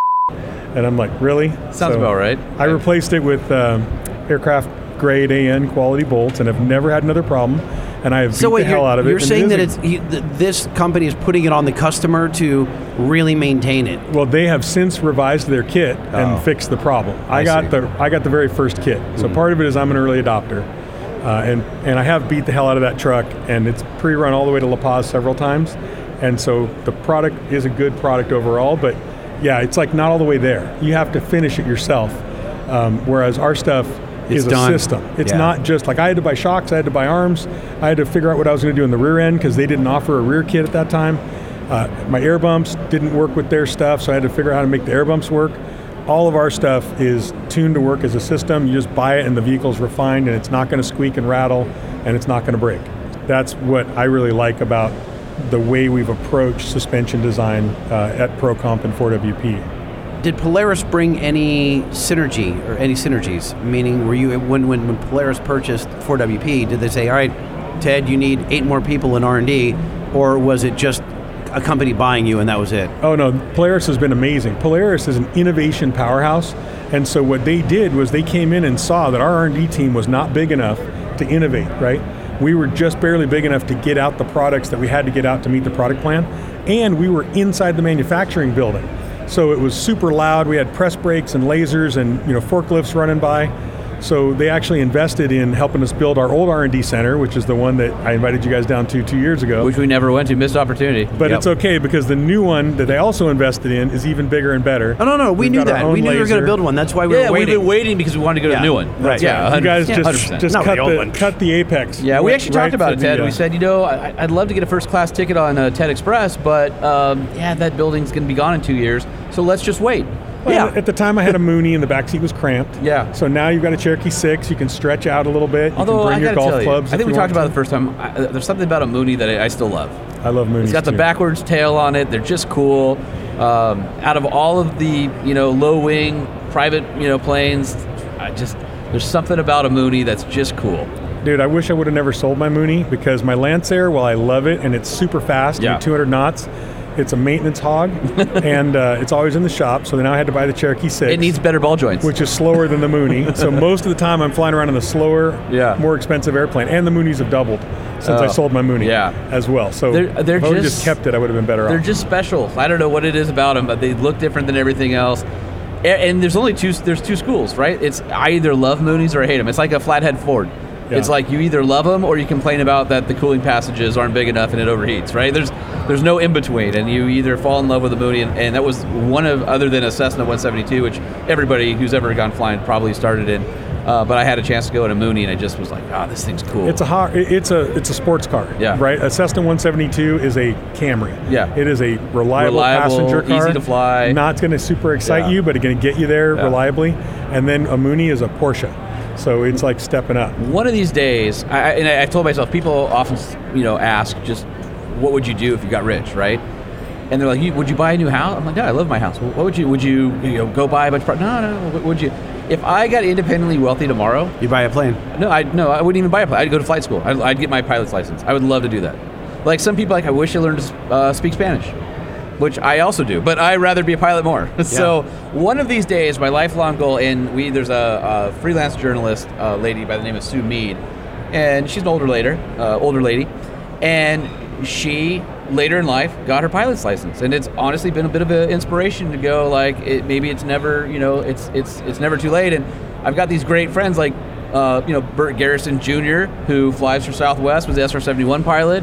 S13: And I'm like, "Really?"
S4: Sounds about right.
S13: I replaced it with um, aircraft grade AN quality bolts and have never had another problem. and I have
S3: So
S13: beat
S3: wait,
S13: the hell
S3: you're,
S13: out of it.
S3: you're
S13: and
S3: saying that
S13: using-
S3: it's you, th- this company is putting it on the customer to really maintain it.
S13: Well, they have since revised their kit
S3: Oh.
S13: and fixed the problem. I,
S3: I
S13: got
S3: see. Hmm.
S13: the I got the very first kit. So part of it is I'm an early adopter, uh, and and I have beat the hell out of that truck, and it's pre-run all the way to La Paz several times, and so the product is a good product overall, but yeah, it's like not all the way there. You have to finish it yourself, um, whereas our stuff.
S3: It's
S13: is a
S3: done.
S13: system. It's
S3: Yeah.
S13: not just like I had to buy shocks, I had to buy arms, I had to figure out what I was going to do in the rear end because they didn't offer a rear kit at that time. Uh, my air bumps didn't work with their stuff, so I had to figure out how to make the air bumps work. All of our stuff is tuned to work as a system. You just buy it, and the vehicle's refined, and it's not going to squeak and rattle, and it's not going to break. That's what I really like about the way we've approached suspension design uh, at ProComp and 4WP.
S3: Did Polaris bring any synergy or any synergies? Meaning, were you when when, when Polaris purchased 4WP? Did they say, "All right, Ted, you need eight more people in R and D," or was it just a company buying you and that was it?
S13: Oh no, Polaris has been amazing. Polaris is an innovation powerhouse, and so what they did was they came in and saw that our R&D team was not big enough to innovate, right? We were just barely big enough to get out the products that we had to get out to meet the product plan, and we were inside the manufacturing building. So it was super loud. We had press brakes and lasers and, you know, forklifts running by. So they actually invested in helping us build our old R&D center, which is the one that I invited you guys down to 2 years ago.
S4: Which we never went to, missed opportunity.
S13: But it's okay because the new one that they also invested in is even bigger and better.
S3: Oh no, no, we knew that. We knew we were going to build one. That's why we
S4: yeah,
S3: were waiting.
S4: we've been waiting because we wanted to go to
S3: Yeah.
S4: the new one.
S3: Right.
S4: Yeah,
S13: Yeah, you guys just,
S4: 100%.
S13: just cut, the, cut the apex.
S4: Yeah, we
S13: right-
S4: actually
S13: right
S4: talked about
S13: for
S4: it,
S13: the,
S4: Ted.
S13: uh,
S4: We said, you know, I, I'd love to get a first class ticket on uh, TED Express, but um, yeah, that building's going to be gone in two years, so let's just wait.
S13: Well, At the time, I had a Mooney and the back seat was cramped. Yeah. So now you've got a Cherokee Six. You can stretch out a little bit. you can
S4: Although
S13: bring
S4: I
S13: your
S4: gotta
S13: golf
S4: tell you,
S13: clubs.
S4: I
S13: if
S4: think we
S13: you
S4: talked about
S13: want
S4: it the first time. I, uh, there's something about a Mooney that I, I still love.
S13: to. I love Mooney.
S4: It's got the backwards tail on it. They're just cool. Um, out of all of the you know low wing private you know planes, I just there's something about a Mooney that's just cool.
S13: Dude, I wish I would have never sold my Mooney because my Lancer, while I love it and it's super fast,
S4: Yeah.
S13: and 200 knots, it's a maintenance hog and uh, it's always in the shop. So then I had to buy the Cherokee 6.
S4: It needs better ball joints.
S13: Which is slower than the Mooney. so most of the time I'm flying around in the slower,
S4: Yeah.
S13: more expensive airplane. And the Moonies have doubled since I
S4: Oh,
S13: sold my Mooney
S4: yeah.
S13: as well. So
S4: They're- they're
S13: if I would have
S4: just-
S13: just kept it, I would have been better
S4: They're
S13: off.
S4: just special. I don't know what it is about them, but they look different than everything else. A- And there's only two. There's two schools, right? It's I either love Moonies or I hate them. It's like a flathead Ford.
S13: Yeah.
S4: It's like you either love them or you complain about that the cooling passages aren't big enough and it overheats, right? There's there's no in between, and you either fall in love with a Mooney, and, and that was one of other than a Cessna 172, which everybody who's ever gone flying probably started in. Uh, but I had a chance to go in a Mooney, and I just was like, ah, this thing's cool.
S13: It's a hot, it- it's a it's a sports car.
S4: Yeah.
S13: Right. A Cessna 172 is a Camry.
S4: Yeah.
S13: It is a reliable,
S4: Reliable,
S13: passenger car.
S4: easy to fly.
S13: Not going to super excite
S4: Yeah.
S13: you, but it's going to get you there
S4: Yeah.
S13: reliably. And then a Mooney is a Porsche, so it's like stepping up.
S4: One of these days, I, I- and I, I told myself, people often, you know, ask just, what would you do if you got rich, right? And they're like, you, would you buy a new house? I'm like, no, I love my house. What would you? Would you, you know, go buy a bunch of? Pro-? No, no. What would you? If I got independently wealthy tomorrow,
S3: you buy a plane.
S4: No, I no, I wouldn't even buy a plane. I'd go to flight school. I'd, I'd get my pilot's license. I would love to do that. Like some people, like I wish I learned to s- uh, speak Spanish, which I also do. But I would rather be a pilot more. so one of these days, my lifelong goal, and we there's a, a freelance journalist uh, lady by the name of Sue Mead, and she's an older later, uh, older lady, and she later in life got her pilot's license, and it's honestly been a bit of an inspiration to go like it, maybe it's never you know it's it's it's never too late, and I've got these great friends like uh, you know, Burt Garrison Jr., who flies for Southwest, was the SR-71 pilot.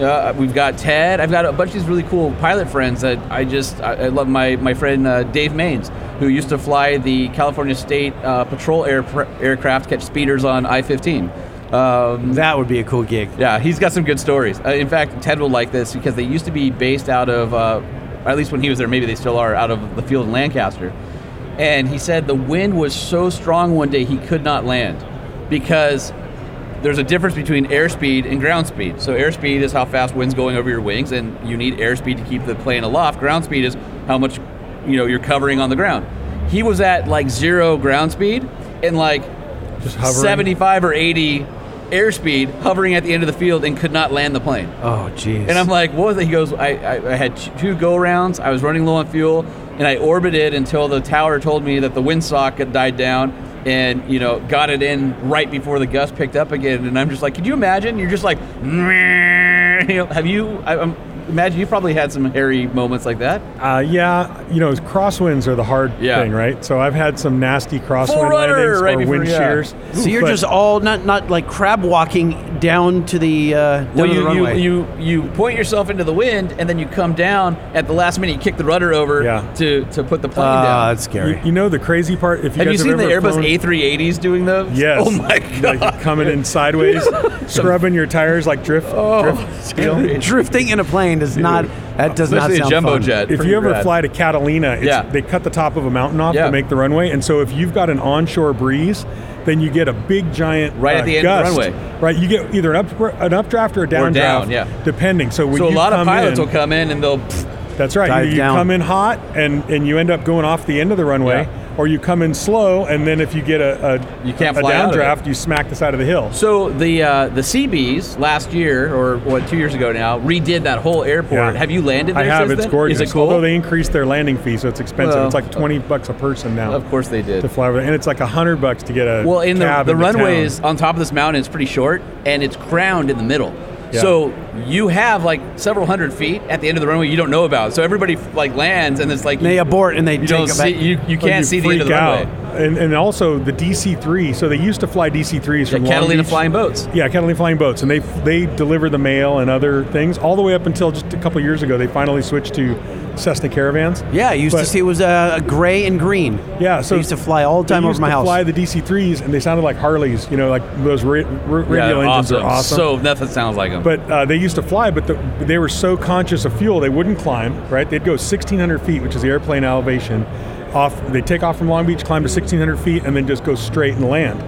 S4: Uh, we've got Ted. I've got a bunch of these really cool pilot friends that I just I, I love. My my friend uh, Dave Maines, who used to fly the California State uh, Patrol air, aircraft, catch speeders on I-15. Um,
S3: that would be a cool gig.
S4: Yeah, he's got some good stories. Uh, in fact, Ted will like this because they used to be based out of, uh, at least when he was there, maybe they still are, out of the field in Lancaster. And he said the wind was so strong one day he could not land because there's a difference between airspeed and ground speed. So airspeed is how fast wind's going over your wings, and you need airspeed to keep the plane aloft. Ground speed is how much you know you're covering on the ground. He was at like zero ground speed and like
S13: hovering.
S4: 75 or 80 airspeed, hovering at the end of the field, and could not land the plane.
S3: Oh, jeez.
S4: And I'm like, what was it? He goes, I, I, I had t- two go rounds. I was running low on fuel, and I orbited until the tower told me that the windsock had died down. and you know got it in right before the gust picked up again. And I'm just like, could you imagine? You're just like, you know, have you? I, I'm, imagine you probably had some hairy moments like that.
S13: Uh, yeah, you know, crosswinds are the hard
S4: Yeah.
S13: thing, right? So I've had some nasty
S4: Full
S13: crosswind
S4: rudder
S13: landings
S4: right
S13: or
S4: before-
S13: wind
S4: yeah.
S13: shears.
S3: So you're
S13: But-
S3: just all not not like crab walking down to the uh, down
S4: Well,
S3: to the
S4: you, you,
S3: runway.
S4: you you point yourself into the wind, and then you come down at the last minute. You kick the rudder over to, to put the plane down.
S13: Ah, You, you know the crazy part? If you
S4: have you
S13: guys
S4: seen the
S13: ever
S4: Airbus
S13: flown-
S4: A380s doing those?
S13: Yes.
S4: Oh my god.
S13: Like coming in sideways, scrubbing your tires like drift. drift deal.
S3: Oh, Drifting in a plane does not that does not sound fun.
S13: If you ever fly to Catalina, it's,
S3: Yeah.
S13: they cut the top of a mountain off
S3: Yeah.
S13: to make the runway, and so if you've got an onshore breeze, then you get a big giant
S4: Right at
S13: uh,
S4: the end of
S13: gust,
S4: the runway.
S13: Right, you get either an up an updraft or a downdraft,
S4: Or down, yeah.
S13: depending. So when
S4: so a
S13: you
S4: lot of
S13: come
S4: pilots
S13: in-
S4: will come in and they'll.
S13: That's right.
S4: Dive
S13: Either you
S4: down.
S13: come in hot and, and you end up going off the end of the runway, or you come in slow, and then if you get a, a,
S4: You can't
S13: a
S4: fly out of it.
S13: downdraft, you smack the side of the hill.
S4: So the uh, the Seabees last year, or what, two years ago now, redid that whole airport.
S13: Yeah.
S4: Have you landed there?
S13: I have.
S4: since
S13: It's
S4: then?
S13: gorgeous.
S4: Is it cool?
S13: Although they increased their landing fee, so it's expensive.
S4: Well,
S13: it's like twenty bucks a person now.
S4: Of course they did.
S13: To fly over there, and it's like hundred bucks to get a
S4: Well, in the,
S13: cab
S4: the
S13: into town.
S4: runways on top of this mountain is pretty short, and it's crowned in the middle.
S13: Yeah.
S4: So you have like several hundred feet at the end of the runway you don't know about. So everybody like lands, and it's like
S3: They abort and they
S4: you
S3: take
S4: don't
S3: it
S4: see
S3: back.
S4: you, you
S13: Like,
S4: can't see the end of the
S13: freak out.
S4: runway.
S13: And, and also the DC three. So they used to fly DC threes from Long
S4: Catalina
S13: Beach-
S4: flying boats.
S13: Yeah, Catalina flying boats, and they they deliver the mail and other things all the way up until just a couple years ago. They finally switched to Cessna caravans.
S3: Yeah, I used
S13: But-
S3: to see it was uh, gray and green.
S13: Yeah, so
S3: I used to fly all the
S13: they
S3: time
S13: used
S3: over my
S13: to
S3: house.
S13: Fly the DC threes, and they sounded like Harleys. You know, like those ra- ra-
S4: Yeah,
S13: radio
S4: they're
S13: engines are awesome.
S4: So nothing sounds like them.
S13: But uh, they used to fly, but the, they were so conscious of fuel they wouldn't climb. Right? They'd go 1,600 feet, which is the airplane elevation. Off, they take off from Long Beach, climb to 1,600 feet, and then just go straight and land.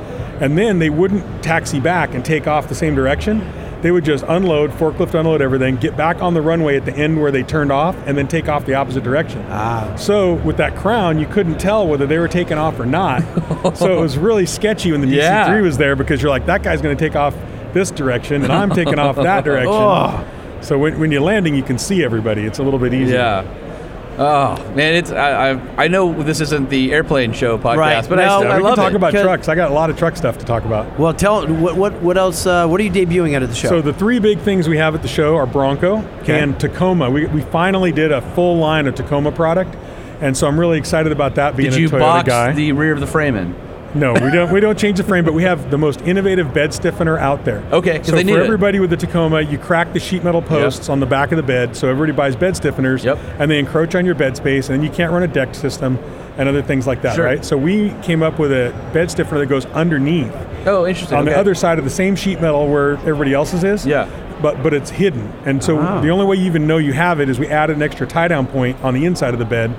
S13: And then they wouldn't taxi back and take off the same direction. They would just unload, forklift unload everything, get back on the runway at the end where they turned off, and then take off the opposite direction. Ah. So with that crown, you couldn't tell whether they were taking off or not. so it was really sketchy when the DC-3
S4: Yeah.
S13: was there because you're like, that guy's going to take off this direction, and I'm taking off that direction.
S4: Oh.
S13: So when, when you're landing, you can see everybody. It's a little bit easier.
S4: Yeah. Oh man, it's I, I I know this isn't the airplane show podcast,
S13: Right.
S4: but I,
S13: No,
S4: still, I
S13: we
S4: love
S13: can talk
S4: it.
S13: about
S4: Could-
S13: trucks. I got a lot of truck stuff to talk about.
S3: well, tell what what what else? Uh, what are you debuting out of the show?
S13: So the three big things we have at the show are Bronco and Tacoma. We, we finally did a full line of Tacoma product, and so I'm really excited about that being
S4: Did
S13: a
S4: you
S13: Toyota
S4: box
S13: guy.
S4: the rear of the frame in?
S13: no, we don't. We don't change the frame, but we have the most innovative bed stiffener out there.
S4: Okay, 'cause
S13: so
S4: they need
S13: for
S4: it.
S13: everybody with the Tacoma, you crack the sheet metal posts on the back of the bed, so everybody buys bed stiffeners, and they encroach on your bed space, and then you can't run a deck system and other things like that,
S4: Sure.
S13: right? So we came up with a bed stiffener that goes underneath
S4: Oh, interesting.
S13: on the
S4: okay.
S13: other side of the same sheet metal where everybody else's is. Yeah. But but it's hidden, and so
S4: Ah.
S13: the only way you even know you have it is we added an extra tie down point on the inside of the bed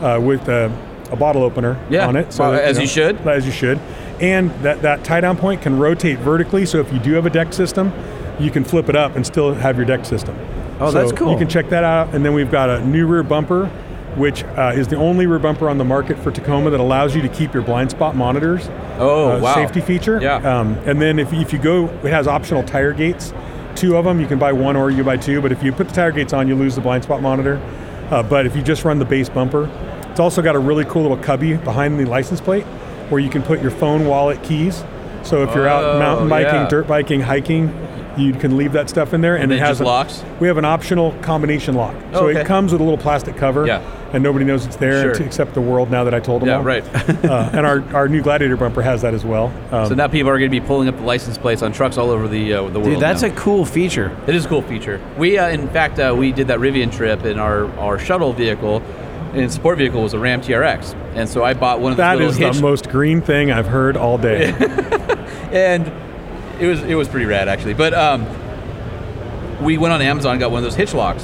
S13: uh, with a, a bottle opener
S4: Yeah.
S13: on it.
S4: Well,
S13: that,
S4: as you should.
S13: As you should. And that, that tie down point can rotate vertically, so if you do have a deck system, you can flip it up and still have your deck system.
S3: Oh,
S13: So
S3: that's cool.
S13: You can check that out, and then we've got a new rear bumper, which uh, is the only rear bumper on the market for Tacoma that allows you to keep your blind spot monitors
S4: Oh,
S13: uh,
S4: wow.
S13: safety feature. Yeah. Um, and then if, if you go, it has optional tire gates, two of them. You can buy one or you buy two. But if you put the tire gates on, you lose the blind spot monitor. Uh, but if you just run the base bumper, it's also got a really cool little cubby behind the license plate where you can put your phone, wallet, keys. So if you're out
S4: Oh,
S13: mountain biking,
S4: yeah.
S13: dirt biking, hiking, you can leave that stuff in there. And,
S4: And
S13: it
S4: it
S13: has
S4: just
S13: a-
S4: locks?
S13: We have an optional combination lock,
S4: Oh,
S13: so
S4: okay.
S13: it comes with a little plastic cover.
S4: Yeah.
S13: And nobody knows it's there
S4: Sure.
S13: t- except the world now that I told them.
S4: Yeah,
S13: all.
S4: right.
S13: uh, and our, our new Gladiator bumper has that as well. Um,
S4: so now people are going to be pulling up the license plates on trucks all over the uh, the world.
S13: Dude, that's
S4: now.
S13: a
S3: cool feature.
S4: It is a cool feature. We, uh, in fact, uh, we did that Rivian trip, and our, our shuttle vehicle and support vehicle was a Ram TRX, and so I bought one of
S13: that
S4: those
S13: is
S4: little
S13: the
S4: hitch,
S13: most green thing I've heard all day.
S4: and it was it was pretty rad actually. But um, we went on Amazon and got one of those hitch locks,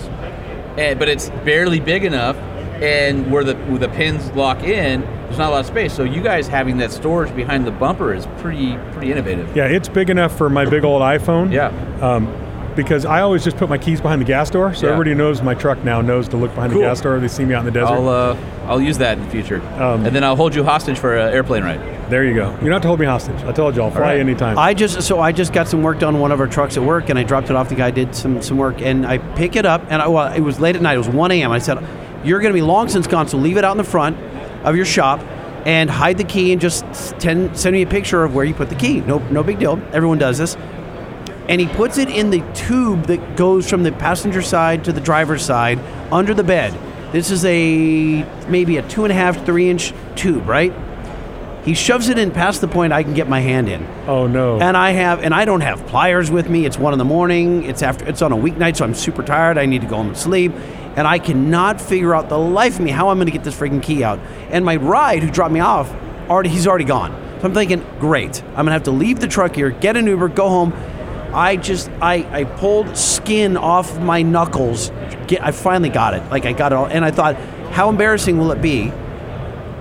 S4: and, but it's barely big enough, and where the where the pins lock in, there's not a lot of space. So you guys having that storage behind the bumper is pretty pretty innovative.
S13: yeah, it's big enough for my big old iPhone. Yeah. Um, because I always just put my keys behind the gas door, so
S4: Yeah.
S13: everybody knows my truck now knows to look behind
S4: Cool.
S13: the gas door. They see me out in the desert.
S4: I'll uh, I'll use that in the future,
S13: Um,
S4: and then I'll hold you hostage for an airplane ride.
S13: There you go. You're not to hold me hostage. I told you I'll fly
S3: Right.
S13: anytime.
S3: I just so I just got some work done on one of our trucks at work, and I dropped it off. The guy did some some work, and I pick it up, and I, well, it was late at night. It was 1 a.m. I said, "You're going to be long since gone, so leave it out in the front of your shop." and hide the key and just ten, send me a picture of where you put the key. No, no big deal. Everyone does this. And he puts it in the tube that goes from the passenger side to the driver's side under the bed. This is a maybe a two and a half, three inch tube, right? He shoves it in past the point I can get my hand in.
S13: Oh no!
S3: And I have, and I don't have pliers with me. It's one in the morning. It's after. It's on a weeknight, so I'm super tired. I need to go home and sleep. And I cannot figure out the life of me how I'm going to get this freaking key out. And my ride, who dropped me off, already he's already gone. So I'm thinking, great. I'm gonna have to leave the truck here, get an Uber, go home. I just I I pulled skin off my knuckles. Get, I finally got it. Like I got it all. And I thought, how embarrassing will it be?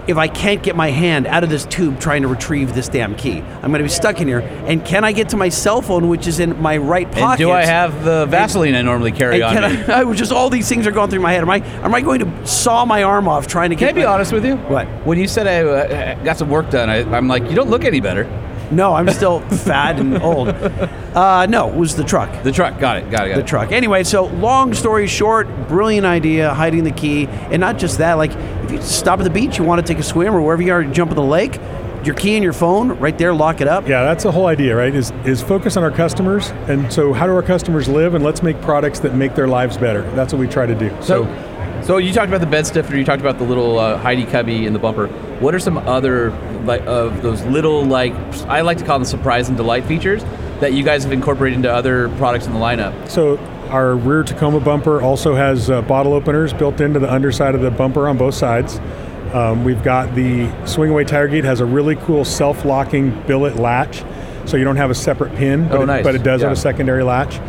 S3: if I can't get my hand out of this tube trying to retrieve this damn key. I'm going to be stuck in here. And can I get to my cell phone, which is in my right pocket?
S4: And do I have the Vaseline I normally carry
S3: And
S4: on?
S3: can
S4: me?
S3: I, I was just all these things are going through my head. Am I am I going to saw my arm off trying to
S4: Can I
S3: get?
S4: be
S3: my-
S4: honest with you? What? When you said I uh, got some work done, I, I'm like, you don't look any better.
S3: No, I'm still fat and old. Uh, no, it was the truck.
S4: The truck. Got it. Got it. Got
S3: the
S4: it.
S3: truck. Anyway, so long story short, brilliant idea, hiding the key, and not just that. Like, if you stop at the beach, you want to take a swim or wherever you are, jump in the lake, your key and your phone, right there, lock it up.
S13: Yeah, that's the whole idea, right? Is is focus on our customers, and so how do our customers live, and let's make products that make their lives better. That's what we try to do. So,
S4: So you talked about the bed stiffer. You talked about the little uh, Heidi cubby in the bumper. What are some other like of those little like I like to call them surprise and delight features that you guys have incorporated into other products in the lineup?
S13: so our rear Tacoma bumper also has uh, bottle openers built into the underside of the bumper on both sides. Um, we've got the swing away tire gate has a really cool self-locking billet latch, so you don't have a separate pin, but,
S4: Oh,
S13: it,
S4: nice.
S13: but it does have
S4: Yeah.
S13: a secondary latch.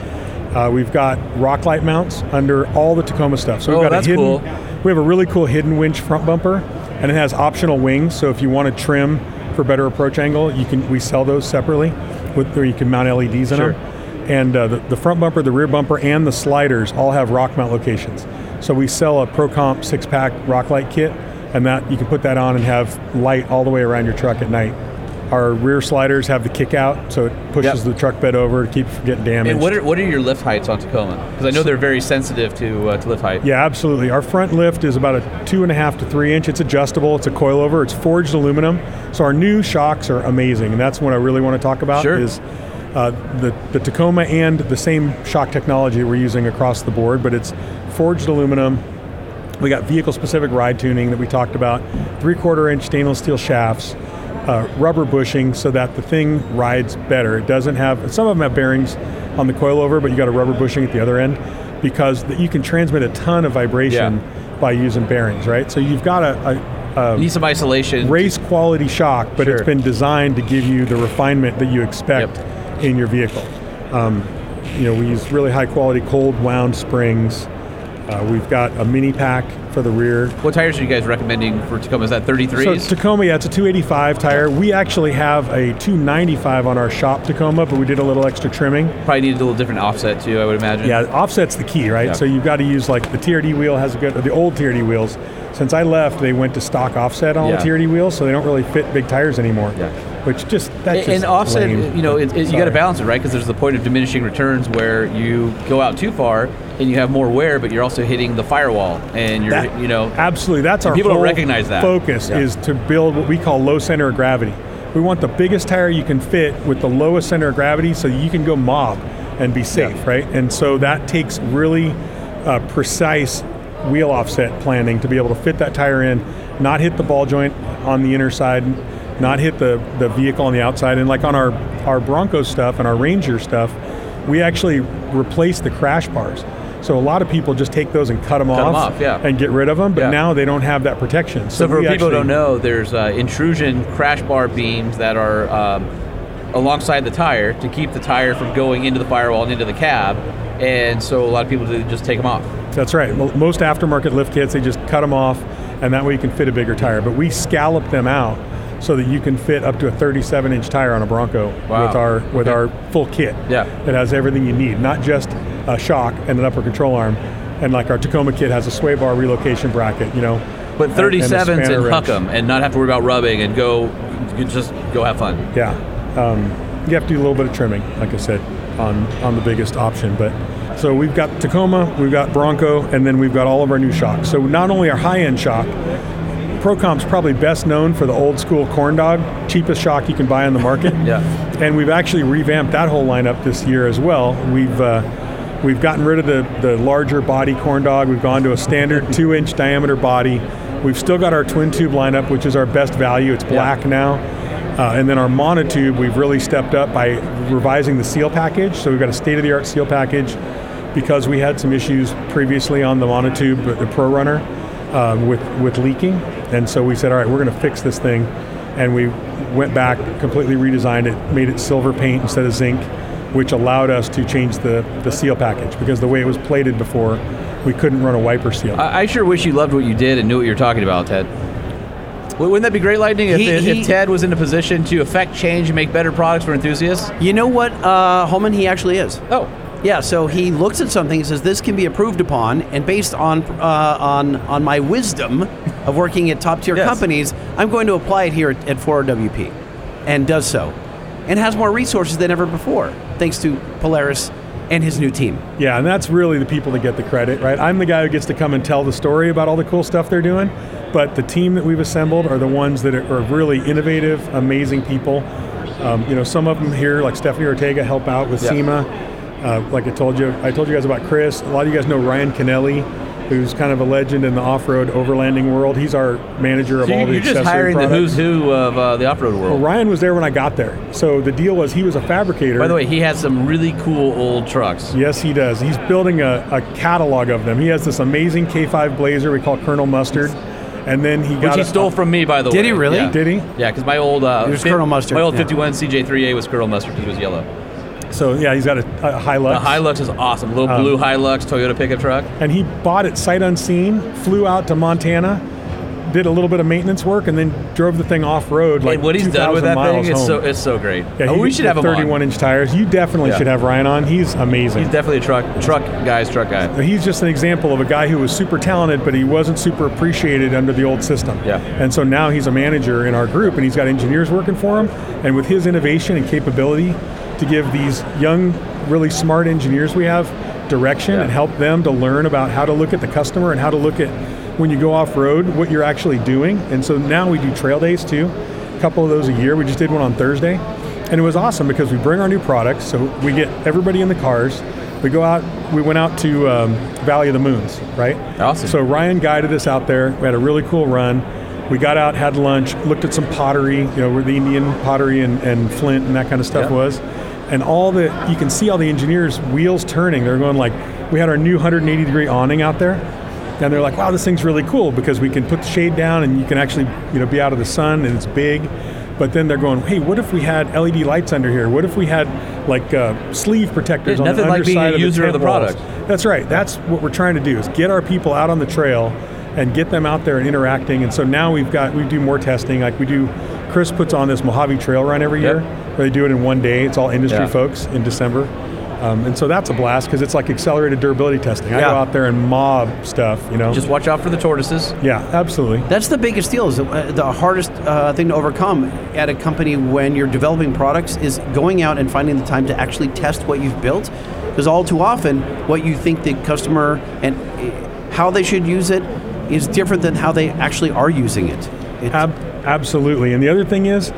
S13: Uh, we've got rock light mounts under all the Tacoma stuff. So we've
S4: Oh,
S13: got
S4: that's
S13: a hidden,
S4: cool.
S13: We have a really cool hidden winch front bumper, and it has optional wings. So if you want to trim for better approach angle, you can. We sell those separately, with where you can mount LEDs in
S4: Sure.
S13: them. And uh, the, the front bumper, the rear bumper, and the sliders all have rock mount locations. So we sell a Pro Comp six pack rock light kit, and that you can put that on and have light all the way around your truck at night. Our rear sliders have the kick out, so it pushes the truck bed over to keep it from getting damaged.
S4: And what are what are your lift heights on Tacoma? Because I know they're very sensitive to uh, to lift height.
S13: Yeah, absolutely. Our front lift is about a two and a half to three inch. It's adjustable. It's a coilover. It's forged aluminum. So our new shocks are amazing, and that's what I really want to talk about.
S4: Sure.
S13: Is uh, the the Tacoma and the same shock technology we're using across the board, but it's forged aluminum. We got vehicle specific ride tuning that we talked about, three quarter inch stainless steel shafts, uh, rubber bushing so that the thing rides better. It doesn't have, some of them have bearings on the coilover, but you got a rubber bushing at the other end because th- you can transmit a ton of vibration by using bearings, right? So you've got a, a, a
S4: You need some isolation.
S13: race quality shock, but it's
S4: Sure.
S13: been designed to give you the refinement that you expect in your vehicle. Um, you know, we use really high quality cold wound springs. Uh, we've got a mini pack for the rear.
S4: What tires are you guys recommending for Tacoma? Is that 33s?
S13: So Tacoma, yeah, it's a 285 tire. We actually have a 295 on our shop Tacoma, but we did a little extra trimming.
S4: Probably need a little different offset too, I would imagine.
S13: Yeah, offset's the key, right?
S4: Yeah.
S13: So you've got to use like the TRD wheel has a good, the old TRD wheels. Since I left, they went to stock offset on all
S4: Yeah.
S13: the TRD wheels, so they don't really fit big tires anymore. Yeah. Which just that's
S4: And,
S13: just
S4: and offset,
S13: lame.
S4: you know, it, it- you got to
S13: Sorry.
S4: balance it, right? Because there's the point of diminishing returns where you go out too far and you have more wear, but you're also hitting the firewall, and you're,
S13: That-
S4: you know,
S13: absolutely. That's
S4: And
S13: our
S4: people don't
S13: whole
S4: recognize that.
S13: focus
S4: Yeah.
S13: is to build what we call low center of gravity. We want the biggest tire you can fit with the lowest center of gravity, so you can go mob and be safe, right? And so that takes really uh, precise wheel offset planning to be able to fit that tire in, not hit the ball joint on the inner side, not hit the the vehicle on the outside, and like on our our Bronco stuff and our Ranger stuff. We actually replace the crash bars. So a lot of people just take those and cut them
S4: Cut 'em
S13: off,
S4: off, yeah.
S13: and get rid of them. But now they don't have that protection.
S4: So, for
S13: we
S4: people who
S13: actually-
S4: don't know, there's uh, intrusion crash bar beams that are um, alongside the tire to keep the tire from going into the firewall and into the cab, and so a lot of people do just take them off.
S13: That's right. Mo- Most aftermarket lift kits, they just cut them off, and that way you can fit a bigger tire. But we scallop them out so that you can fit up to a 37-inch tire on a Bronco
S4: Wow.
S13: with our with our full kit.
S4: Yeah.
S13: it has everything you need, not just a shock and an upper control arm. And like our Tacoma kit has a sway bar relocation bracket, you know.
S4: But
S13: and- and a
S4: 37s
S13: spanner
S4: and
S13: wrench.
S4: huck 'em and not have to worry about rubbing and go, you just go have fun.
S13: Yeah, um, you have to do a little bit of trimming, like I said, on on the biggest option. But so we've got Tacoma, we've got Bronco, and then we've got all of our new shocks. So not only our high end shock Procomp's probably best known for the old school corn dog, cheapest shock you can buy on the market.
S4: yeah.
S13: And we've actually revamped that whole lineup this year as well. We've uh, we've gotten rid of the, the larger body corn dog. We've gone to a standard two inch diameter body. We've still got our twin tube lineup, which is our best value. It's black now. Uh, and then our monotube, we've really stepped up by revising the seal package. So we've got a state-of-the-art seal package because we had some issues previously on the monotube, the Pro Runner, um, with with leaking. And so we said, all right, we're going to fix this thing. And we went back, completely redesigned it, made it silver paint instead of zinc, which allowed us to change the, the seal package because the way it was plated before, we couldn't run a wiper seal.
S4: I, I sure wish you loved what you did and knew what you were talking about, Ted. W- Wouldn't that be great, Lightning, if,
S3: He-
S4: if- if
S3: he-
S4: Ted was in a position to affect change and make better products for enthusiasts?
S3: You know what, uh, Holman? He actually is.
S4: Oh.
S3: Yeah, so he looks at something and says, "This can be improved upon," and based on uh, on on my wisdom of working at top tier companies, I'm going to apply it here at, at 4WP, and does so, and has more resources than ever before, thanks to Polaris and his new team.
S13: Yeah, and that's really the people that get the credit, right? I'm the guy who gets to come and tell the story about all the cool stuff they're doing, but the team that we've assembled are the ones that are really innovative, amazing people. Um, you know, some of them here, like Stephanie Ortega, help out with
S4: Yeah.
S13: SEMA. Uh, like I told you, I told you guys about Chris. A lot of you guys know Ryan Kennelly, who's kind of a legend in the off-road overlanding world. He's our manager of
S4: So
S13: all
S4: you-
S13: the
S4: you're just
S13: accessory
S4: hiring
S13: products.
S4: the who's who of uh, the off-road world.
S13: Well, Ryan was there when I got there. So the deal was he was a fabricator.
S4: By the way, he has some really cool old trucks.
S13: Yes, he does. He's building a, a catalog of them. He has this amazing K5 Blazer we call Colonel Mustard, and then he got
S4: Which he
S13: a-
S4: stole from me, by the way.
S13: Did he really?
S4: Yeah.
S13: Did he?
S4: Yeah, because my old uh,
S13: It was
S4: fif-
S13: Colonel Mustard,
S4: My old
S13: yeah.
S4: 51 CJ3A was Colonel Mustard because it was yellow.
S13: So yeah, he's got a, a Hilux.
S4: The Hilux is awesome. Little
S13: Um,
S4: blue Hilux Toyota pickup truck.
S13: and he bought it sight unseen, flew out to Montana, did a little bit of maintenance work, and then drove the thing off road like
S4: and what he's done
S13: 2,000
S4: with that
S13: miles
S4: thing is
S13: home.
S4: so it's so great.
S13: yeah,
S4: oh,
S13: he-
S4: we should
S13: with
S4: have him on.
S13: 31 inch tires. You definitely
S4: Yeah.
S13: should have Ryan on. He's amazing.
S4: He's definitely a truck truck guy's truck guy.
S13: He's just an example of a guy who was super talented, but he wasn't super appreciated under the old system.
S4: Yeah.
S13: And so now he's a manager in our group, and he's got engineers working for him. And with his innovation and capability to give these young, really smart engineers we have direction and help them to learn about how to look at the customer and how to look at when you go off road what you're actually doing. And so now we do trail days too, a couple of those a year. We just did one on Thursday. And it was awesome because we bring our new products, so we get everybody in the cars. We go out, we went out to um, Valley of the Moons, right?
S4: Awesome.
S13: So Ryan guided us out there. We had a really cool run. We got out, had lunch, looked at some pottery, you know, where the Indian pottery and, and flint and that kind of stuff
S4: Yeah.
S13: was. And all the, you can see all the engineers' wheels turning. They're going like, we had our new 180 degree awning out there. And they're like, wow, this thing's really cool because we can put the shade down and you can actually, you know, be out of the sun and it's big. But then they're going, hey, what if we had LED lights under here? What if we had like uh, sleeve protectors
S4: There's
S13: on the
S4: nothing like being
S13: underside
S4: a user of
S13: tent
S4: the
S13: walls?"
S4: product.
S13: That's right. That's what we're trying to do is get our people out on the trail and get them out there and interacting. And so now we've got we do more testing. Like we do, Chris puts on this Mojave Trail Run every year. Where they do it in one day. It's all industry
S4: Yeah.
S13: folks in December. Um, and so that's a blast because it's like accelerated durability testing. I go
S3: Yeah.
S13: out there and mob stuff, you know.
S4: Just watch out for the tortoises.
S13: yeah, absolutely.
S3: That's the biggest deal. Is uh, the hardest uh, thing to overcome at a company when you're developing products is going out and finding the time to actually test what you've built. Because all too often, what you think the customer and uh, how they should use it is different than how they actually are using it. It's,
S13: Ab- absolutely. And the other thing is,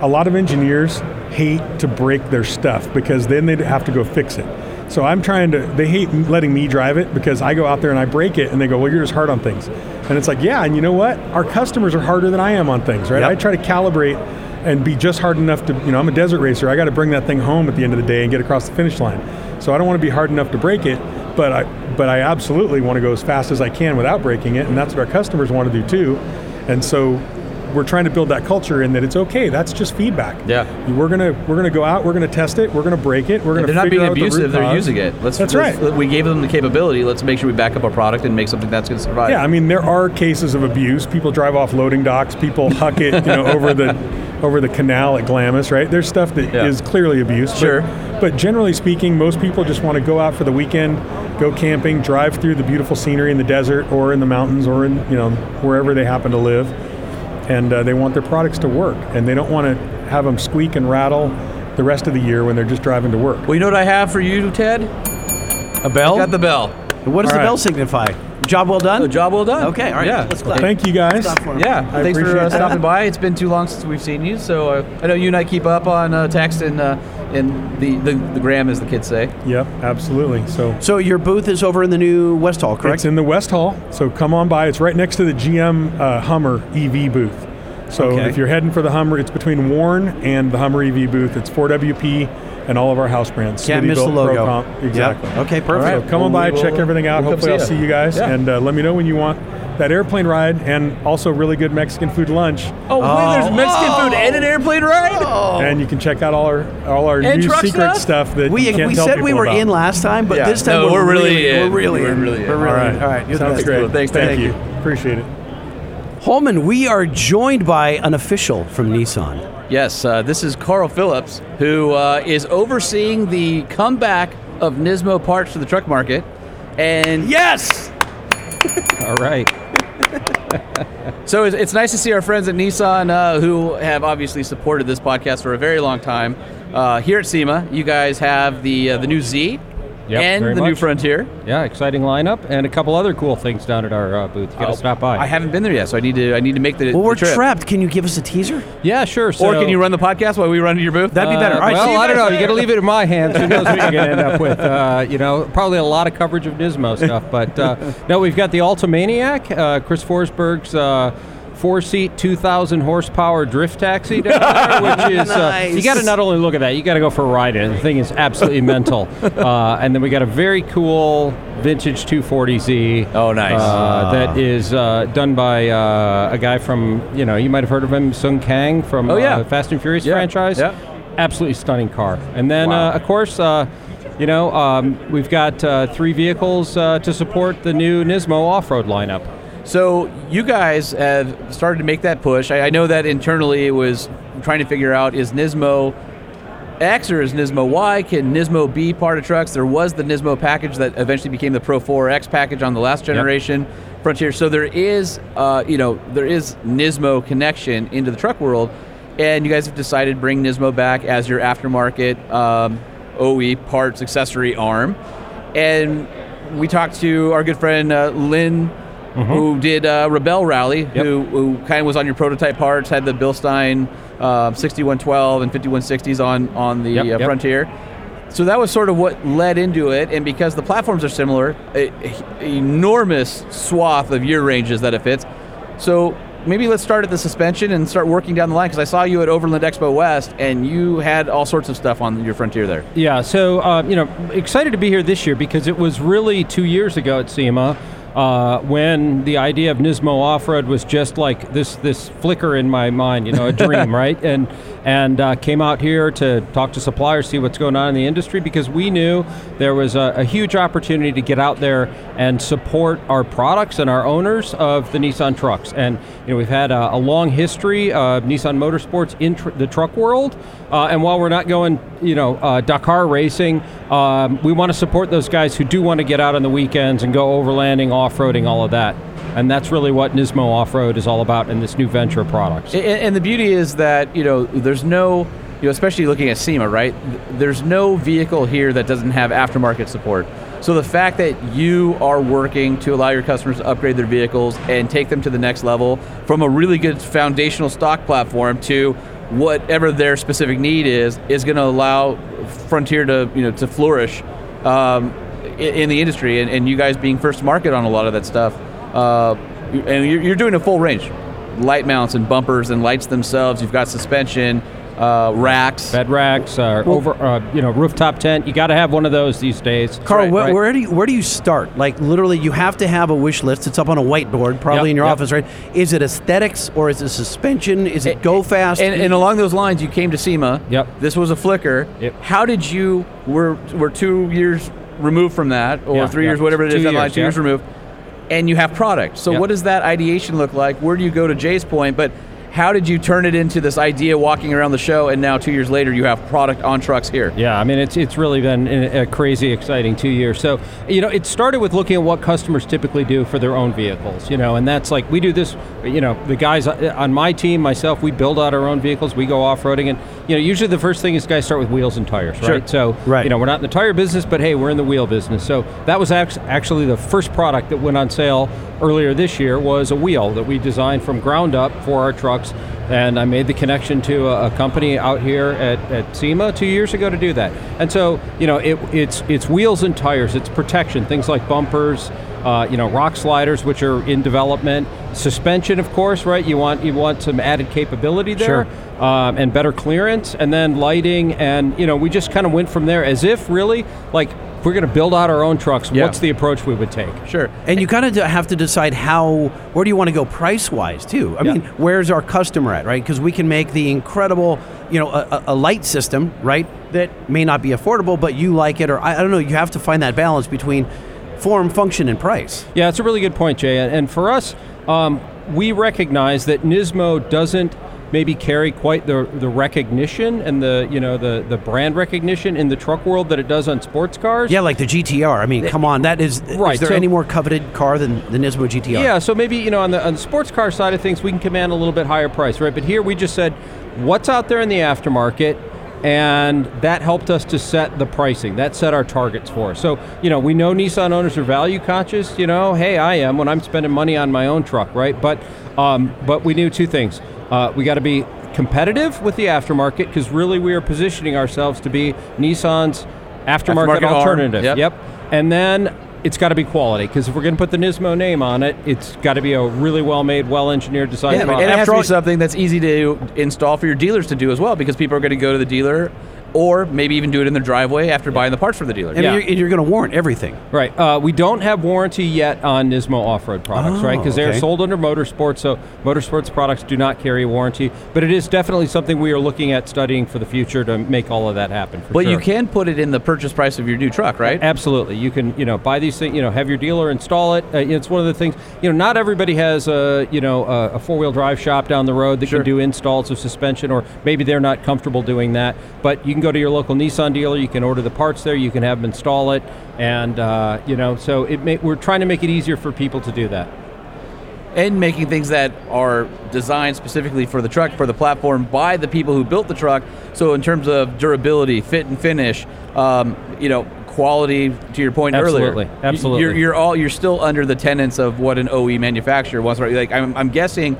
S13: a lot of engineers hate to break their stuff because then they'd have to go fix it. So I'm trying to, they hate m- letting me drive it because I go out there and I break it and they go, well, you're just hard on things. And it's like, yeah, and you know what? Our customers are harder than I am on things, right? I try to calibrate and be just hard enough to, you know, I'm a desert racer. I got to bring that thing home at the end of the day and get across the finish line. So I don't want to be hard enough to break it, but I, but I absolutely want to go as fast as I can without breaking it. And that's what our customers want to do too. And so we're trying to build that culture in that it's okay. That's just feedback.
S4: Yeah.
S13: We're gonna we're gonna go out. We're gonna test it. We're gonna break it. We're gonna.
S4: they're not
S13: figure
S4: being
S13: out the root
S4: abusive. they're
S13: cause.
S4: using it. Let's,
S13: that's
S4: let's-
S13: right.
S4: We gave them the capability. Let's make sure we back up our product and make something that's going to survive.
S13: Yeah, I mean there are cases of abuse. People drive off loading docks. People huck it, you know, over the over the canal at Glamis, right? There's stuff that is
S4: Yeah.
S13: clearly abuse. but-
S4: Sure.
S13: But generally speaking, most people just want to go out for the weekend, go camping, drive through the beautiful scenery in the desert or in the mountains or in you know wherever they happen to live, and uh, they want their products to work, and they don't want to have them squeak and rattle the rest of the year when they're just driving to work.
S4: Well, you know what I have for you, Ted?
S3: A bell?
S4: I got the bell.
S3: What
S13: All
S3: does the
S13: right.
S3: bell signify? Job well done.
S4: job well done.
S3: Okay. All right.
S4: Yeah.
S3: Let's clap.
S13: Thank you guys.
S3: Stop for him.
S4: Yeah,
S13: I
S4: thanks for
S13: appreciate
S4: uh,
S13: that.
S4: stopping by. It's been too long since we've seen you, so uh, I know you and I keep up on uh, text and uh, and the, the the gram, as the kids say.
S13: Yep, absolutely. So
S3: So your booth is over in the new West Hall, correct?
S13: It's in the West Hall, so come on by. It's right next to the GM uh, Hummer EV booth. So
S3: Okay.
S13: if you're heading for the Hummer, it's between Warren and the Hummer EV booth. It's 4WP and all of our house brands.
S3: Can't miss the
S13: Smithfield,
S3: logo.
S13: ProComp,
S3: Yep.
S13: Exactly.
S3: Okay, perfect.
S13: So come on
S4: Well,
S13: by,
S4: we
S13: check
S4: will-
S13: everything out.
S4: we'll come
S13: Hopefully, I'll
S4: see
S13: see
S4: ya.
S13: you guys,
S4: Yeah.
S13: and uh, let me know when you want that airplane ride and also really good Mexican food lunch.
S4: Oh, wait, there's Mexican food and an airplane ride.
S3: Oh.
S13: And you can check out all our all our
S4: And
S13: new
S4: truck
S13: secret
S4: stuff?
S13: stuff, that
S3: We,
S13: you can't
S3: we
S13: tell
S3: said we
S13: people
S3: were
S13: about.
S3: in last time, but
S4: Yeah.
S3: this time
S4: No,
S3: we're,
S4: we're really in.
S3: We're really
S4: We're
S3: in.
S4: really in.
S3: We're really
S13: All
S3: in. All right. You're the
S13: Sounds
S3: best.
S13: great.
S4: Cool. Thanks,
S13: Thank
S4: man.
S13: you. Appreciate it.
S3: Holman, we are joined by an official from Nissan.
S4: Yes, uh, this is Carl Phillips, who uh, is overseeing the comeback of Nismo parts to the truck market. And
S3: Yes.
S4: all right. so it's, it's nice to see our friends at Nissan, uh, who have obviously supported this podcast for a very long time. Uh, here at SEMA, you guys have the uh, the new Z
S17: Yep,
S4: and
S17: very
S4: the new
S17: much.
S4: Frontier.
S17: Yeah, exciting lineup and a couple other cool things down at our uh, booth. You gotta
S4: Oh,
S17: stop by.
S4: I haven't been there yet, so I need to I need to make the
S3: Well,
S4: the
S3: we're
S4: trip.
S3: trapped. Can you give us a teaser?
S17: yeah, sure. So,
S4: Or can you run the podcast while we run to your booth?
S3: That'd be better.
S17: Uh,
S3: All right, see
S17: well,
S3: you
S17: I
S3: guys
S17: don't know. You
S3: later.
S17: got to leave it in my hands. Who knows what you're going to end up with? Uh, you know, probably a lot of coverage of Nismo stuff. But uh, no, we've got the Altamaniac, uh, Chris Forsberg's. Uh, Four-seat, 2,000 horsepower drift taxi down there, which is uh, you
S3: Nice.
S17: got to not only look at that, you got to go for a ride in it. The thing is absolutely mental. Uh, and then we got a very cool vintage 240Z.
S4: Oh, nice.
S17: uh, that is uh, done by uh, a guy from you know you might have heard of him, Sung Kang from
S4: Oh, yeah.
S17: uh, Fast and Furious
S4: Yeah,
S17: franchise.
S4: yeah.
S17: Absolutely stunning car. And then,
S4: Wow.
S17: uh, of course, uh, you know, um, we've got uh, three vehicles uh, to support the new Nismo off road lineup.
S4: So you guys have started to make that push. I, I know that internally it was trying to figure out is Nismo X or is Nismo Y? Can Nismo be part of trucks? There was the Nismo package that eventually became the Pro 4X package on the last generation Frontier. So there is, uh, you know, there is Nismo connection into the truck world, and you guys have decided to bring Nismo back as your aftermarket um, OE parts accessory arm. And we talked to our good friend uh, Lynn. Who did uh, Rebel Rally? Who, who kind of was on your prototype parts? Had the Bilstein uh, 6112 and 5160s on on the
S17: Yep,
S4: uh,
S17: yep.
S4: Frontier. So that was sort of what led into it, and because the platforms are similar, a, a enormous swath of year ranges that it fits. So maybe let's start at the suspension and start working down the line, because I saw you at Overland Expo West, and you had all sorts of stuff on your Frontier there.
S17: Yeah, so uh, you know, excited to be here this year because it was really two years ago at SEMA uh, when the idea of Nismo off road was just like this this flicker in my mind, you know, a dream, right? And and uh, came out here to talk to suppliers, see what's going on in the industry because we knew there was a, a huge opportunity to get out there and support our products and our owners of the Nissan trucks. And you know, we've had a, a long history of Nissan Motorsports in tr- the truck world, uh, and while we're not going, you know, uh, Dakar racing, um, we want to support those guys who do want to get out on the weekends and go overlanding, off-roading, all of that. And that's really what Nismo Off-Road is all about in this new venture product.
S4: A- a- And, the beauty is that you know there's no you know especially looking at SEMA right th- there's no vehicle here that doesn't have aftermarket support. So the fact that you are working to allow your customers to upgrade their vehicles and take them to the next level from a really good foundational stock platform to whatever their specific need is is going to allow Frontier to you know to flourish um, i- in the industry and, and you guys being first to market on a lot of that stuff uh, and you're, you're doing a full range light mounts and bumpers and lights themselves. You've got suspension, uh, racks.
S17: Bed racks, uh, over, uh, you know, rooftop tent. You got to have one of those these days.
S3: Carl,
S17: Right,
S3: where,
S17: right.
S3: where do you, where do you start? Like literally, you have to have a wish list. It's up on a whiteboard, probably
S17: Yep,
S3: in your
S17: yep.
S3: office, right? Is it aesthetics or is it suspension? Is it go fast?
S4: And, and along those lines, you came to SEMA.
S17: Yep.
S4: This was a flicker.
S17: Yep.
S4: How did you? We're we're two years removed from that, or
S17: Yeah,
S4: three
S17: yeah.
S4: years, whatever it is.
S17: Two
S4: that
S17: years,
S4: line, two
S17: yeah.
S4: years removed, and you have product. So
S17: Yep.
S4: what does that ideation look like? Where do you go to Jay's point? But How did you turn it into this idea walking around the show, and now two years later you have product on trucks here?
S17: Yeah, I mean it's it's really been a a crazy, exciting two years. So you know, it started with looking at what customers typically do for their own vehicles. You know, and that's like we do this. You know, the guys uh, on my team, myself, we build out our own vehicles. We go off roading, and you know, usually the first thing is guys start with wheels and tires,
S3: Sure.
S17: right? So
S3: Right.
S17: you know, we're not in the tire business, but hey, we're in the wheel business. So that was act- actually the first product that went on sale earlier this year was a wheel that we designed from ground up for our trucks. And I made the connection to a, a company out here at, at SEMA two years ago to do that. And so, you know, it, it's, it's wheels and tires, it's protection, things like bumpers, uh, you know, rock sliders, which are in development, suspension, of course, right? You want, you want some added capability there
S3: Sure.
S17: um, and better clearance, and then lighting, and you know, we just kind of went from there as if really like if we're going to build out our own trucks.
S3: Yeah.
S17: What's the approach we would take?
S4: Sure.
S3: And you kind of have to decide how, where do you want to go price wise too? I mean, where's our customer at, right? Because we can make the incredible, you know, a, a- a light system, right, that may not be affordable, but you like it, or I, I don't know, you have to find that balance between form, function, and price.
S17: Yeah, it's a really good point, Jay. And- And for us, um, we recognize that Nismo doesn't maybe carry quite the, the recognition and the you know the, the brand recognition in the truck world that it does on sports cars.
S3: Yeah, like the GTR. I mean, come on, that is,
S17: Right,
S3: is there
S17: so-
S3: any more coveted car than the Nismo GTR?
S17: Yeah, so maybe you know on the on the sports car side of things, we can command a little bit higher price, right? But here we just said, what's out there in the aftermarket, and that helped us to set the pricing. That set our targets for. us. So you know, we know Nissan owners are value conscious. You know, hey, I am when I'm spending money on my own truck, right? But um, but we knew two things. Uh, we got to be competitive with the aftermarket because really we are positioning ourselves to be Nissan's aftermarket,
S4: Aftermarket arm,
S17: alternative.
S4: yep.
S17: Yep. And then it's got to be quality because if we're going to put the Nismo name on it, it's got to be a really well-made, well-engineered design.
S4: Yeah, and
S17: product.
S4: it has to be something that's easy to install for your dealers to do as well, because people are going to go to the dealer, or maybe even do it in their driveway after buying the parts from the dealer.
S17: I mean, Yeah. you're-
S3: you're going to warrant everything.
S17: Right. Uh, we don't have warranty yet on Nismo off-road products,
S4: Oh,
S17: right? Because they're
S4: okay.
S17: sold under Motorsports, so Motorsports products do not carry a warranty. But it is definitely something we are looking at studying for the future to make all of that happen. For
S4: But
S17: sure.
S4: you can put it in the purchase price of your new truck, right?
S17: Absolutely. You can, you know, buy these things, you know, have your dealer install it. Uh, it's one of the things, you know, not everybody has a, you know, a, a four-wheel drive shop down the road that can do installs of suspension or maybe they're not comfortable doing that. But you can go to your local Nissan dealer, you can order the parts there, you can have them install it and uh, you know, so it may, we're trying to make it easier for people to do that.
S4: And making things that are designed specifically for the truck, for the platform, by the people who built the truck. So in terms of durability, fit and finish, um, you know, quality. To your point
S17: Absolutely.
S4: earlier, y-
S17: Absolutely.
S4: You're, you're all you're still under the tenets of what an OE manufacturer wants. Right? Like I'm, I'm guessing.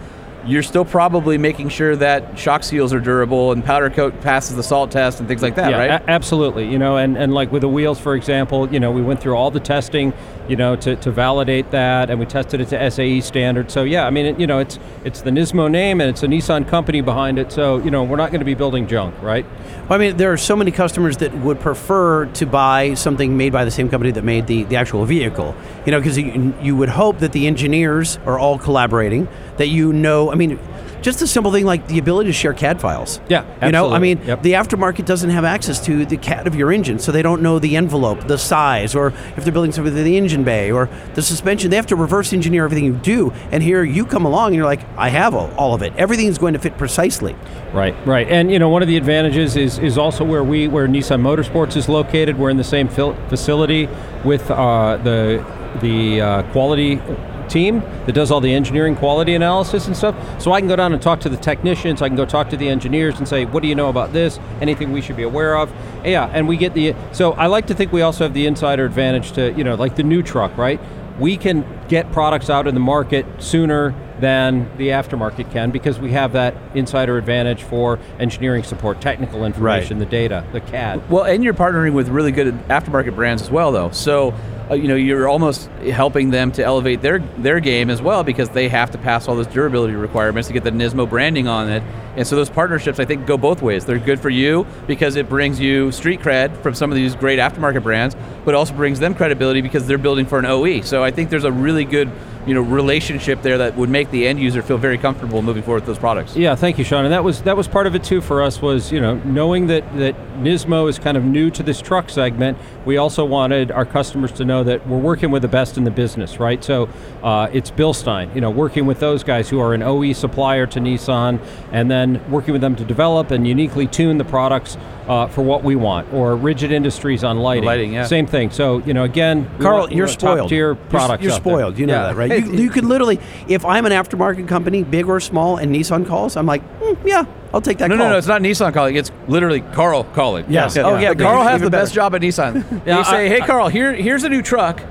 S4: You're still probably making sure that shock seals are durable and powder coat passes the salt test and things like that,
S17: yeah,
S4: right?
S17: a- absolutely. You know, and, and like with the wheels, for example, you know, we went through all the testing, you know, to, to validate that, and we tested it to SAE standard. So yeah, I mean, it, you know, it's it's the Nismo name and it's a Nissan company behind it. So you know, we're not going to be building junk, right?
S3: I mean, there are so many customers that would prefer to buy something made by the same company that made the, the actual vehicle. You know, because you, you would hope that the engineers are all collaborating, that you know, I mean, just a simple thing like the ability to share CAD files.
S17: Yeah,
S3: You know, I
S17: absolutely.
S3: mean, the aftermarket doesn't have access to the CAD of your engine, so they don't know the envelope, the size, or if they're building something in the engine bay or the suspension. They have to reverse engineer everything you do. And here you come along and you're like, I have all, all of it. Everything's going to fit precisely.
S17: Right, right, and you know one of the advantages is is also where we where Nissan Motorsports is located. We're in the same fil- facility with uh, the the uh, quality team that does all the engineering quality analysis and stuff. So I can go down and talk to the technicians. I can go talk to the engineers and say, what do you know about this? Anything we should be aware of? Yeah, and we get the. So I like to think we also have the insider advantage to you know like the new truck, right? We can get products out in the market sooner than the aftermarket can because we have that insider advantage for engineering support, technical information, the data, the CAD.
S4: Well, and you're partnering with really good aftermarket brands as well, though. So, uh, you know, you're almost helping them to elevate their their game as well because they have to pass all those durability requirements to get the Nismo branding on it. And so those partnerships, I think, go both ways. They're good for you because it brings you street cred from some of these E. great aftermarket brands, but also brings them credibility because they're building for an OE. So I think there's a really good you know relationship there that would make the end user feel very comfortable moving forward with those products.
S17: Yeah, thank you, Sean. And that was that was part of it too for us was you know knowing that that Nismo is kind of new to this truck segment. We also wanted our customers to know that we're working with the best in the business, right? So uh, it's Bilstein, you know, working with those guys who are an OE supplier to Nissan, and then working with them to develop and uniquely tune the products uh, for what we want. Or Rigid Industries on lighting,
S4: Lighting, yeah.
S17: same thing. So you know, again, we
S3: Carl,
S17: want- we
S3: you're
S17: want
S3: spoiled.
S17: top-tier
S3: You're s-
S17: products.
S3: You're
S17: out there.
S3: spoiled. You know
S17: Yeah.
S3: that, right? You, you could literally, if I'm an aftermarket company, big or small, and Nissan calls, I'm like, "Mm, yeah, I'll take that
S4: No,
S3: call.
S4: no, no! It's not Nissan calling. It's literally Carl calling.
S3: Yes. Oh, yeah,
S4: But Carl
S3: even
S4: has the
S3: better.
S4: best job at Nissan.
S3: Yeah,
S4: you say,
S3: I-
S4: "Hey,
S3: I-
S4: Carl, here, here's a new truck."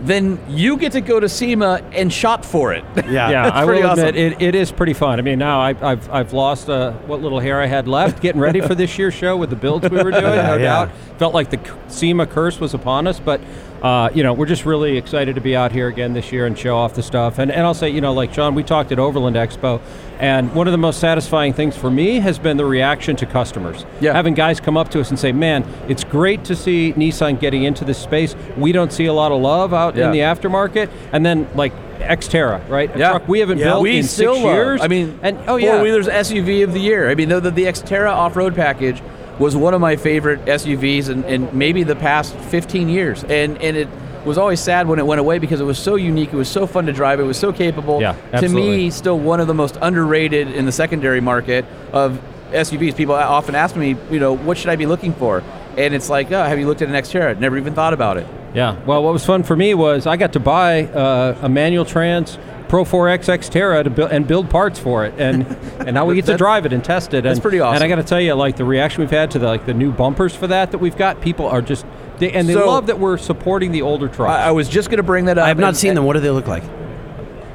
S4: Then you get to go to SEMA and shop for it.
S17: yeah.
S4: That's
S17: I
S4: pretty
S17: will
S4: awesome.
S17: admit it, it is pretty fun. I mean, now I, I've I've lost uh, what little hair I had left getting ready for this year's show with the builds we were doing.
S8: Yeah,
S17: no
S8: yeah.
S17: doubt, felt like the c- SEMA curse was upon us. But uh, you know, we're just really excited to be out here again this year and show off the stuff. And and I'll say, you know, like John, we talked at Overland Expo, and one of the most satisfying things for me has been the reaction to customers. Yeah. Having guys come up to us and say, "Man, it's great to see Nissan getting into this space. We don't see a lot of love out in
S4: Yeah.
S17: the aftermarket." And then like. Xterra, right? A
S4: Yeah.
S17: truck we haven't built
S4: we
S17: in
S4: still
S17: six
S4: love-
S17: years.
S4: I mean,
S17: and oh
S4: four
S17: yeah,
S4: wheelers SUV of the year. I mean, the, the, the Xterra off road package was one of my favorite SUVs in, in maybe the past 15 years, and and it was always sad when it went away because it was so unique. It was so fun to drive. It was so capable.
S17: Yeah,
S4: to me,
S17: absolutely.
S4: still one of the most underrated in the secondary market of SUVs. People often ask me, you know, what should I be looking for? And it's like, oh, have you looked at an Xterra? Never even thought about it.
S17: yeah. Well, what was fun for me was I got to buy uh, a manual trans Pro 4X Xterra to build and build parts for it, and and now we get to
S4: That-
S17: drive it and test it. And,
S4: that's pretty
S17: And I
S4: awesome.
S17: got to tell you, like the reaction we've had to the, like the new bumpers for that that we've got, people are just they, and they
S4: So-
S17: love that we're supporting the older trucks.
S4: I, I was just going to bring that up.
S17: I have not seen them.
S3: What do they look like?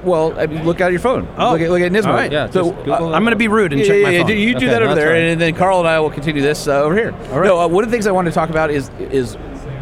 S4: Well, I mean, look at your phone.
S3: Oh.
S4: look at, look at Nismo.
S3: All right, yeah,
S4: so
S3: just Google it. I'm gonna be rude and
S4: yeah,
S3: check
S4: yeah,
S3: my
S4: yeah,
S3: phone.
S4: do- You do
S3: Okay,
S4: that over
S3: that's
S4: there,
S3: all right.
S4: and then Carl and I will continue this uh, over here. All right. No, uh, one of the things I wanted to talk about is is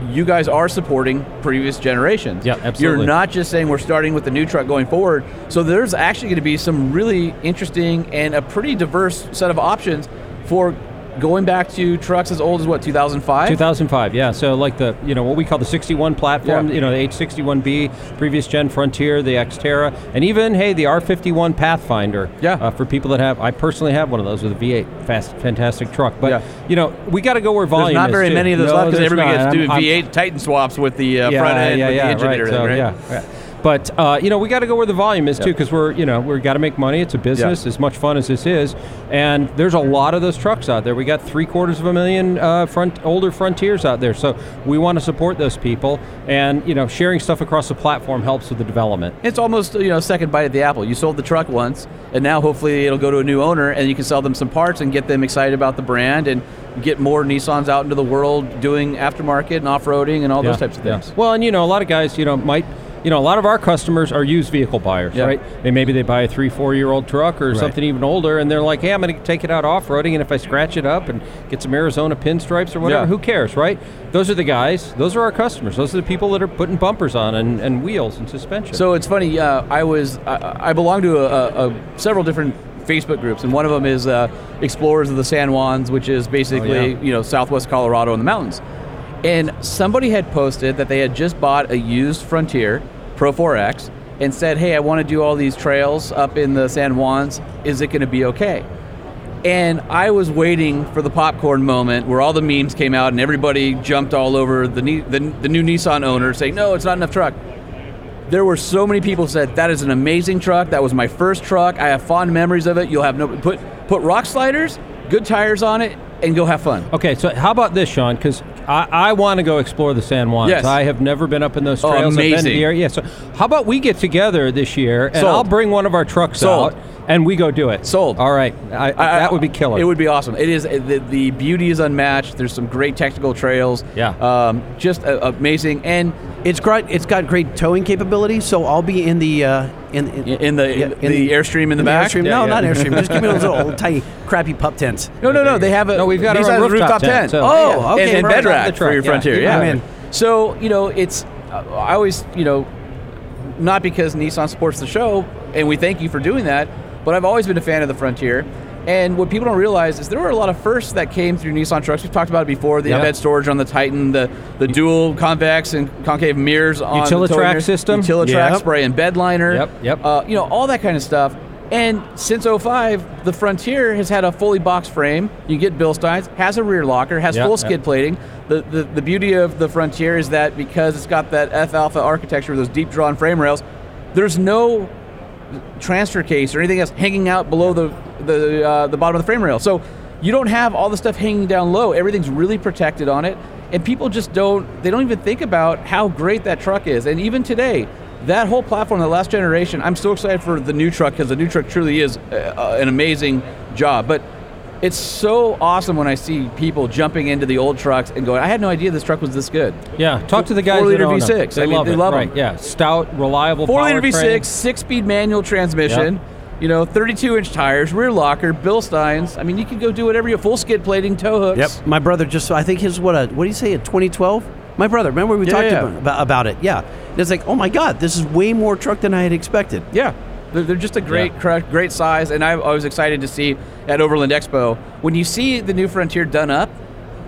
S4: you guys are supporting previous generations. Yeah,
S17: absolutely.
S4: You're not just saying we're starting with the new truck going forward. So there's actually going to be some really interesting and a pretty diverse set of options for going back to trucks as old as what 2005.
S17: 2005, yeah. So like the you know what we call the 61 platform,
S4: Yeah.
S17: you know the H61B, previous gen Frontier, the Xterra, and even hey the R51 Pathfinder. Yeah. Uh, for people that have, I personally have one of those with a V8, fast, fantastic truck. But you know we got to go where
S4: There's
S17: volume.
S4: not
S17: is,
S4: very
S17: too.
S4: many of those
S17: No,
S4: left because
S17: there's
S4: everybody
S17: not.
S4: gets
S17: And
S4: doing
S17: I'm-
S4: V8 Titan swaps with the uh, front end, with the engine,
S17: right,
S4: and everything,
S17: so,
S4: right?
S17: Yeah, yeah. But uh, you know, we got to go where the volume is too, because we're you know we got to make money. It's a business, as much fun as this is, and there's a lot of those trucks out there. We got three quarters of a million uh, front older Frontiers out there, so we want to support those people, and you know, sharing stuff across the platform helps with the development.
S4: It's almost you know second bite at the apple. You sold the truck once, and now hopefully it'll go to a new owner, and you can sell them some parts and get them excited about the brand and get more Nissans out into the world doing aftermarket and off-roading and all those
S17: Yeah,
S4: types of
S17: yeah.
S4: things.
S17: Well, and you know, a lot of guys, you know, might, you know, a lot of our customers are used vehicle buyers,
S4: Yeah.
S17: right? And maybe they buy a three, four year old truck or
S4: Right.
S17: something even older, and they're like, hey, I'm going to take it out off roading, and if I scratch it up and get some Arizona pinstripes or whatever,
S4: Yeah.
S17: who cares, right? Those are the guys, those are our customers, those are the people that are putting bumpers on and, and wheels and suspension.
S4: So it's funny. Uh, I was I, I belong to a, a, a several different Facebook groups, and one of them is uh, Explorers of the San Juans, which is basically
S17: Oh, yeah.
S4: you know Southwest Colorado and the mountains. And somebody had posted that they had just bought a used Frontier Pro 4X and said, "Hey, I want to do all these trails up in the San Juans. Is it going to be okay?" And I was waiting for the popcorn moment where all the memes came out and everybody jumped all over the, Ni- the, the new Nissan owner saying, "No, it's not enough truck." There were so many people who said that is an amazing truck. That was my first truck. I have fond memories of it. You'll have no put put rock sliders, good tires on it, and go have fun.
S17: Okay, so how about this, Sean? Because I, I want to go explore the San Juans.
S4: Yes.
S17: I have never been up in those
S4: Oh,
S17: trails. I've been to
S4: amazing.
S17: the area. Yeah, so how about we get together this year and
S4: Sold.
S17: I'll bring one of our trucks
S4: Sold.
S17: out and we go do it. Sold. All right. I, that would be killer.
S4: It would be awesome. It is the, the beauty is unmatched. There's some great technical trails. Yeah, um, just a, amazing. And
S3: it's got it's got great towing capability, so I'll be in the uh, in, in
S4: in the the airstream in the back?
S3: Airstream. no,
S4: Yeah, yeah.
S3: not airstream. Just give me those little tiny crappy pup tents.
S4: No, no, no. They have a.
S3: No, we've got
S4: these
S3: our own
S4: have a
S3: rooftop
S4: rooftop
S3: tent, so- Yeah.
S4: Oh, okay.
S3: And- and
S4: And,
S3: bed
S4: bed
S3: rack
S4: rack
S3: for
S4: for
S3: your
S4: your
S3: Frontier,
S4: frontier.
S3: yeah.
S4: Yeah.
S3: I'm in.
S4: So you know, it's I always you know, not because Nissan supports the show, and we thank you for doing that, but I've always been a fan of the frontier. And what people don't realize is there were a lot of firsts that came through Nissan trucks. We've talked about it before: the
S17: Yeah.
S4: embedded storage on the Titan, the the dual convex and concave mirrors on the
S17: Utilitrack
S4: towing mirrors,
S17: system?
S4: Utilitrack
S17: Yep.
S4: spray and bed liner.
S17: Yep, yep.
S4: Uh, you know all that kind of stuff. And since 05, the Frontier has had a fully boxed frame. You get Bill Steins, has a rear locker, has
S17: Yeah,
S4: full
S17: yeah.
S4: skid plating. The, the the beauty of the Frontier is that because it's got that F alpha architecture, those deep drawn frame rails, there's no transfer case or anything else hanging out below the the uh, the bottom of the frame rail. So you don't have all the stuff hanging down low. Everything's really protected on it, and people just don't they don't even think about how great that truck is. And even today, that whole platform, the last generation, I'm so excited for the new truck because the new truck truly is uh, an amazing job. But it's so awesome when I see people jumping into the old trucks and going, "I had no idea this truck was this good."
S17: Yeah, talk to the guys.
S4: Four-liter
S17: that own 'em.
S4: V6.
S17: They
S4: I mean,
S17: love
S4: they
S17: it.
S4: love 'em.
S17: right. Yeah, stout, reliable.
S4: Four liter V
S17: powertrain.
S4: six, six speed manual transmission.
S17: Yep.
S4: You know, 32 inch tires, rear locker, Bill Steins. I mean, you can go do whatever you full skid plating, tow hooks.
S3: Yep. My brother just, I think his, what a, what do you say, a 2012? My brother, remember we
S4: Yeah,
S3: talked
S4: yeah.
S3: About, about, about it? Yeah. And it's like, oh my God, this is way more truck than I had expected.
S4: Yeah. They're, they're just a great, cra- great size. And I, I was excited to see at Overland Expo when you see the new Frontier done up.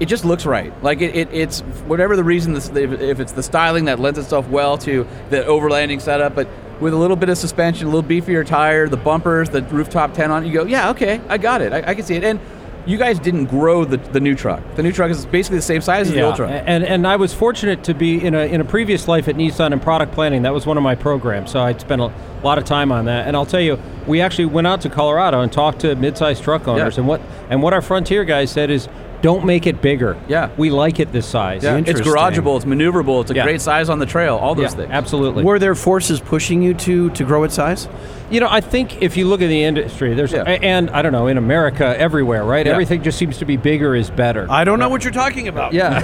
S4: It just looks right. Like it, it, it's whatever the reason. This, if if it's the styling that lends itself well to the overlanding setup, but with a little bit of suspension, a little beefier tire, the bumpers, the rooftop tent on, it, you go, yeah, okay, I got it. I, I can see it. And you guys didn't grow the, the new truck. The new truck is basically the same size as the old truck.
S17: And and I was fortunate to be in a in a previous life at Nissan in product planning. That was one of my programs, so I'd spent a lot of time on that. And I'll tell you, we actually went out to Colorado and talked to mid-sized truck owners, and what and what our Frontier guys said is, don't make it bigger. Yeah, we like it this size.
S4: Yeah, it's garageable. It's maneuverable. It's a great size on the trail. All those
S17: Yeah,
S4: things.
S17: Absolutely.
S3: Were there forces pushing you to to grow its size?
S17: You know, I think if you look at the industry, there's a- and I don't know in America everywhere, right?
S3: Yeah.
S17: Everything just seems to be bigger is better.
S3: I don't know what you're talking about.
S17: Yeah.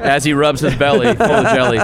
S4: As he rubs his belly full of jelly.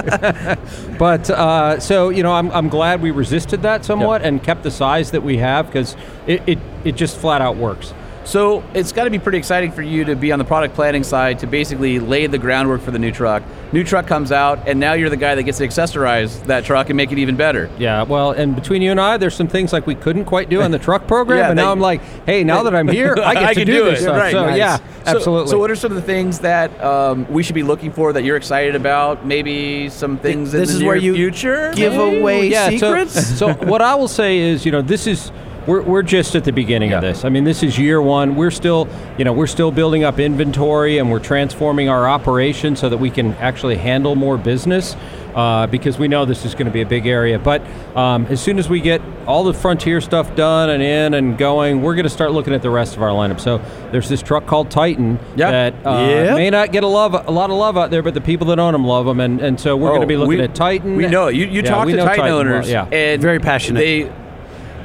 S17: but uh, so you know, I'm, I'm glad we resisted that somewhat and kept the size that we have because it, it it just flat out works.
S4: So it's got to be pretty exciting for you to be on the product planning side to basically lay the groundwork for the new truck. New truck comes out, and now you're the guy that gets to accessorize that truck and make it even better.
S17: Yeah, well, and between you and I, there's some things like we couldn't quite do on the truck program,
S4: Yeah,
S17: and
S4: they-
S17: now I'm like, hey, now that I'm here, I get to
S4: can
S17: do, this.
S4: it.
S17: stuff.
S4: Right.
S17: So
S4: Nice.
S17: yeah,
S4: So-
S17: absolutely.
S4: So what are some of the things that um, we should be looking for that you're excited about? Maybe some things in
S17: this
S4: the
S17: is
S4: near
S17: where you
S4: future.
S17: give
S4: maybe?
S17: away Yeah, so- secrets? so what I will say is, you know, this is we're, we're just at the beginning of this. I mean, this is year one. We're still, you know, we're still building up inventory and we're transforming our operation so that we can actually handle more business uh, because we know this is going to be a big area. But um, as soon as we get all the frontier stuff done and in and going, we're going to start looking at the rest of our lineup. So there's this truck called Titan that uh,
S4: Yep.
S17: may not get a love a lot of love out there, but the people that own them love them, and, and so we're going to
S4: Oh,
S17: be looking
S4: we-
S17: at Titan.
S4: We know it. you. You
S17: Yeah,
S4: talk
S17: we
S4: to
S17: know
S4: Titan,
S17: well,
S4: owners,
S17: yeah.
S4: and very passionate. They,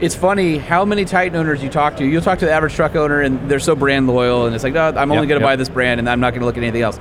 S4: it's funny how many Titan owners you talk to. You'll talk to the average truck owner, and they're so brand loyal, and it's like, no, I'm only
S17: Yep,
S4: going to
S17: yep.
S4: buy this brand, and I'm not going to look at anything else.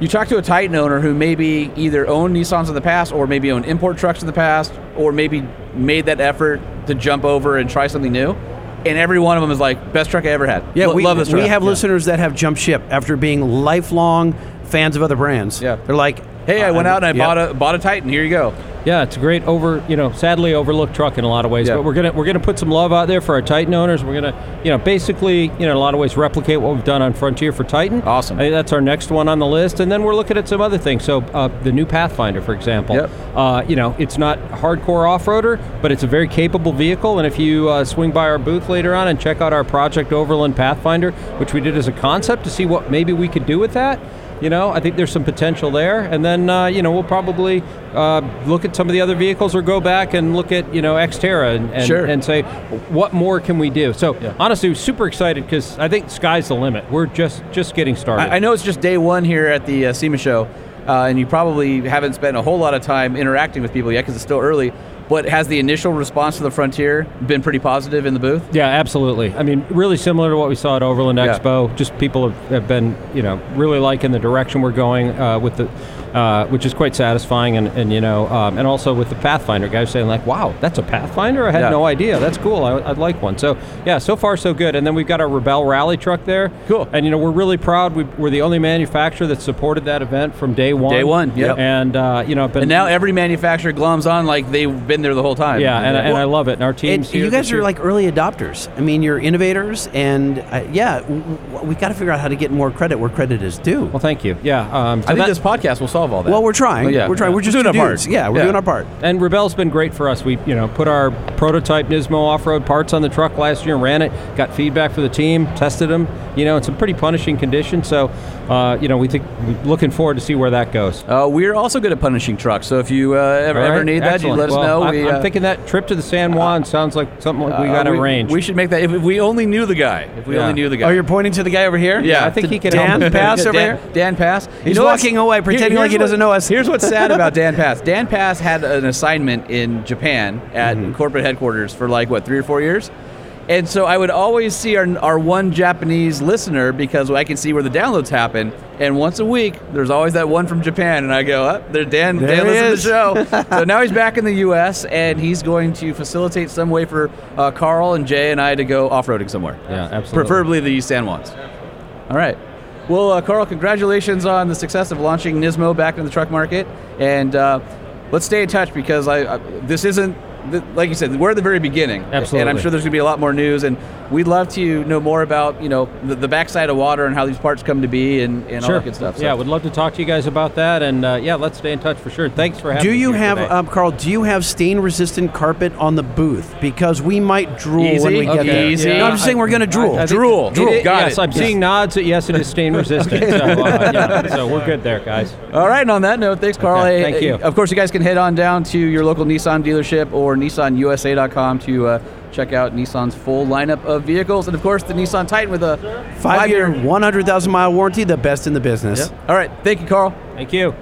S4: You talk to a Titan owner who maybe either owned Nissans in the past, or maybe owned import trucks in the past, or maybe made that effort to jump over and try something new, and every one of them is like, best truck I ever had.
S3: Yeah,
S4: Lo-
S3: we
S4: love this truck.
S3: We have
S4: Yeah.
S3: listeners that have jumped ship after being lifelong fans of other brands. Yeah, they're like, uh,
S4: Hey, I went out and I
S3: yeah.
S4: bought a bought a Titan. Here you go.
S17: Yeah, it's a great over, you know, sadly overlooked truck in a lot of ways. But we're gonna we're gonna put some love out there for our Titan owners. We're gonna, you know, basically, you know, in a lot of ways replicate what we've done on Frontier for Titan. Awesome. that's our next one on the list, and then we're looking at some other things. So uh, the new Pathfinder, for example. Yep. Uh, you know, it's not hardcore off roader, but it's a very capable vehicle. And if you uh, swing by our booth later on and check out our Project Overland Pathfinder, which we did as a concept to see what maybe we could do with that. You know, I think there's some potential there, and then uh, you know we'll probably uh, look at some of the other vehicles, or go back and look at you know Xterra and and,
S4: Sure.
S17: and say what more can we do. So honestly, super excited because I think sky's the limit. We're just just getting started.
S4: I, I know it's just day one here at the uh, SEMA show, uh, and you probably haven't spent a whole lot of time interacting with people yet because it's still early. But has the initial response to the frontier been pretty positive in the booth?
S17: Yeah, absolutely. I mean, really similar to what we saw at Overland
S4: Yeah.
S17: Expo. Just people have, have been, you know, really liking the direction we're going uh, with the, uh, which is quite satisfying, and, and you know, um, and also with the Pathfinder guys saying like, "Wow, that's a Pathfinder! I had
S4: Yeah.
S17: no idea. That's cool. I, I'd like one." So yeah, so far so good. And then we've got our Rebel Rally truck there. Cool. And you know, we're really proud. We, we're the only manufacturer that supported that event from day one.
S4: Day one, yep.
S17: And uh, you know, been
S4: And now every manufacturer gloms on like they've been been there the whole time.
S17: Yeah, and, I- and I love it. And our
S3: And
S17: teams. here
S3: you guys
S17: this
S3: are
S17: year-
S3: like early adopters. I mean, you're innovators, and uh, yeah, w- w- we got to figure out how to get more credit where credit is due. Well,
S17: thank you. Yeah, um,
S3: I think
S17: this
S4: podcast will solve all
S3: that. Well, we're trying. We're trying. We're just two dudes. Yeah, we're doing our part.
S17: And Rebel's been great for us. We, you know, put our prototype Nismo off-road parts on the truck last year, ran it, got feedback for the team, tested them. You know, in some pretty punishing conditions. So, uh, you know, we think we're looking forward to see where that goes.
S4: Uh, we're also good at punishing trucks. So if you uh, ever,
S17: All
S4: ever
S17: right,
S4: need that, you
S17: excellent.
S4: let us
S17: Well,
S4: know.
S17: I'm,
S4: we,
S17: I'm
S4: uh,
S17: thinking that trip to the San Juan sounds like something like we
S4: uh,
S17: got
S4: we-
S17: arranged.
S4: We should make that if, if we only knew the guy. If we
S17: Yeah.
S4: only knew the guy.
S3: Oh, you're pointing to the guy over here.
S4: Yeah,
S3: I think
S4: To
S3: he can
S4: Dan
S3: help.
S4: Pass over
S3: Dan-
S4: here. Dan Pass.
S3: He's
S4: what's-
S3: walking away,
S4: here-
S3: pretending like
S4: here's
S3: he doesn't
S4: what-
S3: know us.
S4: Here's what's sad about Dan Pass. Dan Pass had an assignment in Japan at corporate headquarters for like what three or four years. And so I would always see our, our one Japanese listener because I can see where the downloads happen. And once a week, there's always that one from Japan, and I go, "Up there, Dan.
S14: There
S4: Dan
S14: he
S4: listens
S14: is.
S4: to the show." so now he's back in the U.S. and he's going to facilitate some way for uh, Carl and Jay and I to go off-roading somewhere.
S17: Yeah, absolutely.
S4: Preferably the San Juans. All right. Well, uh, Carl, congratulations on the success of launching Nismo back in the truck market, and uh, let's stay in touch because I, I this isn't. th- Like you said, we're at the very beginning, and I'm
S17: Absolutely.
S4: sure there's going to be a lot more news. And we'd love to know more about you know the, the backside of water and how these parts come to be and, and all
S17: sure.
S4: that good stuff. So-
S17: Yeah, would love to talk to you guys about that. And uh, yeah, let's stay in touch for sure. Thanks for having.
S3: Do
S17: me
S3: you
S17: here
S3: have
S17: today.
S3: um, Carl? Do you have stain-resistant carpet on the booth? Because we might drool when we get there. No, I'm just saying we're going to drool. drool.
S17: It-
S3: drool.
S17: it- yes, I'm seeing nods that yes, it is stain resistant. so, uh, yeah, so we're good there, guys.
S4: All right, and on that note, thanks, Carl.
S17: Okay,
S4: Hey,
S17: thank
S4: hey,
S17: you.
S4: Of course, you guys can head on down to your local Nissan dealership or nissanusa.com to uh, check out Nissan's full lineup of vehicles. And of course, the Nissan Titan with a five year.
S3: Five-year, 100,000 mile warranty. The best in the business.
S4: All right, thank you, Carl.
S17: Thank you.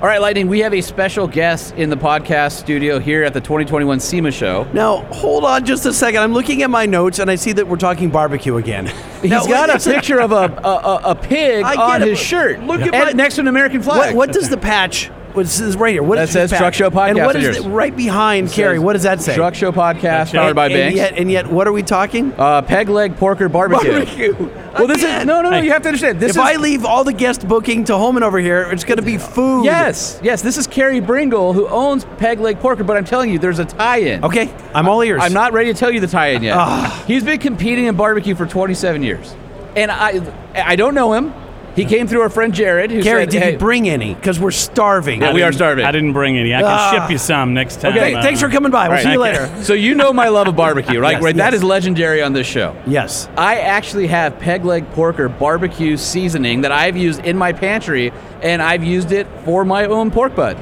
S4: All right, Lightning, we have a special guest in the podcast studio here at the 2021 SEMA show.
S3: Now, hold on just a second. I'm looking at my notes and I see that we're talking barbecue again.
S4: He's
S3: Now,
S4: got a
S3: wait second.
S4: picture of a, a, a- a pig
S3: I get
S4: on
S3: it,
S4: his
S3: but
S4: shirt.
S3: Look at
S4: and
S3: my-
S4: next to an American flag.
S3: What, what does the patch? What's this right here? What
S4: That
S3: is
S4: says
S3: this
S4: Truck
S3: patch?
S4: Show Podcast
S3: And what
S4: on
S3: is
S4: yours.
S3: it, right behind Carrie? What does that say?
S4: Truck Show Podcast, powered
S3: And-
S4: by
S3: and
S4: Banks.
S3: Yet, and yet, what are we talking?
S4: uh, peg leg porker barbecue. Well, this is no, no, no. You have to understand. This
S3: if
S4: is
S3: I leave all the guest booking to Holman over here, it's going to be food.
S4: Yes, yes. This is Carrie Bringle who owns Peg Leg Porker, but I'm telling you, there's a tie-in.
S3: Okay, I'm all ears.
S4: I'm not ready to tell you the tie-in yet.
S3: Ah.
S4: He's been competing in barbecue for 27 years, and I, I don't know him. He came through our friend Jared. Who
S3: Carrie,
S4: said,
S3: did
S4: "Hey,
S3: you bring any? Because we're starving.
S4: Yeah, we are starving.
S18: I didn't bring any. I can
S3: Ah.
S18: ship you some next time.
S3: Okay,
S18: uh,
S3: thanks for coming by. We'll
S4: Right.
S3: see you
S4: Thank
S3: later.
S4: So you know my love of barbecue, right?
S3: Yes,
S4: right. That
S3: yes.
S4: is legendary on this show.
S3: Yes.
S4: I actually have peg leg porker barbecue seasoning that I've used in my pantry, and I've used it for my own pork butt.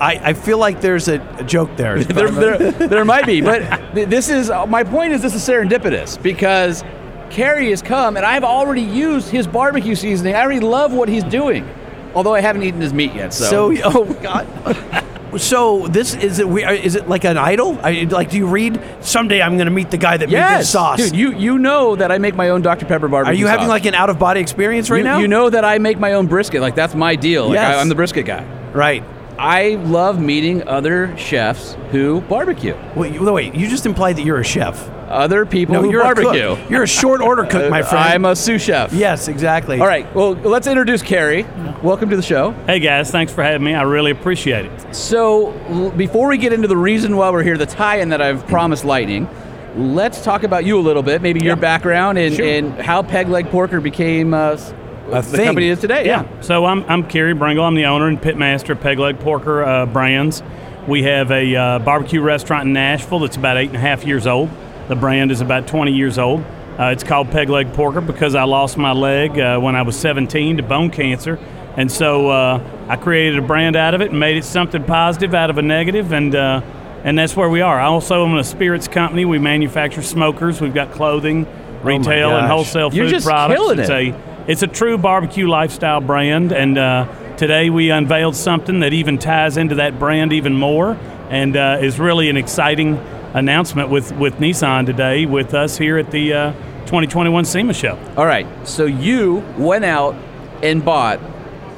S3: I, I feel like there's a, a joke there.
S4: there, there, there might be, but th- this is uh, my point. Is this is serendipitous because Kerry has come, and I've already used his barbecue seasoning. I already love what he's doing, although I haven't eaten his meat yet. So,
S3: So, oh God. So this is it. We are- is it like an idol? I, like, do you read? Someday I'm going to meet the guy that made
S4: yes,
S3: this sauce.
S4: dude, you you know that I make my own Dr Pepper barbecue.
S3: are you having like
S4: sauce.
S3: an out of body experience right
S4: you,
S3: now?
S4: You know that I make my own brisket. Like that's my deal. Like,
S3: Yes.
S4: I, am the brisket guy.
S3: Right.
S4: I love meeting other chefs who barbecue.
S3: Wait, you- wait, you just implied that you're a chef.
S4: Other people
S3: No,
S4: who
S3: you're
S4: barbecue.
S3: a cook. You're a short order cook, my
S4: Uh,
S3: friend.
S4: I'm a sous chef.
S3: yes, exactly.
S4: All right. Well, let's introduce Carrie. Welcome to the show.
S18: Hey guys, thanks for having me. I really appreciate it.
S4: So, l- before we get into the reason why we're here, the tie-in that I've promised Lightning, let's talk about you a little bit. Maybe your background and,
S18: Sure.
S4: and how Peg Leg Porker became uh, s- the
S18: thing.
S4: company it is today. Yeah.
S18: So I'm I'm Kerry Bringle. I'm the owner and pitmaster of Peg Leg Porker uh, Brands. We have a uh, barbecue restaurant in Nashville that's about eight and a half years old. The brand is about 20 years old. Uh, it's called Peg Leg Porker because I lost my leg uh, when I was 17 to bone cancer, and so uh, I created a brand out of it and made it something positive out of a negative, and uh, and that's where we are. I also own a spirits company. We manufacture smokers. We've got clothing, retail, and
S4: Oh gosh.
S18: wholesale
S4: You're
S18: food
S4: just
S18: products.
S4: killing
S18: It's a
S4: it.
S18: it's a true barbecue lifestyle brand, and uh, today we unveiled something that even ties into that brand even more, and uh, is really an exciting announcement with with Nissan today with us here at the uh, 2021 SEMA show.
S4: All right. So you went out and bought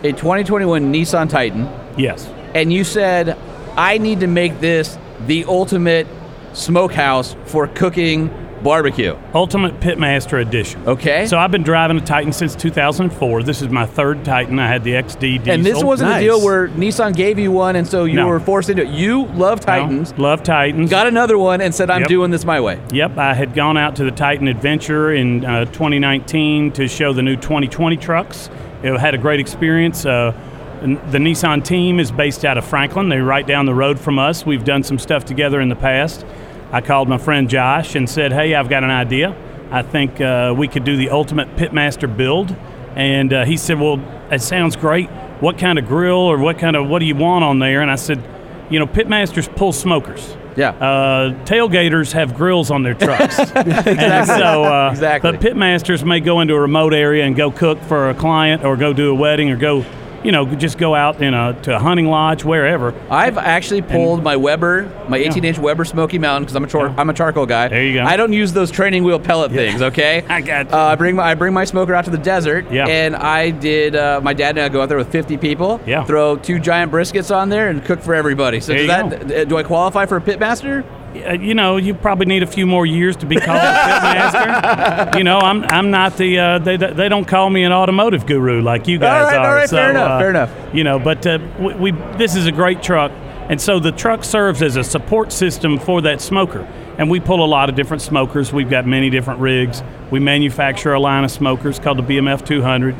S4: a 2021 Nissan Titan.
S18: Yes.
S4: And you said, I need to make this the ultimate smokehouse for cooking Barbecue.
S18: Ultimate Pitmaster Edition.
S4: Okay.
S18: So I've been driving a Titan since 2004. This is my third Titan. I had the XD diesel.
S4: And this wasn't a deal where Nissan gave you one, and so you
S18: No.
S4: were forced into it. You love Titans.
S18: love Titans.
S4: Got another one and said, "I'm
S18: Yep.
S4: doing this my way."
S18: Yep, I had gone out to the Titan Adventure in uh, 2019 to show the new 2020 trucks. It had a great experience. Uh, n- the Nissan team is based out of Franklin. They're right down the road from us. We've done some stuff together in the past. I called my friend Josh and said, "Hey, I've got an idea. I think uh, we could do the ultimate pitmaster build." And uh, he said, "Well, that sounds great. What kind of grill or what kind of what do you want on there?" And I said, "You know, pitmasters pull smokers."
S4: Yeah.
S18: Uh, tailgaters have grills on their trucks. And
S4: Exactly.
S18: so, uh,
S4: Exactly.
S18: But pitmasters may go into a remote area and go cook for a client or go do a wedding or go, you know, just go out in a, to a hunting lodge, wherever.
S4: I've actually pulled my Weber, my 18 inch Weber Smoky Mountain, because I'm a char- I'm a charcoal guy. There you go. I don't use those training wheel pellet things. Okay. I
S18: got.
S4: Uh, I bring my I bring my smoker out to the desert.
S18: Yeah.
S4: And I did. Uh, my dad and I go out there with 50 people.
S18: Yeah.
S4: Throw two giant briskets on there and cook for everybody. So
S18: There
S4: does
S18: you
S4: that uh, do I qualify for a pitmaster?
S18: Uh, you know, you probably need a few more years to be called a pitmaster. you know, I'm I'm not the uh, they they don't call me an automotive guru like you guys
S4: All right, all
S18: are. uh,
S4: right, fair enough, fair enough.
S18: You know, but uh, we, we this is a great truck, and so the truck serves as a support system for that smoker. And we pull a lot of different smokers. We've got many different rigs. We manufacture a line of smokers called the BMF 200.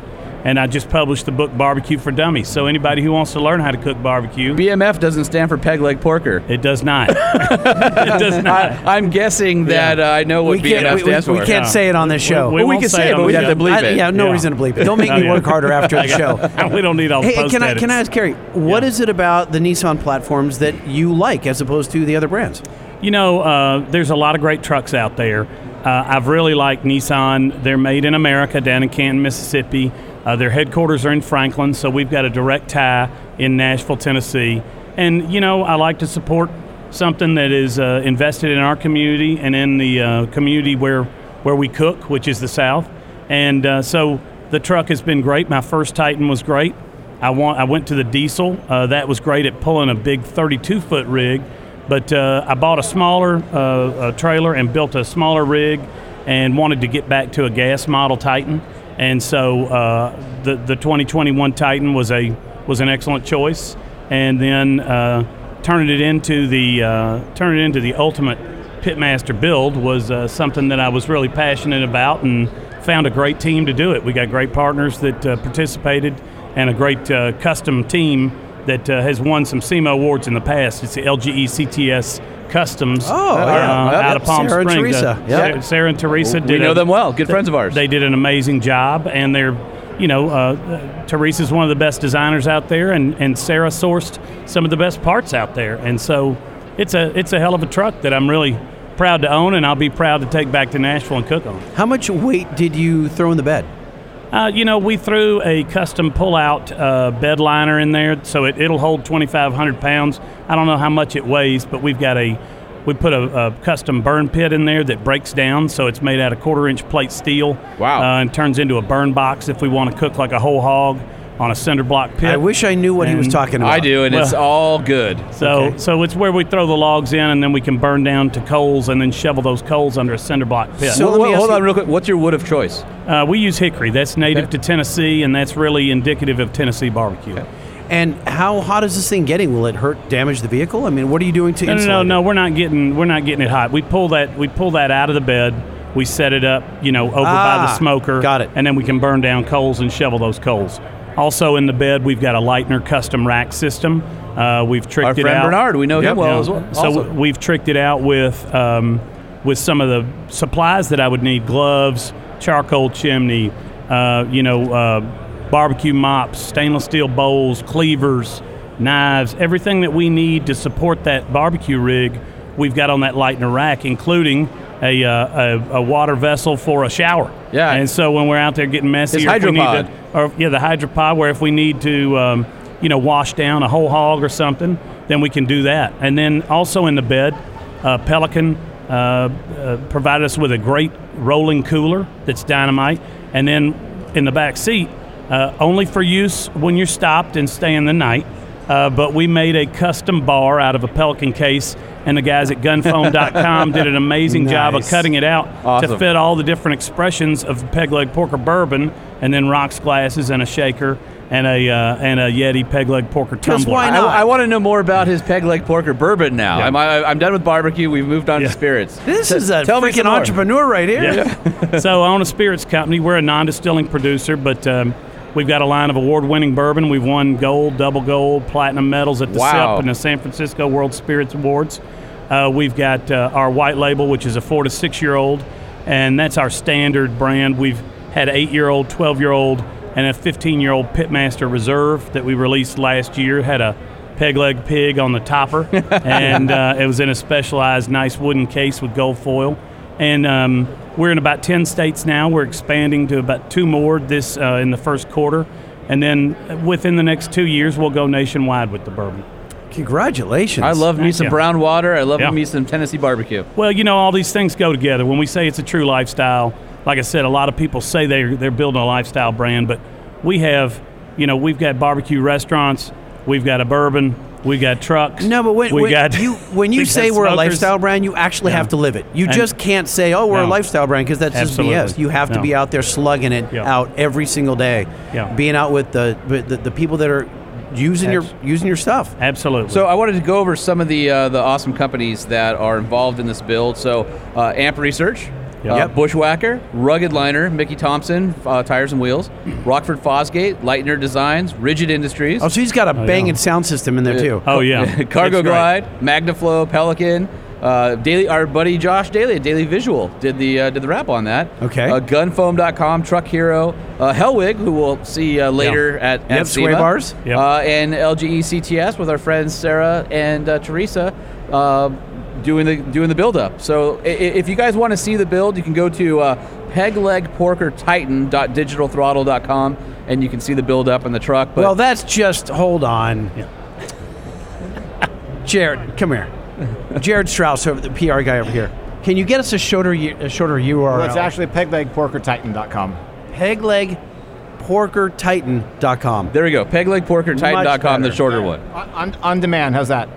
S18: And I just published the book Barbecue for Dummies. So anybody who wants to learn how to cook barbecue,
S4: BMF doesn't stand for peg leg porker.
S18: It does not. it does not.
S4: I, am guessing that uh, I know what
S3: We can't-
S4: BMF
S3: we- we-
S4: stands
S3: we
S4: for.
S3: can't Yeah. say it on this show.
S4: Well, we,
S3: won't
S4: can say it,
S3: on
S4: but we
S3: the
S4: have to
S3: show.
S4: bleep
S3: I-
S4: it.
S3: yeah, no reason to bleep it. Don't make me work harder after the show.
S18: we don't need all the
S3: Hey,
S18: post
S3: can I can I ask Carrie what is it about the Nissan platforms that you like as opposed to the other brands?
S18: You know, uh, there's a lot of great trucks out there. Uh, I've really liked Nissan. They're made in America down in Canton, Mississippi. Uh, their headquarters are in Franklin, so we've got a direct tie in Nashville, Tennessee. And, you know, I like to support something that is uh, invested in our community and in the uh, community where, where we cook, which is the South. And uh, so the truck has been great. My first Titan was great. I, want, I went to the diesel. Uh, that was great at pulling a big 32 foot rig. But uh, I bought a smaller uh, a trailer and built a smaller rig and wanted to get back to a gas model Titan. And so uh, the, the 2021 Titan was, a, was an excellent choice. And then uh, turning it into the uh, turning it into the ultimate pitmaster build was uh, something that I was really passionate about and found a great team to do it. We got great partners that uh, participated and a great uh, custom team that uh, has won some SEMA awards in the past. It's the E LGE CTS Customs
S4: Oh,
S18: uh,
S4: yeah. Yep.
S18: out of Palm
S4: Sarah and
S18: Springs.
S4: Teresa.
S18: Uh,
S4: Yep.
S18: Sa- Sarah and Teresa
S4: We
S18: did
S4: know
S18: a-
S4: them well. Good friends of ours.
S18: They did an amazing job, and they're, you know, uh, Teresa's one of the best designers out there, and, and Sarah sourced some of the best parts out there, and so it's a it's a hell of a truck that I'm really proud to own, and I'll be proud to take back to Nashville and cook on.
S3: How much weight did you throw in the bed?
S18: Uh, you know, we threw a custom pull-out uh, bed liner in there, so it, it'll hold 2,500 pounds. I don't know how much it weighs, but we've got a we put a, a custom burn pit in there that breaks down, so it's made out of quarter-inch plate steel. Wow! Uh, and turns into a burn box if we want to cook like a whole hog on a cinder block pit.
S3: I wish I knew what he was
S18: And-
S3: talking about.
S18: Well,
S4: all good.
S18: so, so it's where we throw the logs in, and then we can burn down to coals, and then shovel those coals under a cinder block pit.
S4: So Well, let me hold ask on you- real quick. What's your wood of choice?
S18: Uh, we use hickory. That's native to Tennessee, and that's really indicative of Tennessee barbecue.
S3: And how hot is this thing getting? Will it hurt, damage the vehicle? I mean, what are you doing to
S18: No, no,
S3: insulate
S18: no,
S3: it?
S18: no. We're not getting we're not getting it hot. We pull that we pull that out of the bed. We set it up, you know, over by
S3: Ah,
S18: the smoker. Got it. And then we can burn down coals and shovel those coals. Also in the bed, we've got a Lightner custom rack system. Uh, we've tricked
S4: Our
S18: it
S4: friend
S18: out.
S4: Bernard, we know him well as well-
S18: So
S4: also.
S18: we've tricked it out with um, with some of the supplies that I would need: gloves, charcoal chimney, uh, you know, uh, barbecue mops, stainless steel bowls, cleavers, knives, everything that we need to support that barbecue rig. We've got on that Lightner rack, including a, uh, a, a water vessel for a shower. Yeah, and so when we're out there getting messy,
S4: His
S18: or if we need
S4: hydropod.
S18: to- or yeah, the hydropod, where if we need to, um, you know, wash down a whole hog or something, then we can do that. And then also in the bed, uh, Pelican uh, uh, provided us with a great rolling cooler that's dynamite. And then in the back seat, uh, only for use when you're stopped and staying the night. Uh, but we made a custom bar out of a pelican case, and the guys at gunfoam.com did an amazing job of
S8: Nice.
S18: cutting it out to
S8: Awesome.
S18: fit all the different expressions of peg leg porker bourbon, and then rocks glasses and a shaker and a uh, and a Yeti peg leg porker tumbler.
S4: I, want to know more about his peg leg porker bourbon now. I'm, I, I'm done with barbecue. We've moved on to spirits.
S3: This
S4: T-
S3: is a
S4: tell me
S3: freaking
S4: some more.
S3: entrepreneur right here.
S18: Yeah. so I own a spirits company. We're a non-distilling producer, but um, we've got a line of award-winning bourbon. We've won gold, double gold, platinum medals at the
S4: Wow.
S18: SIP and the San Francisco World Spirits Awards. Uh, we've got uh, our white label, which is a four to six-year-old, and that's our standard brand. We've had an eight-year-old, twelve-year-old, and a fifteen-year-old Pitmaster Reserve that we released last year. Had a peg leg pig on the topper, and uh, it was in a specialized, nice wooden case with gold foil. And um, we're in about 10 states now. We're expanding to about two more this uh, in the first quarter. And then within the next two years, we'll go nationwide with the bourbon.
S3: Congratulations.
S4: I love me
S18: Thank
S4: some
S18: you.
S4: brown water. I love
S18: Yeah.
S4: me some Tennessee barbecue.
S18: Well, you know, all these things go together. When we say it's a true lifestyle, like I said, a lot of people say they're, they're building a lifestyle brand, but we have, you know, we've got barbecue restaurants, we've got a bourbon, we've got trucks. No, but
S3: When,
S18: we
S3: when
S18: got
S3: you when you
S18: we've got
S3: say we're a
S18: smokers.
S3: lifestyle brand, you actually
S18: Yeah.
S3: have to live it. You
S18: And-
S3: just can't say, "Oh, we're
S18: No.
S3: a lifestyle brand," because that's
S18: Absolutely.
S3: just BS. You have to
S18: No.
S3: be out there slugging it out every single day,
S18: Yeah.
S3: being out with the, with the the people that are using your
S4: Abs-
S3: using your stuff.
S18: Absolutely.
S4: So I wanted to go over some of the uh, the awesome companies that are involved in this build. So uh, Amp Research,
S3: Yep.
S4: uh,
S3: Yep.
S4: Bushwhacker, Rugged Liner, Mickey Thompson, uh, Tires and Wheels, Rockford Fosgate, Lightner Designs, Rigid Industries.
S3: Oh, so he's got a banging sound system in there too.
S18: Oh, yeah.
S4: Cargo
S18: It's great.
S4: Glide, Magnaflow, Pelican. Uh, Daily, our buddy Josh Daly at Daily Visual did the uh, did the rap on that.
S3: Okay.
S4: Uh, Gunfoam.com, Truck Hero, uh, Hellwig, who we'll see uh, later
S3: Yep.
S4: at,
S3: Yep,
S4: at
S3: Sway
S4: SEMA.
S3: Bars. Yep.
S4: Uh, and LGE CTS with our friends Sarah and uh, Teresa. Uh, Doing the doing the build up. So i- i- if you guys want to see the build, you can go to uh, peglegporkertitan.digitalthrottle.com and you can see the build up in the truck. But
S3: well, that's just hold on. Jared, come here. Jared Strauss, over the PR guy over here. Can you get us a shorter u- a shorter URL?
S19: Well, it's actually peglegporkertitan.com.
S3: peglegporkertitan.com.
S4: There we go. Peglegporkertitan.com, the
S19: better.
S4: shorter one.
S19: On, on, on demand, how's that?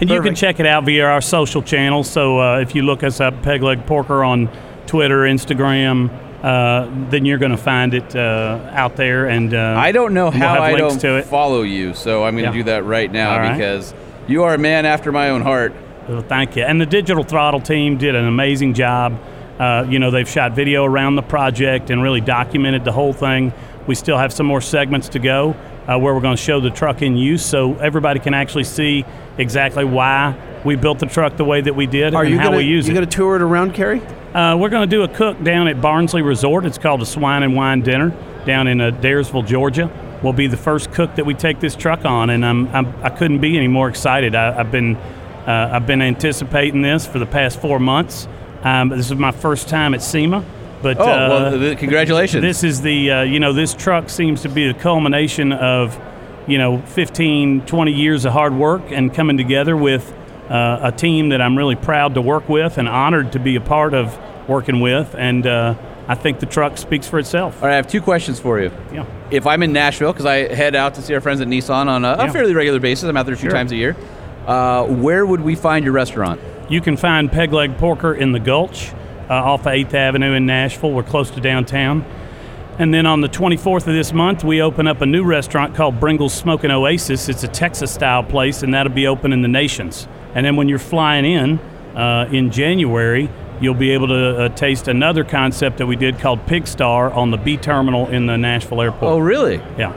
S18: And you can check it out via our social channels. So uh, if you look us up, Peg Leg Porker on Twitter, Instagram, uh, then you're going to find it uh, out there. And uh,
S4: I don't know
S18: we'll
S4: how
S18: have
S4: I
S18: links
S4: don't
S18: to it.
S4: follow you, so I'm going to
S18: Yeah.
S4: do that right now
S18: All right. Uh.
S4: because you are a man after my own heart.
S18: Well, thank you. And the Digital Throttle team did an amazing job. Uh, you know, they've shot video around the project and really documented the whole thing. We still have some more segments to go uh, where we're going to show the truck in use so everybody can actually see exactly why we built the truck the way that we did
S3: Are
S18: and
S3: you
S18: how
S3: gonna,
S18: we use
S3: you
S18: it.
S3: gonna tour it around, Kerry?
S18: Uh, we're going to do a cook down at Barnsley Resort. It's called a Swine and Wine Dinner down in uh, Daresville, Georgia. Will be the first cook that we take this truck on, and I'm, I'm I couldn't be any more excited. I, I've been uh, I've been anticipating this for the past four months. Um, this is my first time at SEMA, but
S4: Oh,
S18: uh,
S4: well, th- congratulations.
S18: This is the uh, you know this truck seems to be the culmination of you know 15 20 years of hard work and coming together with uh, a team that i'm really proud to work with and honored to be a part of working with and uh, i think the truck speaks for itself
S4: All right, I have two questions for you.
S18: Yeah.
S4: If I'm in Nashville, because I head out to see our friends at Nissan on a, a
S18: Yeah.
S4: fairly regular basis, I'm out there two
S18: Sure.
S4: times a year. Uh, where would we find your restaurant?
S18: You can find Peg Leg Porker in the Gulch uh, off of 8th Avenue in Nashville. We're close to downtown. And then on the 24th of this month, we open up a new restaurant called Bringle's Smoking Oasis. It's a Texas style place, and that'll be open in the nations. And then when you're flying in uh, in January, you'll be able to uh, taste another concept that we did called Pig Star on the B terminal in the Nashville airport.
S4: Oh, really?
S18: Yeah.
S4: All right.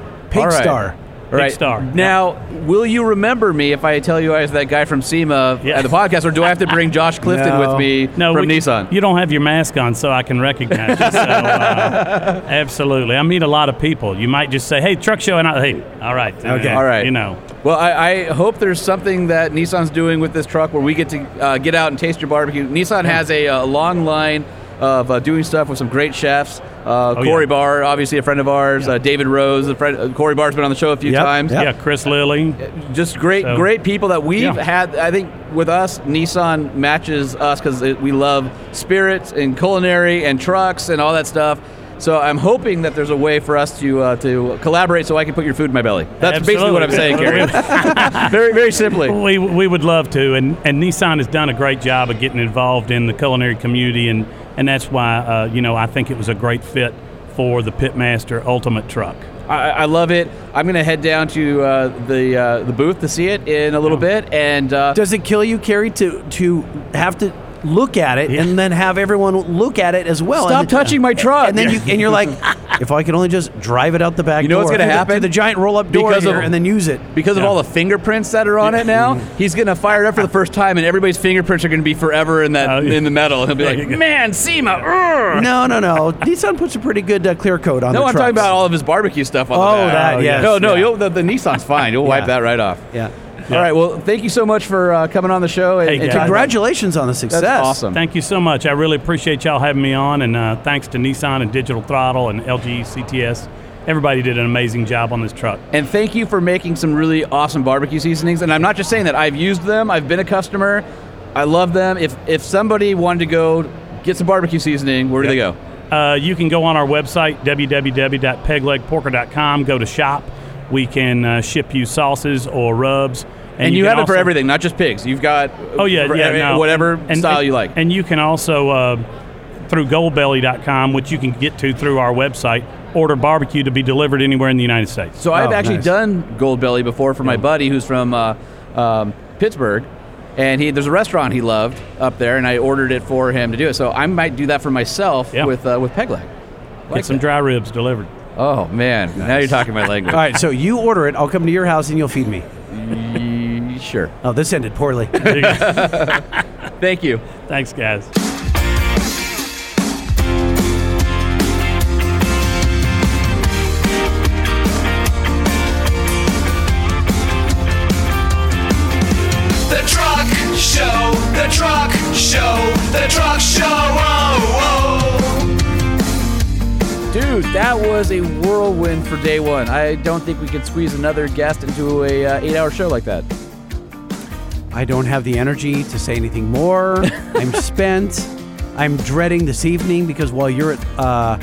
S4: All
S18: Pig
S4: right.
S18: Star.
S4: Now, will you remember me if I tell you I was that guy from SEMA at the podcast, or do I have to bring Josh Clifton with me
S18: no,
S4: from
S18: we-
S4: Nissan?
S18: You don't have your mask on, so I can recognize you. So, uh, absolutely, I meet a lot of people. You might just say, "Hey, truck show," and I, "Hey, all right, uh,
S4: All right.
S18: you know."
S4: Well, I, I hope there's something that Nissan's doing with this truck where we get to uh, get out and taste your barbecue. Nissan has a, uh long line of uh, doing stuff with some great chefs. Uh,
S18: Oh,
S4: Corey
S18: yeah.
S4: Barr, obviously a friend of ours. Uh, David Rose, a friend. Uh, Corey Barr's been on the show a few
S18: Yep,
S4: times.
S18: yep. Yeah, Chris Lilly.
S4: Just great,
S18: So-
S4: great people that we've
S18: Yeah.
S4: had. I think with us, Nissan matches us because we love spirits and culinary and trucks and all that stuff. So I'm hoping that there's a way for us to uh, to collaborate so I can put your food in my belly. That's basically what I'm saying, Gary. very, very simply.
S18: We, we would love to, and, and Nissan has done a great job of getting involved in the culinary community, and, and that's why, uh, you know, I think it was a great fit for the Pitmaster Ultimate Truck.
S4: I, I love it. I'm gonna head down to uh, the uh, the booth to see it in a little bit. And uh,
S3: Does it kill you, Carrie, to to have to look at it and then have everyone look at it as well?
S4: Stop
S3: And-
S4: touching my truck.
S3: And then you and you're like, if I could only just drive it out the back.
S4: You know what's
S3: door,
S4: gonna
S3: through the-
S4: happen?
S3: through The, giant roll up door
S4: Because of-
S3: here and then use it Mm.
S4: because of all the fingerprints that are on it now, he's gonna fire it up for the first time, and everybody's fingerprints are gonna be forever in
S3: Oh,
S4: that in the metal. And he'll be like, man, SEMA. urgh."
S3: No, no, no. Nissan puts a pretty good uh, clear coat on.
S4: No,
S3: the
S4: I'm talking
S3: trucks.
S4: about all of his barbecue stuff on
S3: Oh,
S4: the back.
S3: that, Oh, yes.
S4: No, no,
S3: yeah.
S4: you'll, the, the Nissan's fine. You'll wipe
S3: Yeah.
S4: that right off.
S3: Yeah.
S4: All right. Well, thank you so much for uh, coming on the show. And,
S18: Hey,
S4: and
S18: guys.
S3: Congratulations on the success.
S4: That's awesome.
S18: Thank you so much. I really appreciate y'all having me on, and uh, thanks to Nissan and Digital Throttle and LG CTS. Everybody did an amazing job on this truck.
S4: And thank you for making some really awesome barbecue seasonings. And I'm not just saying that. I've used them. I've been a customer. I love them. If if somebody wanted to go get some barbecue seasoning, where do they go?
S18: Uh, you can go on our website, www.peglegporker.com, go to shop. We can uh, ship you sauces or rubs.
S4: And, you,
S18: can
S4: have it for
S18: also-
S4: everything, not just pigs. You've got
S18: Oh, yeah,
S4: for-
S18: yeah, no.
S4: whatever
S18: And-
S4: style
S18: and-
S4: you like.
S18: And you can also, uh, through goldbelly.com, which you can get to through our website, order barbecue to be delivered anywhere in the United States. Oh,
S4: So I've actually done Gold Belly before for my buddy who's from uh, um, Pittsburgh, and he there's a restaurant he loved up there, and I ordered it for him to do it. So I might do that for myself with uh, with peg leg.
S18: Get some dry ribs delivered.
S4: Oh man, now you're talking my language.
S3: All right, so you order it. I'll come to your house and you'll feed me.
S4: Sure.
S3: Oh, this ended poorly.
S4: Thank you.
S18: Thanks, guys.
S5: The truck show, the truck show, the truck show. Oh, oh.
S4: Dude, that was a whirlwind for day one. I don't think we could squeeze another guest into a uh, eight-hour show like that.
S3: I don't have the energy to say anything more. I'm spent. I'm dreading this evening because while you're at, uh,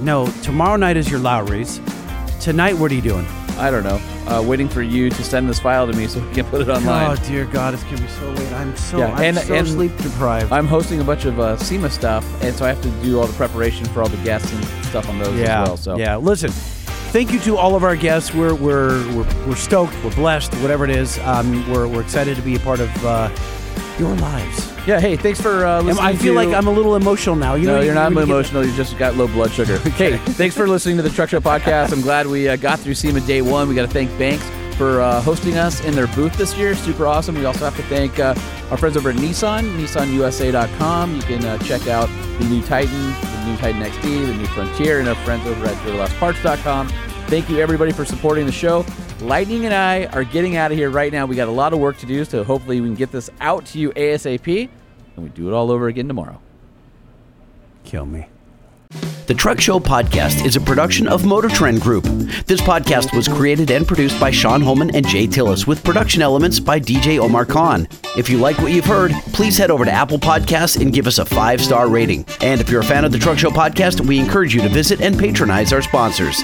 S3: no, tomorrow night is your Lowry's. Tonight, what are you doing?
S4: I don't know. Uh, waiting for you to send this file to me so we can put it online.
S3: Oh dear God, it's gonna be so late. I'm so
S4: Yeah,
S3: I'm
S4: and-
S3: so
S4: and-
S3: sleep deprived.
S4: I'm hosting a bunch of uh, SEMA stuff, and so I have to do all the preparation for all the guests and stuff on those
S3: yeah,
S4: as well. So
S3: yeah. Listen, thank you to all of our guests. We're we're we're, we're stoked. We're blessed. Whatever it is, um, we're we're excited to be a part of uh, your lives.
S4: Yeah, hey, thanks for uh,
S3: Am-
S4: listening.
S3: I feel
S4: to-
S3: like I'm a little emotional now. You
S4: no,
S3: know,
S4: you're
S3: you-
S4: not
S3: when you get-
S4: emotional. You just got low blood sugar. Hey, thanks for listening to the Truck Show podcast. I'm glad we uh, got through SEMA day one. We got to thank Banks for uh, hosting us in their booth this year. Super awesome. We also have to thank uh, our friends over at Nissan, NissanUSA.com. You can uh, check out the new Titan, the new Titan XD, the new Frontier, and our friends over at DirtyLostParts.com. Thank you, everybody, for supporting the show. Lightning and I are getting out of here right now. We got a lot of work to do, so hopefully we can get this out to you ASAP, and we do it all over again tomorrow.
S3: Kill me.
S9: The Truck Show podcast is a production of Motor Trend Group. This podcast was created and produced by Sean Holman and Jay Tillis with production elements by DJ Omar Khan. If you like what you've heard, please head over to Apple Podcasts and give us a five star rating. And if you're a fan of the Truck Show podcast, we encourage you to visit and patronize our sponsors.